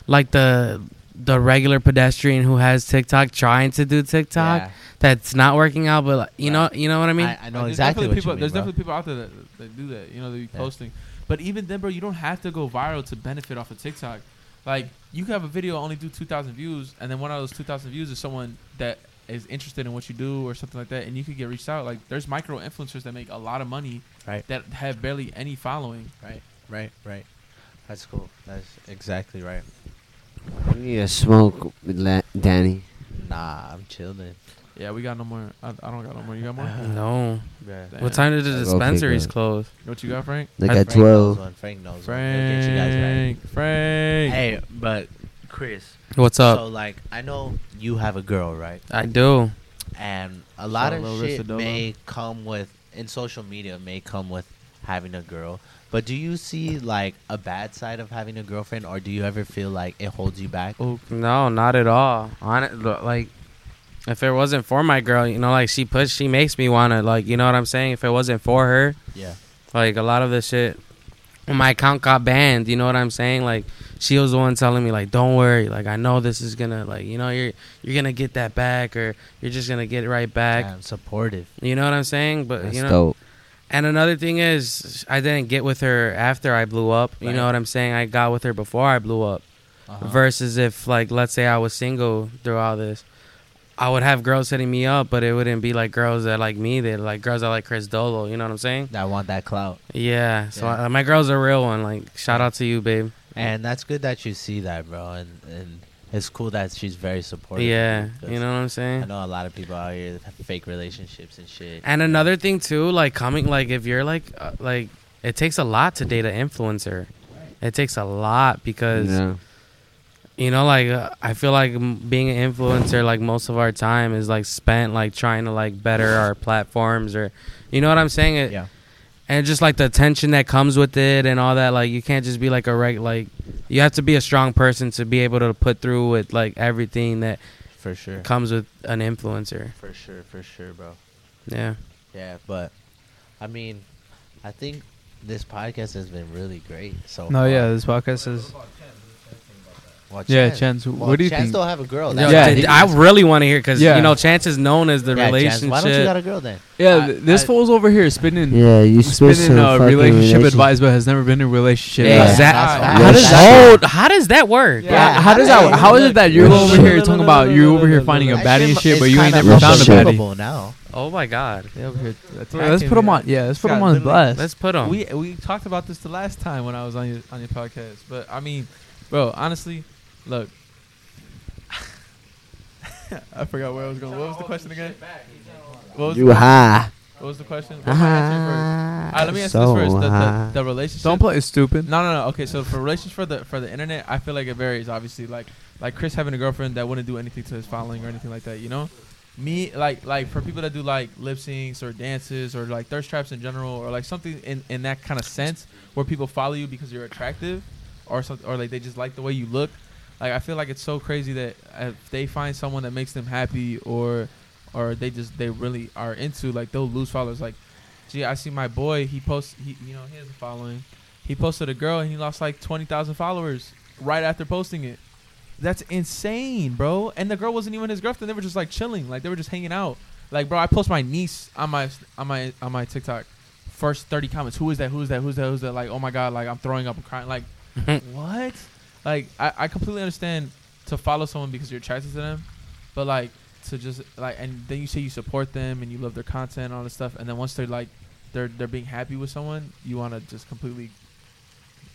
Speaker 4: like the the regular pedestrian who has TikTok trying to do TikTok
Speaker 1: Yeah.
Speaker 4: that's not working out, but like, you know, you know what
Speaker 1: I
Speaker 4: I mean.
Speaker 1: I, know
Speaker 5: Like, there's
Speaker 1: exactly
Speaker 5: definitely
Speaker 1: what
Speaker 5: people,
Speaker 1: you mean,
Speaker 5: There's
Speaker 1: bro.
Speaker 5: definitely people out there that, that do that. You know, they be posting, but even then, bro, you don't have to go viral to benefit off of TikTok. Like, you can have a video only do two thousand views, and then one of those two thousand views is someone that is interested in what you do or something like that, and you could get reached out. Like, there's micro influencers that make a lot of money,
Speaker 1: Right.
Speaker 5: That have barely any following.
Speaker 1: Right. Right. Right. That's cool. That's exactly right.
Speaker 2: You need a smoke with La- Danny.
Speaker 1: Nah, I'm chilling.
Speaker 5: Yeah, we got no more. I, I don't got no more. You got more?
Speaker 1: Uh-huh.
Speaker 4: no.
Speaker 1: Yeah.
Speaker 5: Damn.
Speaker 4: What time did the
Speaker 2: Okay,
Speaker 4: dispensaries
Speaker 2: good.
Speaker 4: close?
Speaker 5: What you got, Frank?
Speaker 2: Like
Speaker 4: I-
Speaker 2: at
Speaker 1: Frank knows
Speaker 2: 12.
Speaker 1: one. Frank knows one. He'll get you guys right.
Speaker 5: Frank, Frank.
Speaker 1: Hey, but Chris.
Speaker 4: What's up?
Speaker 1: So like, I know you have a girl, right?
Speaker 4: I do.
Speaker 1: And a lot
Speaker 5: Shout out
Speaker 1: of
Speaker 5: Lil
Speaker 1: shit
Speaker 5: Ricardolo.
Speaker 1: may come with in social media may come with having a girl. But do you see like a bad side of having a girlfriend, or do you ever feel like it holds you back?
Speaker 4: No, not at all. On it, like, if it wasn't for my girl, you know, like she puts, she makes me wanna, like, you know what I'm saying. If it wasn't for her,
Speaker 1: Yeah,
Speaker 4: like a lot of this shit when my account got banned, you know what I'm saying? Like she was the one telling me like, "Don't worry, like I know this is gonna like you know you're you're gonna get that back or you're just gonna get it right back."
Speaker 1: Damn, supportive.
Speaker 4: You know what I'm saying? But
Speaker 2: That's
Speaker 4: you know,
Speaker 2: dope.
Speaker 4: and another thing is, I didn't get with her after I blew up. You know what I'm saying? I got with her before I blew up. Uh-huh.
Speaker 2: Uh-huh.
Speaker 4: Versus if, like, let's say I was single through all this, I would have girls hitting me up, but it wouldn't be like girls that like me. They like girls that like Chris Dolo. You know what I'm saying?
Speaker 1: I want that clout.
Speaker 4: Yeah. So
Speaker 1: Yeah.
Speaker 4: I, my girl's a real one. Like, shout out to you, babe.
Speaker 1: And that's good that you see that, bro. And and it's cool that she's very supportive.
Speaker 4: yeah.
Speaker 1: because
Speaker 4: You know what I'm saying?
Speaker 1: I know a lot of people out here that have fake relationships and shit.
Speaker 4: And another thing too, like coming, like if you're like, uh, like it takes a lot to date an influencer. It takes a lot because.
Speaker 2: Yeah.
Speaker 4: you know like uh, i feel like m- being an influencer like most of our time is like spent like trying to like better our platforms or you know what i'm saying it,
Speaker 1: Yeah.
Speaker 4: and just like the attention that comes with it and all that like you can't just be like a right like you have to be a strong person to be able to put through with like everything that
Speaker 1: for sure.
Speaker 4: comes with an influencer
Speaker 1: For sure, for sure, bro.
Speaker 4: yeah
Speaker 1: Yeah, but I mean, I think this podcast has been really great. So
Speaker 3: No,
Speaker 1: far.
Speaker 3: yeah, this podcast is.
Speaker 1: Well,
Speaker 3: Yeah, Chance, what
Speaker 1: Well,
Speaker 3: do you
Speaker 1: Chance
Speaker 3: think?
Speaker 1: don't have a girl.
Speaker 4: yeah,
Speaker 1: That's
Speaker 3: Yeah,
Speaker 1: the
Speaker 4: th-
Speaker 1: thing.
Speaker 4: i really want to hear because
Speaker 3: Yeah.
Speaker 4: you know chance is known as
Speaker 1: Yeah,
Speaker 4: the
Speaker 1: Chance,
Speaker 4: relationship
Speaker 1: why don't you got a girl then?
Speaker 3: Yeah,
Speaker 5: I-
Speaker 3: th- this
Speaker 5: I-
Speaker 3: fool's over here spinning.
Speaker 2: Yeah, you spit
Speaker 3: Spinning
Speaker 2: some
Speaker 3: uh,
Speaker 2: fucking
Speaker 3: relationship
Speaker 2: relation-
Speaker 3: advice, but has never been in a relationship.
Speaker 2: Yeah.
Speaker 3: advice.
Speaker 4: Exact-
Speaker 1: That's
Speaker 4: how,
Speaker 2: Yes.
Speaker 4: does that, oh, how does that work
Speaker 1: Yeah,
Speaker 3: Yeah, how does
Speaker 1: how-
Speaker 3: that? How is it that you're
Speaker 1: look,
Speaker 3: over
Speaker 1: look,
Speaker 3: here
Speaker 1: look,
Speaker 3: talking
Speaker 1: look,
Speaker 3: about
Speaker 1: look,
Speaker 3: you're
Speaker 1: look,
Speaker 3: over here
Speaker 1: look,
Speaker 3: finding a
Speaker 1: look.
Speaker 3: baddie and
Speaker 1: It's
Speaker 3: shit, but you ain't
Speaker 1: kinda
Speaker 3: never found a baddie?
Speaker 1: unbelievable now.
Speaker 4: oh my god
Speaker 5: They over here attacking
Speaker 3: Let's put him
Speaker 5: me.
Speaker 3: on. Yeah, let's put
Speaker 5: God,
Speaker 3: him on
Speaker 5: literally,
Speaker 3: blast.
Speaker 4: let's put on
Speaker 5: We we talked about this the last time when I was on your on your podcast, but I mean, bro, honestly, look, I forgot where I was going. What was the question again? What was,
Speaker 2: You high.
Speaker 5: what was the question? What was my answer first? All right, let me answer
Speaker 2: So
Speaker 5: this first. The, the,
Speaker 2: high.
Speaker 5: the relationship.
Speaker 3: Don't play stupid.
Speaker 5: No, no, no. Okay, so for relations for the for the internet, I feel like it varies. Obviously, like like Chris having a girlfriend that wouldn't do anything to his following or anything like that. You know, me like like for people that do like lip syncs or dances or like thirst traps in general or like something in in that kind of sense where people follow you because you're attractive or something or like they just like the way you look. Like I feel like it's so crazy that if they find someone that makes them happy or or they just they really are into like they'll lose followers. Like, gee, I see my boy. He posts. He you know he has a following. He posted a girl and he lost like twenty thousand followers right after posting it. That's insane, bro. And the girl wasn't even his girlfriend. They were just like chilling, like they were just hanging out. Like, bro, I post my niece on my on my on my TikTok. First thirty comments. Who is that? Who is that? Who's that? Who's that? Like, oh my god, like I'm throwing up, I'm crying. Like, what? Like, I, I completely understand to follow someone because you're attracted to them, but like to just like and then you say you support them and you love their content and all this stuff, and then once they're like they're they're being happy with someone, you want to just completely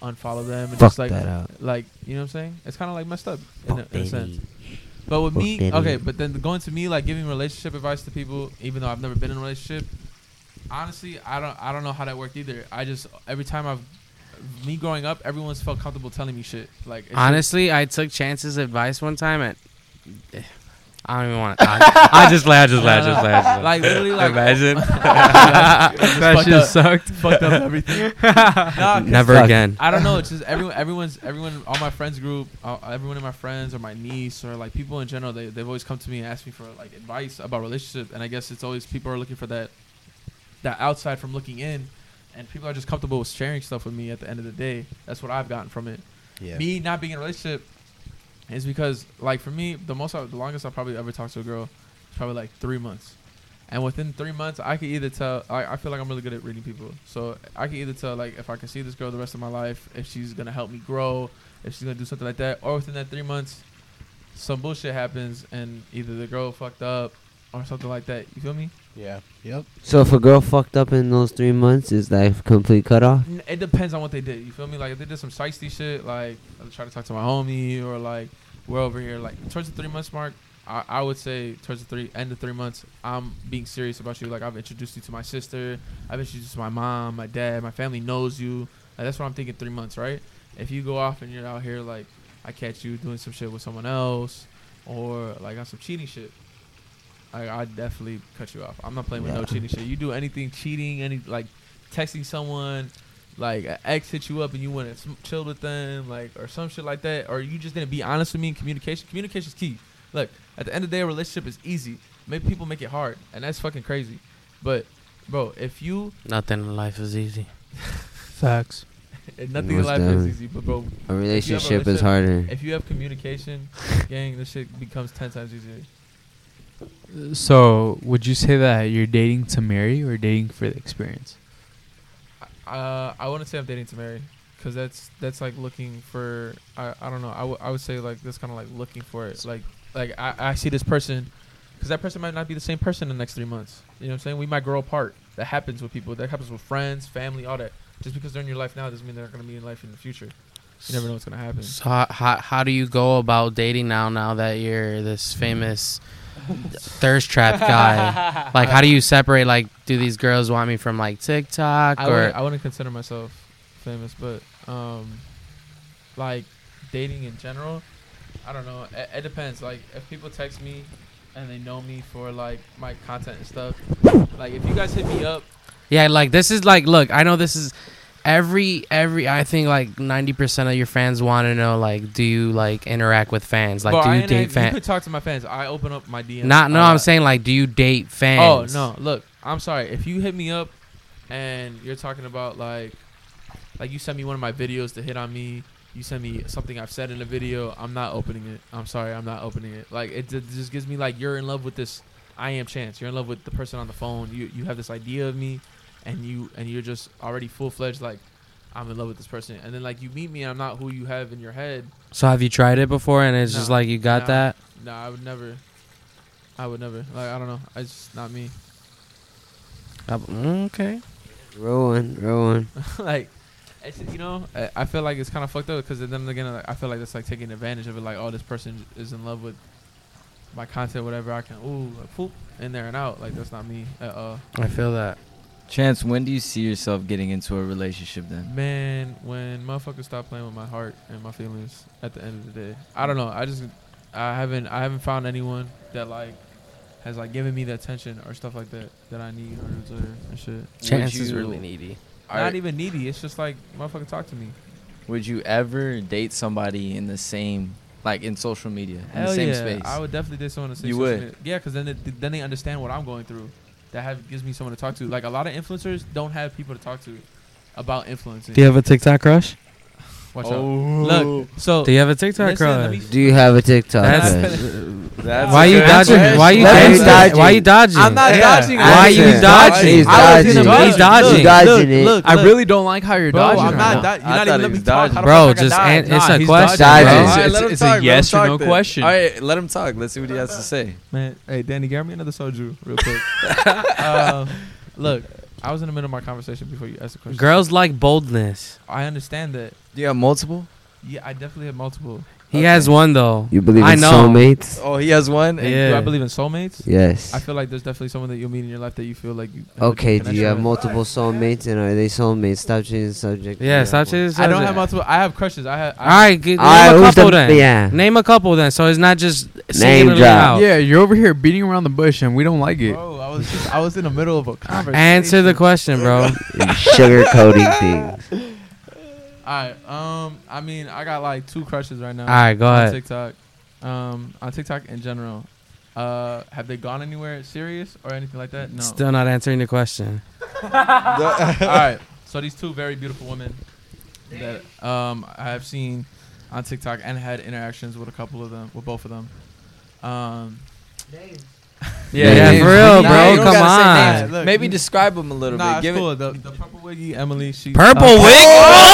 Speaker 5: unfollow them and
Speaker 2: Fuck
Speaker 5: just like
Speaker 2: that up.
Speaker 5: like you know what I'm saying? It's kind of like messed up in a,
Speaker 2: Fuck
Speaker 5: in a sense.
Speaker 2: baby.
Speaker 5: But with
Speaker 2: Fuck
Speaker 5: me,
Speaker 2: that
Speaker 5: okay.
Speaker 2: up.
Speaker 5: But then going to me, like giving relationship advice to people, even though I've never been in a relationship, honestly, I don't, I don't know how that worked either. I just every time I've, me growing up, everyone's felt comfortable telling me shit. Like it's just-
Speaker 4: Honestly, I took Chance's advice one time at. I don't even want to. I, I just laugh, just laugh, just laugh. Just laugh.
Speaker 5: like literally, like
Speaker 4: Imagine.
Speaker 3: That shit sucked.
Speaker 5: fucked up everything. Nah, 'cause
Speaker 4: Never
Speaker 2: Fuck.
Speaker 4: again.
Speaker 5: I don't know. It's just everyone, everyone's, everyone, all my friends group, uh, everyone in my friends or my niece or like people in general, they, they've always come to me and asked me for like advice about relationship. And I guess it's always people are looking for that, that outside from looking in and people are just comfortable with sharing stuff with me at the end of the day. That's what I've gotten from it.
Speaker 1: Yeah.
Speaker 5: Me not being in a relationship is because like for me, the most, I- the longest I probably ever talked to a girl is probably like three months. And within three months, I could either tell. I, I feel like I'm really good at reading people, so I could either tell like if I can see this girl the rest of my life, if she's gonna help me grow, if she's gonna do something like that, or within that three months, some bullshit happens and either the girl fucked up or something like that. You feel me?
Speaker 1: Yeah. Yep.
Speaker 2: So if a girl fucked up in those three months, is that complete cutoff?
Speaker 5: N- It depends on what they did. You feel me? Like if they did some shiesty shit, like I try to talk to my homie, or like we're over here, like towards the three months mark, I, I would say towards the three end of three months, I'm being serious about you. Like I've introduced you to my sister, I've introduced you to my mom, my dad, my family knows you. Like that's what I'm thinking. Three months, right? If you go off and you're out here like I catch you doing some shit with someone else, or like on some cheating shit. I, I definitely cut you off. I'm not playing with no
Speaker 2: Yeah.
Speaker 5: cheating shit. You do anything cheating, any like texting someone, like an ex hit you up and you went and sm- chilled with them, like or some shit like that, or you just didn't be honest with me in communication. Communication's key. Look, at the end of the day, a relationship is easy. Make people make it hard, and that's fucking crazy. But bro, if you
Speaker 4: Nothing in life is easy.
Speaker 3: Facts.
Speaker 5: And nothing in
Speaker 2: Most
Speaker 5: life is
Speaker 2: definitely.
Speaker 5: easy, but bro,
Speaker 2: A relationship
Speaker 5: relationship-
Speaker 2: is harder.
Speaker 5: if you have communication, gang, this shit becomes ten times easier.
Speaker 3: So, would you say that you're dating to marry or dating for the experience?
Speaker 5: Uh, I wouldn't say I'm dating to marry, cause that's that's like looking for I, I don't know I, w- I would say like that's kind of like looking for it like like I, I see this person, cause that person might not be the same person in the next three months. You know what I'm saying? We might grow apart. That happens with people. That happens with friends, family, all that. Just because they're in your life now doesn't mean they're not gonna be in life in the future. You never know what's gonna happen.
Speaker 4: So how, how, how do you go about dating now? Now that you're this famous thirst trap guy, like how do you separate? Like, do these girls want me from like TikTok
Speaker 5: I
Speaker 4: or
Speaker 5: wouldn't, I wouldn't consider myself famous, but um, like dating in general, I don't know. It, it depends. Like if people text me and they know me for like my content and stuff, like if you guys hit me up,
Speaker 4: yeah? Like this is like look, I know this is every every. I think like ninety percent of your fans want to know like, do you like interact with fans? Like,
Speaker 5: bro,
Speaker 4: do
Speaker 5: I
Speaker 4: you
Speaker 5: ain't-
Speaker 4: date
Speaker 5: You
Speaker 4: fans?
Speaker 5: could talk to my fans. I open up my DMs.
Speaker 4: Not no,
Speaker 5: a
Speaker 4: I'm
Speaker 5: lot.
Speaker 4: saying like, do you date
Speaker 5: Oh
Speaker 4: fans?
Speaker 5: no! Look, I'm sorry. If you hit me up and you're talking about like, like you sent me one of my videos to hit on me. You send me something I've said in a video. I'm not opening it. I'm sorry. I'm not opening it. Like it, ju- just gives me like you're in love with this. I am Chance. You're in love with the person on the phone. You you have this idea of me, and you and you're just already full fledged like. I'm in love with this person, and then like you meet me, and I'm not who you have in your head.
Speaker 4: So have you tried it before and it's just
Speaker 5: No,
Speaker 4: like you got
Speaker 5: no.
Speaker 4: that?
Speaker 5: No, I would never. I would never. Like I don't know. It's just not me.
Speaker 4: Mm, Okay.
Speaker 2: Rowan, Rowan.
Speaker 5: like it's, you know I, I feel like it's kind of fucked up because then again like, I feel like that's like taking advantage of it like oh this person is in love with my content whatever I can ooh like, poop in there and out like that's not me at all
Speaker 4: I feel that.
Speaker 6: Chance, when do you see yourself getting into a relationship then?
Speaker 5: man when motherfuckers stop playing with my heart and my feelings at the end of the day I don't know I just I haven't I haven't found anyone that like has like given me the attention or stuff like that that I need or deserve and shit
Speaker 4: Chance
Speaker 6: Would
Speaker 4: is
Speaker 6: you-
Speaker 4: really needy.
Speaker 5: not
Speaker 6: Are-
Speaker 5: even needy it's just like motherfucker talk to me
Speaker 6: Would you ever date somebody in the same, like in social media, in the
Speaker 5: Hell
Speaker 6: same
Speaker 5: yeah.
Speaker 6: space?
Speaker 5: I would definitely date someone in the same
Speaker 6: You
Speaker 5: social
Speaker 6: would?
Speaker 5: media. Yeah, because then it, then they understand what I'm going through. That have, gives me someone to talk to. Like a lot of influencers don't have people to talk to about influencing.
Speaker 4: have a TikTok crush?
Speaker 5: Watch out.
Speaker 6: oh,
Speaker 5: Look, so
Speaker 4: Do you have a TikTok
Speaker 5: Listen, let
Speaker 4: crush?
Speaker 5: me-
Speaker 2: Do you have a TikTok?
Speaker 4: That's-
Speaker 6: that's
Speaker 4: Why
Speaker 6: a
Speaker 4: you
Speaker 6: good
Speaker 4: dodging?
Speaker 6: question.
Speaker 4: Why you
Speaker 2: Let me
Speaker 4: dodging?
Speaker 2: dodge
Speaker 4: Why you
Speaker 2: it.
Speaker 4: dodging?
Speaker 6: I'm not dodging.
Speaker 4: Why are you
Speaker 6: Accent.
Speaker 4: dodging?
Speaker 2: He's
Speaker 5: I was
Speaker 2: dodging.
Speaker 5: in a
Speaker 2: He's
Speaker 5: bus.
Speaker 2: dodging.
Speaker 5: Look,
Speaker 2: it.
Speaker 5: look,
Speaker 3: I really don't like how you're
Speaker 5: Bro,
Speaker 3: dodging.
Speaker 5: I'm
Speaker 3: right
Speaker 5: not.
Speaker 3: now.
Speaker 5: Dodging.
Speaker 6: I
Speaker 5: You're not
Speaker 6: thought
Speaker 5: even
Speaker 6: he
Speaker 5: let me
Speaker 6: was
Speaker 5: talk.
Speaker 6: dodging.
Speaker 5: How the
Speaker 4: Bro,
Speaker 5: fuck I
Speaker 4: just
Speaker 5: got
Speaker 4: an-
Speaker 5: dodged?
Speaker 4: it's
Speaker 5: Nah,
Speaker 4: a
Speaker 5: he's
Speaker 4: question,
Speaker 5: dodging,
Speaker 2: bro. It's-
Speaker 5: bro. All right,
Speaker 2: it's-
Speaker 5: let him
Speaker 2: it's
Speaker 5: talk,
Speaker 2: a
Speaker 5: let him
Speaker 2: yes or
Speaker 5: talk
Speaker 2: no
Speaker 5: then.
Speaker 2: question.
Speaker 6: All right, let him talk. Let's see what he has to say.
Speaker 5: Man, hey, Danny, grab me another soju real quick. um, look, I was in the middle of my conversation before you asked the question.
Speaker 4: Girls like boldness.
Speaker 5: I understand that.
Speaker 6: Do you have multiple?
Speaker 5: Yeah, I definitely have multiple.
Speaker 4: He has one though.
Speaker 2: You believe
Speaker 4: I
Speaker 2: in
Speaker 4: know.
Speaker 2: soulmates?
Speaker 6: Oh, he has one. and-
Speaker 5: Do
Speaker 4: Yeah.
Speaker 5: I believe in soulmates?
Speaker 2: Yes.
Speaker 5: I feel like there's definitely someone that you'll meet in your life that you feel like you. have a
Speaker 2: Okay, do you
Speaker 5: connection
Speaker 2: have
Speaker 5: with.
Speaker 2: multiple soulmates and are they soulmates? Stop changing the subject.
Speaker 4: Yeah, stop changing.
Speaker 5: I don't have multiple. I have crushes. I have. I
Speaker 4: All right, g- name
Speaker 2: All right,
Speaker 4: a
Speaker 2: who's
Speaker 4: couple
Speaker 2: the-
Speaker 4: then.
Speaker 2: yeah.
Speaker 4: Name a couple then. So it's not just
Speaker 2: Name
Speaker 4: singling
Speaker 2: drop.
Speaker 4: out.
Speaker 3: Yeah, you're over here beating around the bush, and we don't like it.
Speaker 5: Bro, I was just, I was in the middle of a conversation.
Speaker 4: Answer the question, bro.
Speaker 2: Sugarcoating things.
Speaker 5: All right. Um. I mean, I got like two crushes right now.
Speaker 4: All right, go
Speaker 5: on
Speaker 4: ahead.
Speaker 5: TikTok. Um. On TikTok in general. Uh. Have they gone anywhere serious or anything like that? No.
Speaker 4: Still not answering the question.
Speaker 5: All right. So these two very beautiful women that um I have seen on TikTok and had interactions with a couple of them, with both of them. Um.
Speaker 4: Yeah,
Speaker 2: Yeah,
Speaker 4: for real,
Speaker 6: Nah,
Speaker 4: bro.
Speaker 6: you don't
Speaker 4: Come
Speaker 6: gotta say
Speaker 4: on.
Speaker 6: names.
Speaker 5: Look,
Speaker 6: Maybe
Speaker 5: you-
Speaker 6: describe them a little
Speaker 5: Nah,
Speaker 6: bit.
Speaker 5: it's
Speaker 6: Give
Speaker 5: cool.
Speaker 6: it.
Speaker 5: The, the purple wiggy Emily. She
Speaker 4: Purple wig.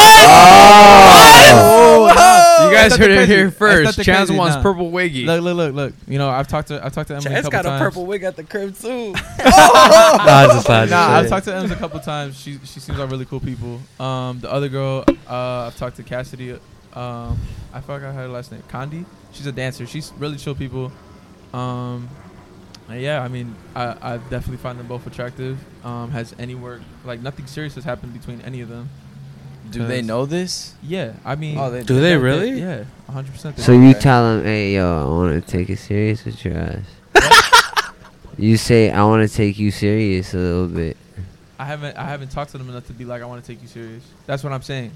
Speaker 3: You
Speaker 5: That's
Speaker 3: guys
Speaker 5: not
Speaker 3: heard
Speaker 5: the
Speaker 3: it here
Speaker 5: crazy- that's not
Speaker 3: first.
Speaker 5: the
Speaker 3: Chance
Speaker 5: crazy,
Speaker 3: wants
Speaker 5: nah.
Speaker 3: purple wiggy.
Speaker 5: Look, look, look, look. You know, I've talked to I've talked to Emily a couple times.
Speaker 4: wig at the crib too. nah, just nah,
Speaker 5: Nah, I've talked to Ems a couple times. She she seems like really cool people. Um, the other girl, uh, I've talked to Cassidy. Um, I forgot her last name. Condi. She's a dancer. She's really chill people. Um, and yeah, I mean, I, I definitely find them both attractive. Um, has any work like nothing serious has happened between any of them?
Speaker 6: Do they
Speaker 5: Cause-
Speaker 6: know this?
Speaker 5: Yeah, I mean,
Speaker 6: Oh,
Speaker 4: Do they really?
Speaker 5: yeah, 100. percent
Speaker 2: So you tell him, hey, yo, I want to take it serious with your ass. you say, I want to take you serious a little bit.
Speaker 5: I haven't I haven't talked to them enough to be like I want to take you serious. That's what I'm saying.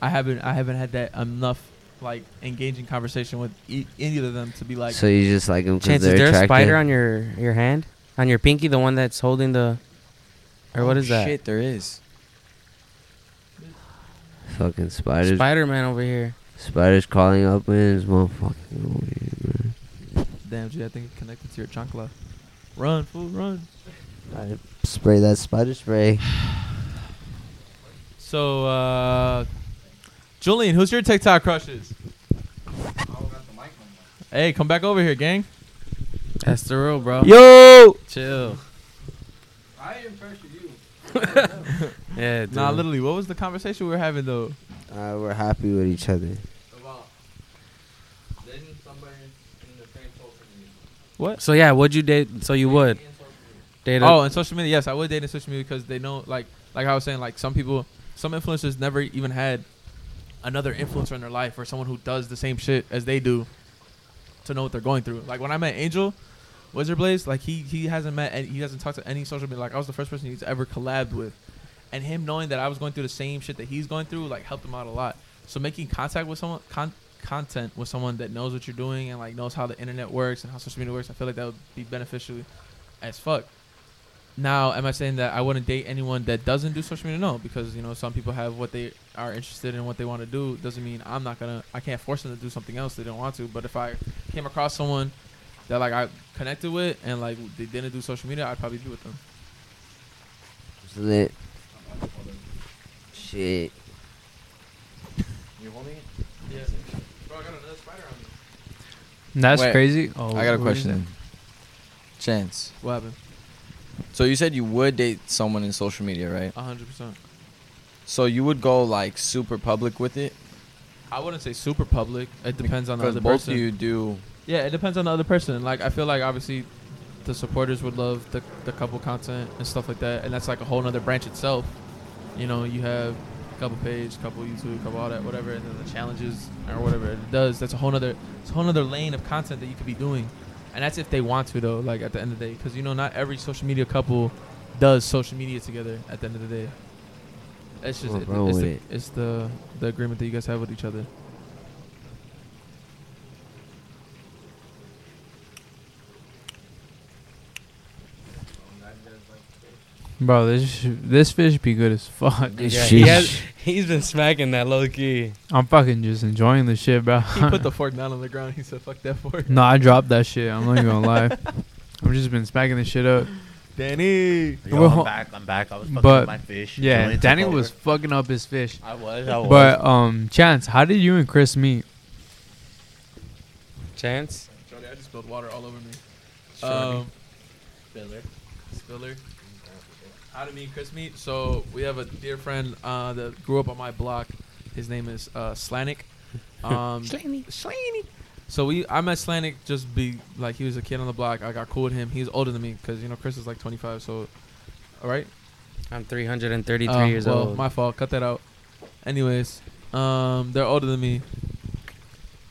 Speaker 5: I haven't I haven't had that enough like engaging conversation with e- any of them to be like
Speaker 2: so you just like them because
Speaker 4: Chance, is
Speaker 2: they're
Speaker 4: there a
Speaker 2: attractive.
Speaker 4: spider on your your hand, on your pinky, the one that's Oh, holding the, or what is that?
Speaker 6: Shit, there is.
Speaker 2: Fucking spiders.
Speaker 4: Spider Man over here.
Speaker 2: spiders crawling up in his motherfucking weird, man.
Speaker 5: Damn, G, I think it connected to your chancla. Run, fool, run.
Speaker 2: Alright, Spray that spider spray.
Speaker 5: So, uh, Julian, who's your TikTok crushes? Hey, come back over here, gang.
Speaker 4: That's the rule, bro.
Speaker 2: Yo!
Speaker 4: Chill.
Speaker 5: I impressed you.
Speaker 4: Yeah, dude.
Speaker 5: Nah, literally, what was the conversation we were having though?
Speaker 2: Uh, we're happy with each other.
Speaker 4: So yeah, would you date? So you would date? A,
Speaker 5: Oh, and social media. Yes, I would date in social media because they know, like, like I was saying, like some people, some influencers never even had another influencer in their life or someone who does the same shit as they do to know what they're going through. Like when I met Angel Wizard Blaze, like he he hasn't met and he hasn't talked to any social media. Like I was the first person he's ever collabed with, and him knowing that I was going through the same shit that he's going through, like helped him out a lot. So making contact with someone, con- content with someone that knows what you're doing and like knows how the internet works and how social media works, I feel like that would be beneficial as fuck. Now, am I saying that I wouldn't date anyone that doesn't do social media? No, because you know some people have what they are interested in, what they want to do. Doesn't mean I'm not gonna, I can't force them to do something else they don't want to. But if I came across someone that like I connected with and like they didn't do social media, I'd probably be with them.
Speaker 2: It's lit. Shit.
Speaker 5: Yeah. Bro, I got another spider on me.
Speaker 3: That's
Speaker 6: Wait,
Speaker 3: crazy. Oh,
Speaker 6: I got a
Speaker 3: what is it?
Speaker 6: question. Chance.
Speaker 5: What happened?
Speaker 6: So you said you would date someone in social media, right?
Speaker 5: hundred percent.
Speaker 6: So you would go like super public with it?
Speaker 5: I wouldn't say super public. It depends on the
Speaker 6: Because
Speaker 5: other
Speaker 6: both
Speaker 5: person.
Speaker 6: of you do.
Speaker 5: Yeah, it depends on the other person. Like I feel like obviously the supporters would love the the couple content and stuff like that, and that's like a whole nother branch itself. You know, you have a couple page, couple YouTube, couple all that, whatever, and then the challenges or whatever it does. That's a whole nother it's a whole nother lane of content that you could be doing, and that's if they want to though. Like at the end of the day, because you know not every social media couple does social media together. At the end of the day, it's just
Speaker 2: We're
Speaker 5: it-
Speaker 2: wrong
Speaker 5: it's,
Speaker 2: with
Speaker 5: the,
Speaker 2: it.
Speaker 5: it's the the agreement that you guys have with each other.
Speaker 3: Bro, this sh- this fish be good as fuck.
Speaker 4: yeah, he has,
Speaker 2: Sheesh.
Speaker 4: he's been smacking that low key.
Speaker 3: I'm fucking just enjoying the shit, bro.
Speaker 5: He put the fork down on the ground. He said, "Fuck that fork."
Speaker 3: no, I dropped that shit. I'm not even gonna lie. I've just been smacking the shit up.
Speaker 5: Danny.
Speaker 1: Yo,
Speaker 3: Well,
Speaker 1: I'm back. I'm back. I was fucking
Speaker 3: but-
Speaker 1: my fish.
Speaker 3: Yeah,
Speaker 1: Julian took
Speaker 3: Danny
Speaker 1: over.
Speaker 3: was fucking up his fish.
Speaker 1: I was. I was.
Speaker 3: But um, Chance, how did you and Chris meet?
Speaker 4: Chance.
Speaker 5: Charlie, I just spilled water all over me. Um,
Speaker 1: Spiller.
Speaker 5: Spiller. How did me and Chris meet? So we have a dear friend uh, that grew up on my block. His name is uh, Slanik. Um, Slanik. So we, I met Slanik just be like he was a kid on the block. I got cool with him. He's older than me because you know Chris is like 25. So, all right.
Speaker 4: I'm 333
Speaker 5: Oh,
Speaker 4: years
Speaker 5: well,
Speaker 4: old.
Speaker 5: My fault. Cut that out. Anyways, um, they're older than me,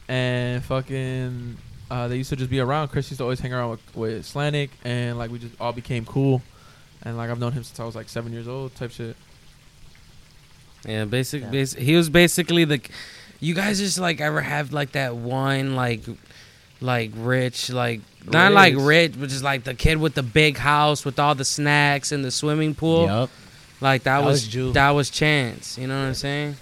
Speaker 5: and fucking, uh, they used to just be around. Chris used to always hang around with, with Slanik, and like we just all became cool, and like I've known him since I was like seven years old, type shit.
Speaker 4: yeah, basic,
Speaker 1: Yeah.
Speaker 4: basic. He was basically the. You guys just like ever have like that one like, like rich like not like rich, but just like the kid with the big house with all the snacks and the swimming pool.
Speaker 1: Yup.
Speaker 4: Like that,
Speaker 1: That was
Speaker 4: was,
Speaker 1: Ju.
Speaker 4: that was Chance. You know what I'm saying?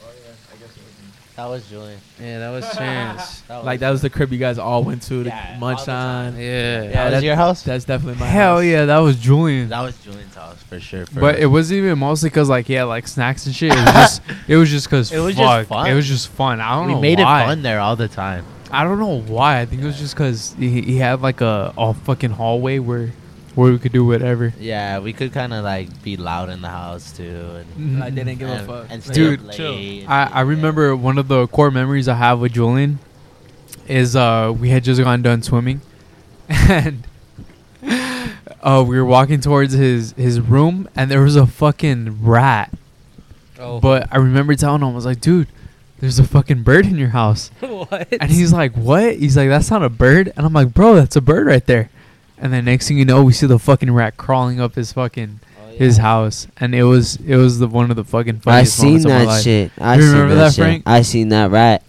Speaker 1: That was Julian.
Speaker 4: Yeah, that was Chance.
Speaker 1: That was
Speaker 5: Like that was the crib you guys all went to to
Speaker 1: Yeah, all
Speaker 5: munch
Speaker 1: the
Speaker 5: on.
Speaker 4: yeah.
Speaker 1: That was
Speaker 5: that-
Speaker 1: your house.
Speaker 5: That's definitely my
Speaker 3: Hell
Speaker 5: house.
Speaker 3: yeah, that was Julian.
Speaker 1: That was Julian's house for sure. For
Speaker 3: But it wasn't even mostly because like he had like snacks and shit. It was just it was just because
Speaker 1: It was just
Speaker 3: fuck.
Speaker 1: fun.
Speaker 3: It was just fun. I don't
Speaker 1: we
Speaker 3: know
Speaker 1: made
Speaker 3: why.
Speaker 1: it fun there all the time.
Speaker 3: I don't know why. I think it was just because he, he had like a, a fucking hallway where where we could do whatever.
Speaker 1: Yeah, we could kind of like be loud in the house too.
Speaker 3: Mm-hmm.
Speaker 1: And,
Speaker 5: I didn't give
Speaker 1: and,
Speaker 5: a fuck.
Speaker 1: and stay
Speaker 5: Like,
Speaker 3: Dude,
Speaker 1: up
Speaker 5: chill.
Speaker 1: late.
Speaker 3: I, I remember one of the core memories I have with Julian is uh we had just gotten done swimming and uh we were walking towards his his room and there was a fucking rat
Speaker 4: Oh.
Speaker 3: But I remember telling him, I was like, dude, there's a fucking bird in your house.
Speaker 4: what?
Speaker 3: And he's like, what? He's like, that's not a bird. And I'm like, bro, that's a bird right there. And then next thing you know, we see the fucking rat crawling up his fucking
Speaker 1: Oh,
Speaker 3: his house, and it was it was the one of the fucking
Speaker 2: I
Speaker 3: funniest
Speaker 2: seen
Speaker 3: moments of my
Speaker 2: that
Speaker 3: life.
Speaker 2: shit. I
Speaker 3: You
Speaker 2: seen
Speaker 3: remember
Speaker 2: that,
Speaker 3: that,
Speaker 2: shit.
Speaker 3: Frank?
Speaker 2: I seen that rat.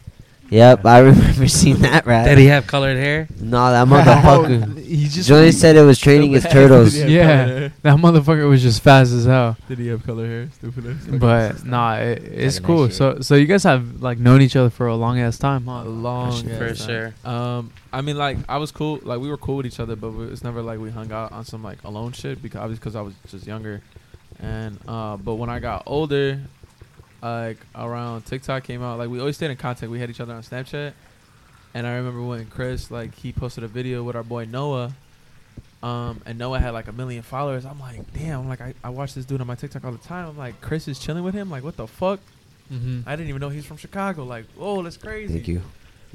Speaker 2: Yep, I remember seeing that
Speaker 4: Did
Speaker 2: rat.
Speaker 4: he have colored hair?
Speaker 2: No, that motherfucker.
Speaker 5: He just
Speaker 2: Johnny said it was training his turtles.
Speaker 5: Yeah.
Speaker 3: Yeah, that motherfucker was just fast as hell.
Speaker 5: Did he have color hair? Stupid. ass fucking
Speaker 3: But nah, it, it's
Speaker 2: Talking that
Speaker 3: cool.
Speaker 2: shit.
Speaker 3: So so you guys have like known each other for a long ass time, huh?
Speaker 5: A long ass
Speaker 4: For
Speaker 5: time.
Speaker 4: sure.
Speaker 5: Um, I mean, like I was cool, like we were cool with each other, but we, it's never like we hung out on some like alone shit because obviously because I was just younger, and uh, but when I got older, like around TikTok came out, like we always stayed in contact. We had each other on Snapchat, and I remember when Chris like he posted a video with our boy Noah. Um, and Noah had like a million followers. I'm like, damn. I'm like, I, I watch this dude on my TikTok all the time. I'm like, Chris is chilling with him. Like, what the fuck?
Speaker 3: Mm-hmm.
Speaker 5: I didn't even know he's from Chicago. Like, whoa, that's crazy.
Speaker 2: Thank you.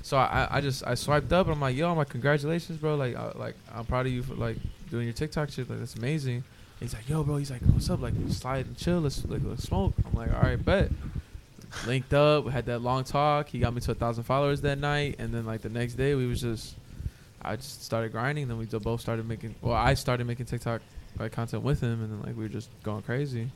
Speaker 5: So I, I I just I swiped up and I'm like, yo, I'm like, congratulations, bro. Like, I, like I'm proud of you for like doing your TikTok shit. Like, that's amazing. And he's like, yo, bro. He's like, what's up? Like, slide and chill. Let's like let's smoke. I'm like, all right, bet. Linked up. We had that long talk. He got me to a thousand followers that night, and then like the next day we was just, I just started grinding. Then we d- both started making. Well, I started making TikTok like content with him, and then like we were just going crazy.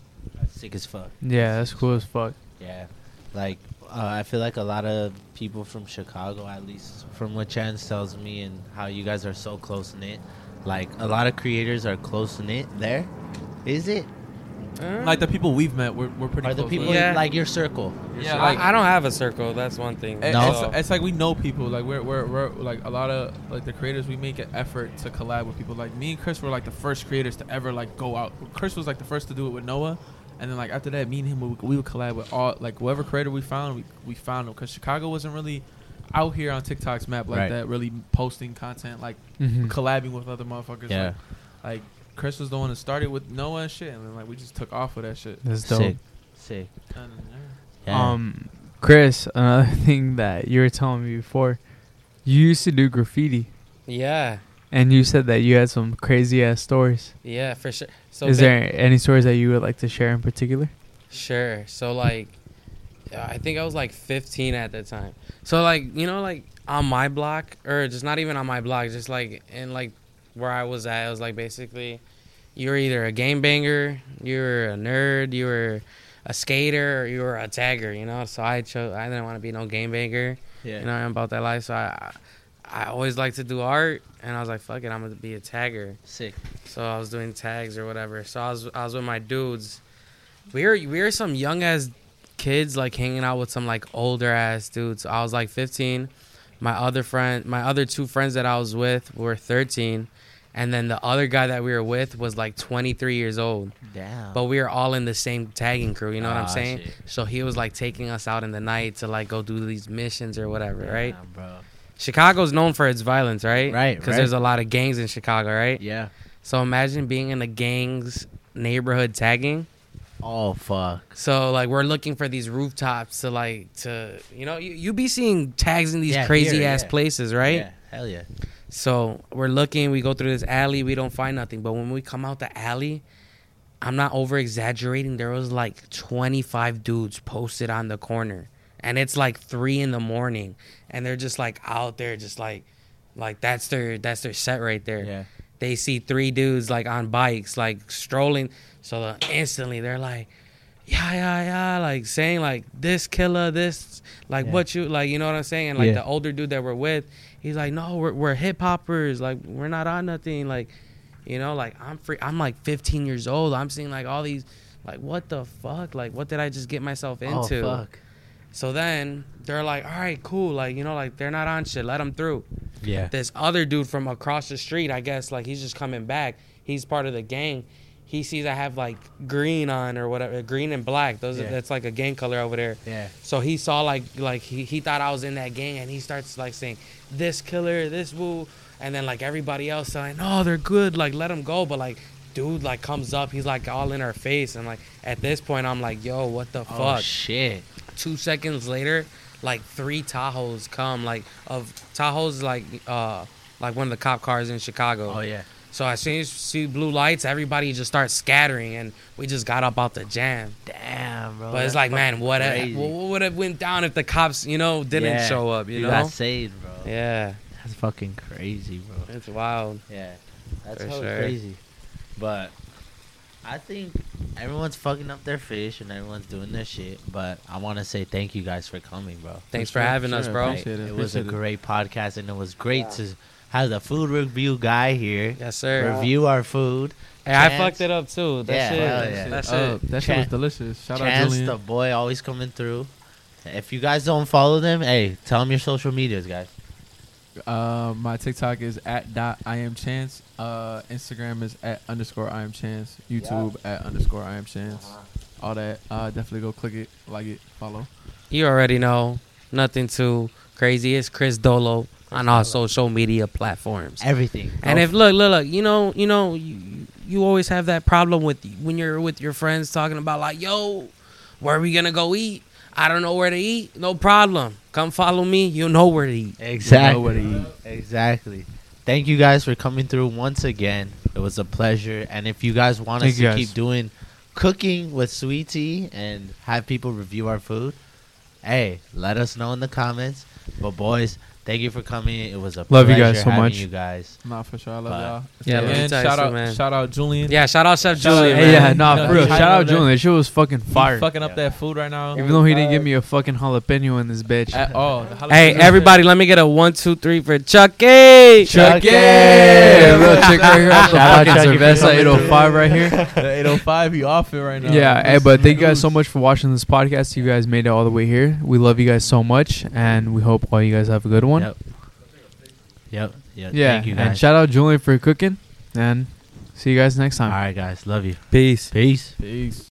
Speaker 1: Sick as fuck.
Speaker 3: Yeah, that's cool as fuck.
Speaker 1: Yeah, like uh, I feel like a lot of people from Chicago, at least from what Chance tells me, and how you guys are so close knit. Like a lot of creators are close knit there. Is it?
Speaker 5: Like the people we've met, we're we're pretty.
Speaker 1: Are the
Speaker 5: close with.
Speaker 1: people
Speaker 4: Yeah.
Speaker 1: in, like your circle?
Speaker 5: Yeah,
Speaker 4: I-
Speaker 5: like-
Speaker 4: I, don't have a circle. That's one thing.
Speaker 5: It-
Speaker 1: No.
Speaker 5: It's, it's like we know people. Like we're, we're we're like a lot of like the creators. We make an effort to collab with people. Like me and Chris were like the first creators to ever like go out. Chris was like the first to do it with Noah, and then like after that, me and him we, would- we would collab with all like whoever creator we found. We we found them because Chicago wasn't really out here on TikTok's map like
Speaker 1: Right. Mm-hmm.
Speaker 5: that. Really posting content like
Speaker 3: Mhm.
Speaker 5: collabing with other motherfuckers.
Speaker 1: Yeah.
Speaker 5: Like, like Chris was the one that started with Noah and shit, and then like we just took off with that shit.
Speaker 3: That's dope.
Speaker 1: Sick. Sick.
Speaker 5: And, yeah.
Speaker 1: Yeah.
Speaker 3: Um, Chris, another thing that you were telling me before, you used to do graffiti,
Speaker 4: Yeah,
Speaker 3: and you said that you had some crazy ass stories.
Speaker 4: yeah, for sure. So
Speaker 3: Is
Speaker 4: ba-
Speaker 3: there any stories that you would like to share in particular?
Speaker 4: Sure. So like, I think I was like 15 at the time. So like, you know, like on my block, or just not even on my block, just like in like where I was at, it was like basically, you were either a game banger, you were a nerd, you were a skater, or you were a tagger. You know. So I chose. I didn't want to be no game banger.
Speaker 1: Yeah.
Speaker 4: You know, I'm about that life. So I, I always like to do art, and I was like, fuck it, I'm gonna be a tagger.
Speaker 1: Sick.
Speaker 4: So I was doing tags or whatever. So I was I was with my dudes. We were we were some young ass kids like hanging out with some like older ass dudes. I was like 15. My other friend, my other two friends that I was with were 13, and then the other guy that we were with was like 23 years old.
Speaker 1: Damn.
Speaker 4: But we were all in the same tagging crew. You know what
Speaker 1: Ah,
Speaker 4: I'm saying?
Speaker 1: shit.
Speaker 4: So he was like taking us out in the night to like go do these missions or whatever, right?
Speaker 1: Damn, bro.
Speaker 4: Chicago's known for its violence, right?
Speaker 1: Right,
Speaker 4: Because
Speaker 1: right.
Speaker 4: there's a lot of gangs in Chicago, right?
Speaker 1: Yeah.
Speaker 4: So imagine being in a gang's neighborhood tagging.
Speaker 1: Oh fuck.
Speaker 4: So like we're looking for these rooftops to like to you know you, you be seeing tags in these
Speaker 1: Yeah,
Speaker 4: crazy
Speaker 1: here,
Speaker 4: ass
Speaker 1: yeah.
Speaker 4: places, right?
Speaker 1: Yeah. Hell yeah.
Speaker 4: So we're looking, we go through this alley, we don't find nothing. But when we come out the alley, I'm not over exaggerating, there was like 25 dudes posted on the corner. And it's like three in the morning. And they're just like out there, just like like that's their that's their set right there.
Speaker 1: Yeah.
Speaker 4: They see three dudes like on bikes, like strolling. So uh, instantly they're like, yeah, yeah, yeah, like saying like this killer, this like
Speaker 1: Yeah.
Speaker 4: what you like, you know what I'm saying? And like
Speaker 1: Yeah.
Speaker 4: the older dude that we're with, he's like, no, we're we're hip hoppers, like we're not on nothing, like, you know, like I'm free, I'm like 15 years old, I'm seeing like all these, like what the fuck, like what did I just get myself into?
Speaker 1: Oh fuck.
Speaker 4: So then they're like, all right, cool, like you know, like they're not on shit, let them through
Speaker 1: Yeah.
Speaker 4: this other dude from across the street, I guess, like he's just coming back. He's part of the gang. He sees I have like green on or whatever, green and black. Those
Speaker 1: Yeah.
Speaker 4: are, that's like a gang color over there.
Speaker 1: Yeah.
Speaker 4: So he saw like like he, he thought I was in that gang, and he starts like saying this killer, this woo, and then like everybody else saying, oh, they're good, like let them go. But like dude like comes up, he's like all in our face, and like at this point I'm like, yo, what the
Speaker 1: Oh
Speaker 4: fuck?
Speaker 1: shit.
Speaker 4: two seconds later, like three Tahoes come. Like of Tahoes, like uh, like one of the cop cars in Chicago.
Speaker 1: Oh yeah.
Speaker 4: So as soon as you see blue lights, everybody just starts scattering, and we just got up out the jam.
Speaker 1: Damn, bro.
Speaker 4: But it's
Speaker 1: Oh, that's
Speaker 4: like, man,
Speaker 1: fucking
Speaker 4: what
Speaker 1: crazy.
Speaker 4: what would have went down if the cops, you know, didn't
Speaker 1: Yeah.
Speaker 4: show up? You know?
Speaker 1: got saved, bro.
Speaker 4: yeah,
Speaker 1: That's fucking crazy, bro.
Speaker 4: it's wild.
Speaker 1: Yeah, that's
Speaker 4: For
Speaker 1: hella
Speaker 4: sure.
Speaker 1: crazy. But I think Everyone's fucking up their fish and everyone's doing their shit, but I want to say thank you guys for coming, bro.
Speaker 4: Thanks for having us, bro.
Speaker 1: Like,
Speaker 3: Appreciate it,
Speaker 1: it was a
Speaker 3: appreciate it.
Speaker 1: great podcast, and it was great
Speaker 7: Yeah.
Speaker 1: to have the food review guy here
Speaker 4: Yes, sir.
Speaker 1: review our food.
Speaker 4: Hey, I
Speaker 1: Chance-
Speaker 4: fucked it up too. That
Speaker 1: Yeah,
Speaker 4: shit.
Speaker 1: hell yeah.
Speaker 4: That shit.
Speaker 5: Oh, that shit
Speaker 1: Chan-
Speaker 5: was delicious. Shout out
Speaker 1: Chance,
Speaker 5: Julian.
Speaker 1: the boy, always coming through. If you guys don't follow them, hey, tell them your social medias, guys.
Speaker 5: Uh, my TikTok is at dot I am chance. Uh, Instagram is at underscore I am chance. YouTube at underscore I am chance. All that. Uh, definitely go click it, like it, follow.
Speaker 4: You already know. Nothing too crazy. It's Chris Dolo on all social media platforms.
Speaker 1: Everything.
Speaker 4: And
Speaker 5: Oh.
Speaker 4: if look, look, look, you know, you know, you, you always have that problem with when you're with your friends talking about like, yo, where we gonna go eat? I don't know where to eat. No problem. Come follow me. You'll know where to eat.
Speaker 1: Exactly. Exactly. Thank you guys for coming through once again. It was a pleasure. And if you guys want us
Speaker 3: Thank you
Speaker 1: to
Speaker 3: guys.
Speaker 1: keep doing cooking with Sweetie and have people review our food, hey, let us know in the comments. But boys, thank you for coming. It was a
Speaker 3: Love you
Speaker 1: pleasure
Speaker 3: guys so
Speaker 1: having
Speaker 3: much.
Speaker 1: You guys.
Speaker 5: Nah, for sure. I
Speaker 1: Bye.
Speaker 5: love
Speaker 4: Yeah,
Speaker 5: y'all.
Speaker 4: let me
Speaker 5: And
Speaker 4: tell you
Speaker 5: shout out,
Speaker 4: something, man.
Speaker 5: shout out Julian.
Speaker 4: Yeah, shout out Chef
Speaker 5: Shout out-
Speaker 4: Julian.
Speaker 5: Hey,
Speaker 4: man.
Speaker 3: yeah, nah,
Speaker 5: Yeah,
Speaker 3: for real.
Speaker 5: he's
Speaker 3: Shout
Speaker 5: hiding
Speaker 3: out
Speaker 5: over
Speaker 3: Julian. That shit was fucking
Speaker 5: He
Speaker 3: fire.
Speaker 5: fucking up that food right now. Uh,
Speaker 3: Even though he didn't give me a fucking jalapeno in this bitch.
Speaker 5: At all. The
Speaker 4: Hey,
Speaker 5: jalapenos.
Speaker 4: everybody, let me get a one, two, three for E. Chucky.
Speaker 1: Chucky!
Speaker 3: Yeah, real chick right here.
Speaker 1: Shout out
Speaker 3: Fucking
Speaker 1: Chucky for
Speaker 3: Cerveza
Speaker 1: coming
Speaker 3: 805 right here.
Speaker 5: The 805, he off it right now.
Speaker 3: Yeah, hey,
Speaker 5: Just
Speaker 3: but thank
Speaker 5: let
Speaker 3: you guys
Speaker 5: loose.
Speaker 3: so much for watching this podcast. You guys made it all the way here. We love you guys so much, and we hope all you guys have a good one.
Speaker 1: Yep. Yep. Yep.
Speaker 3: Yeah,
Speaker 1: Thank you
Speaker 3: and
Speaker 1: guys.
Speaker 3: shout out Julian for cooking, and see you guys next
Speaker 1: All
Speaker 3: time.
Speaker 1: right, guys. Love you.
Speaker 4: Peace.
Speaker 1: Peace.
Speaker 5: Peace.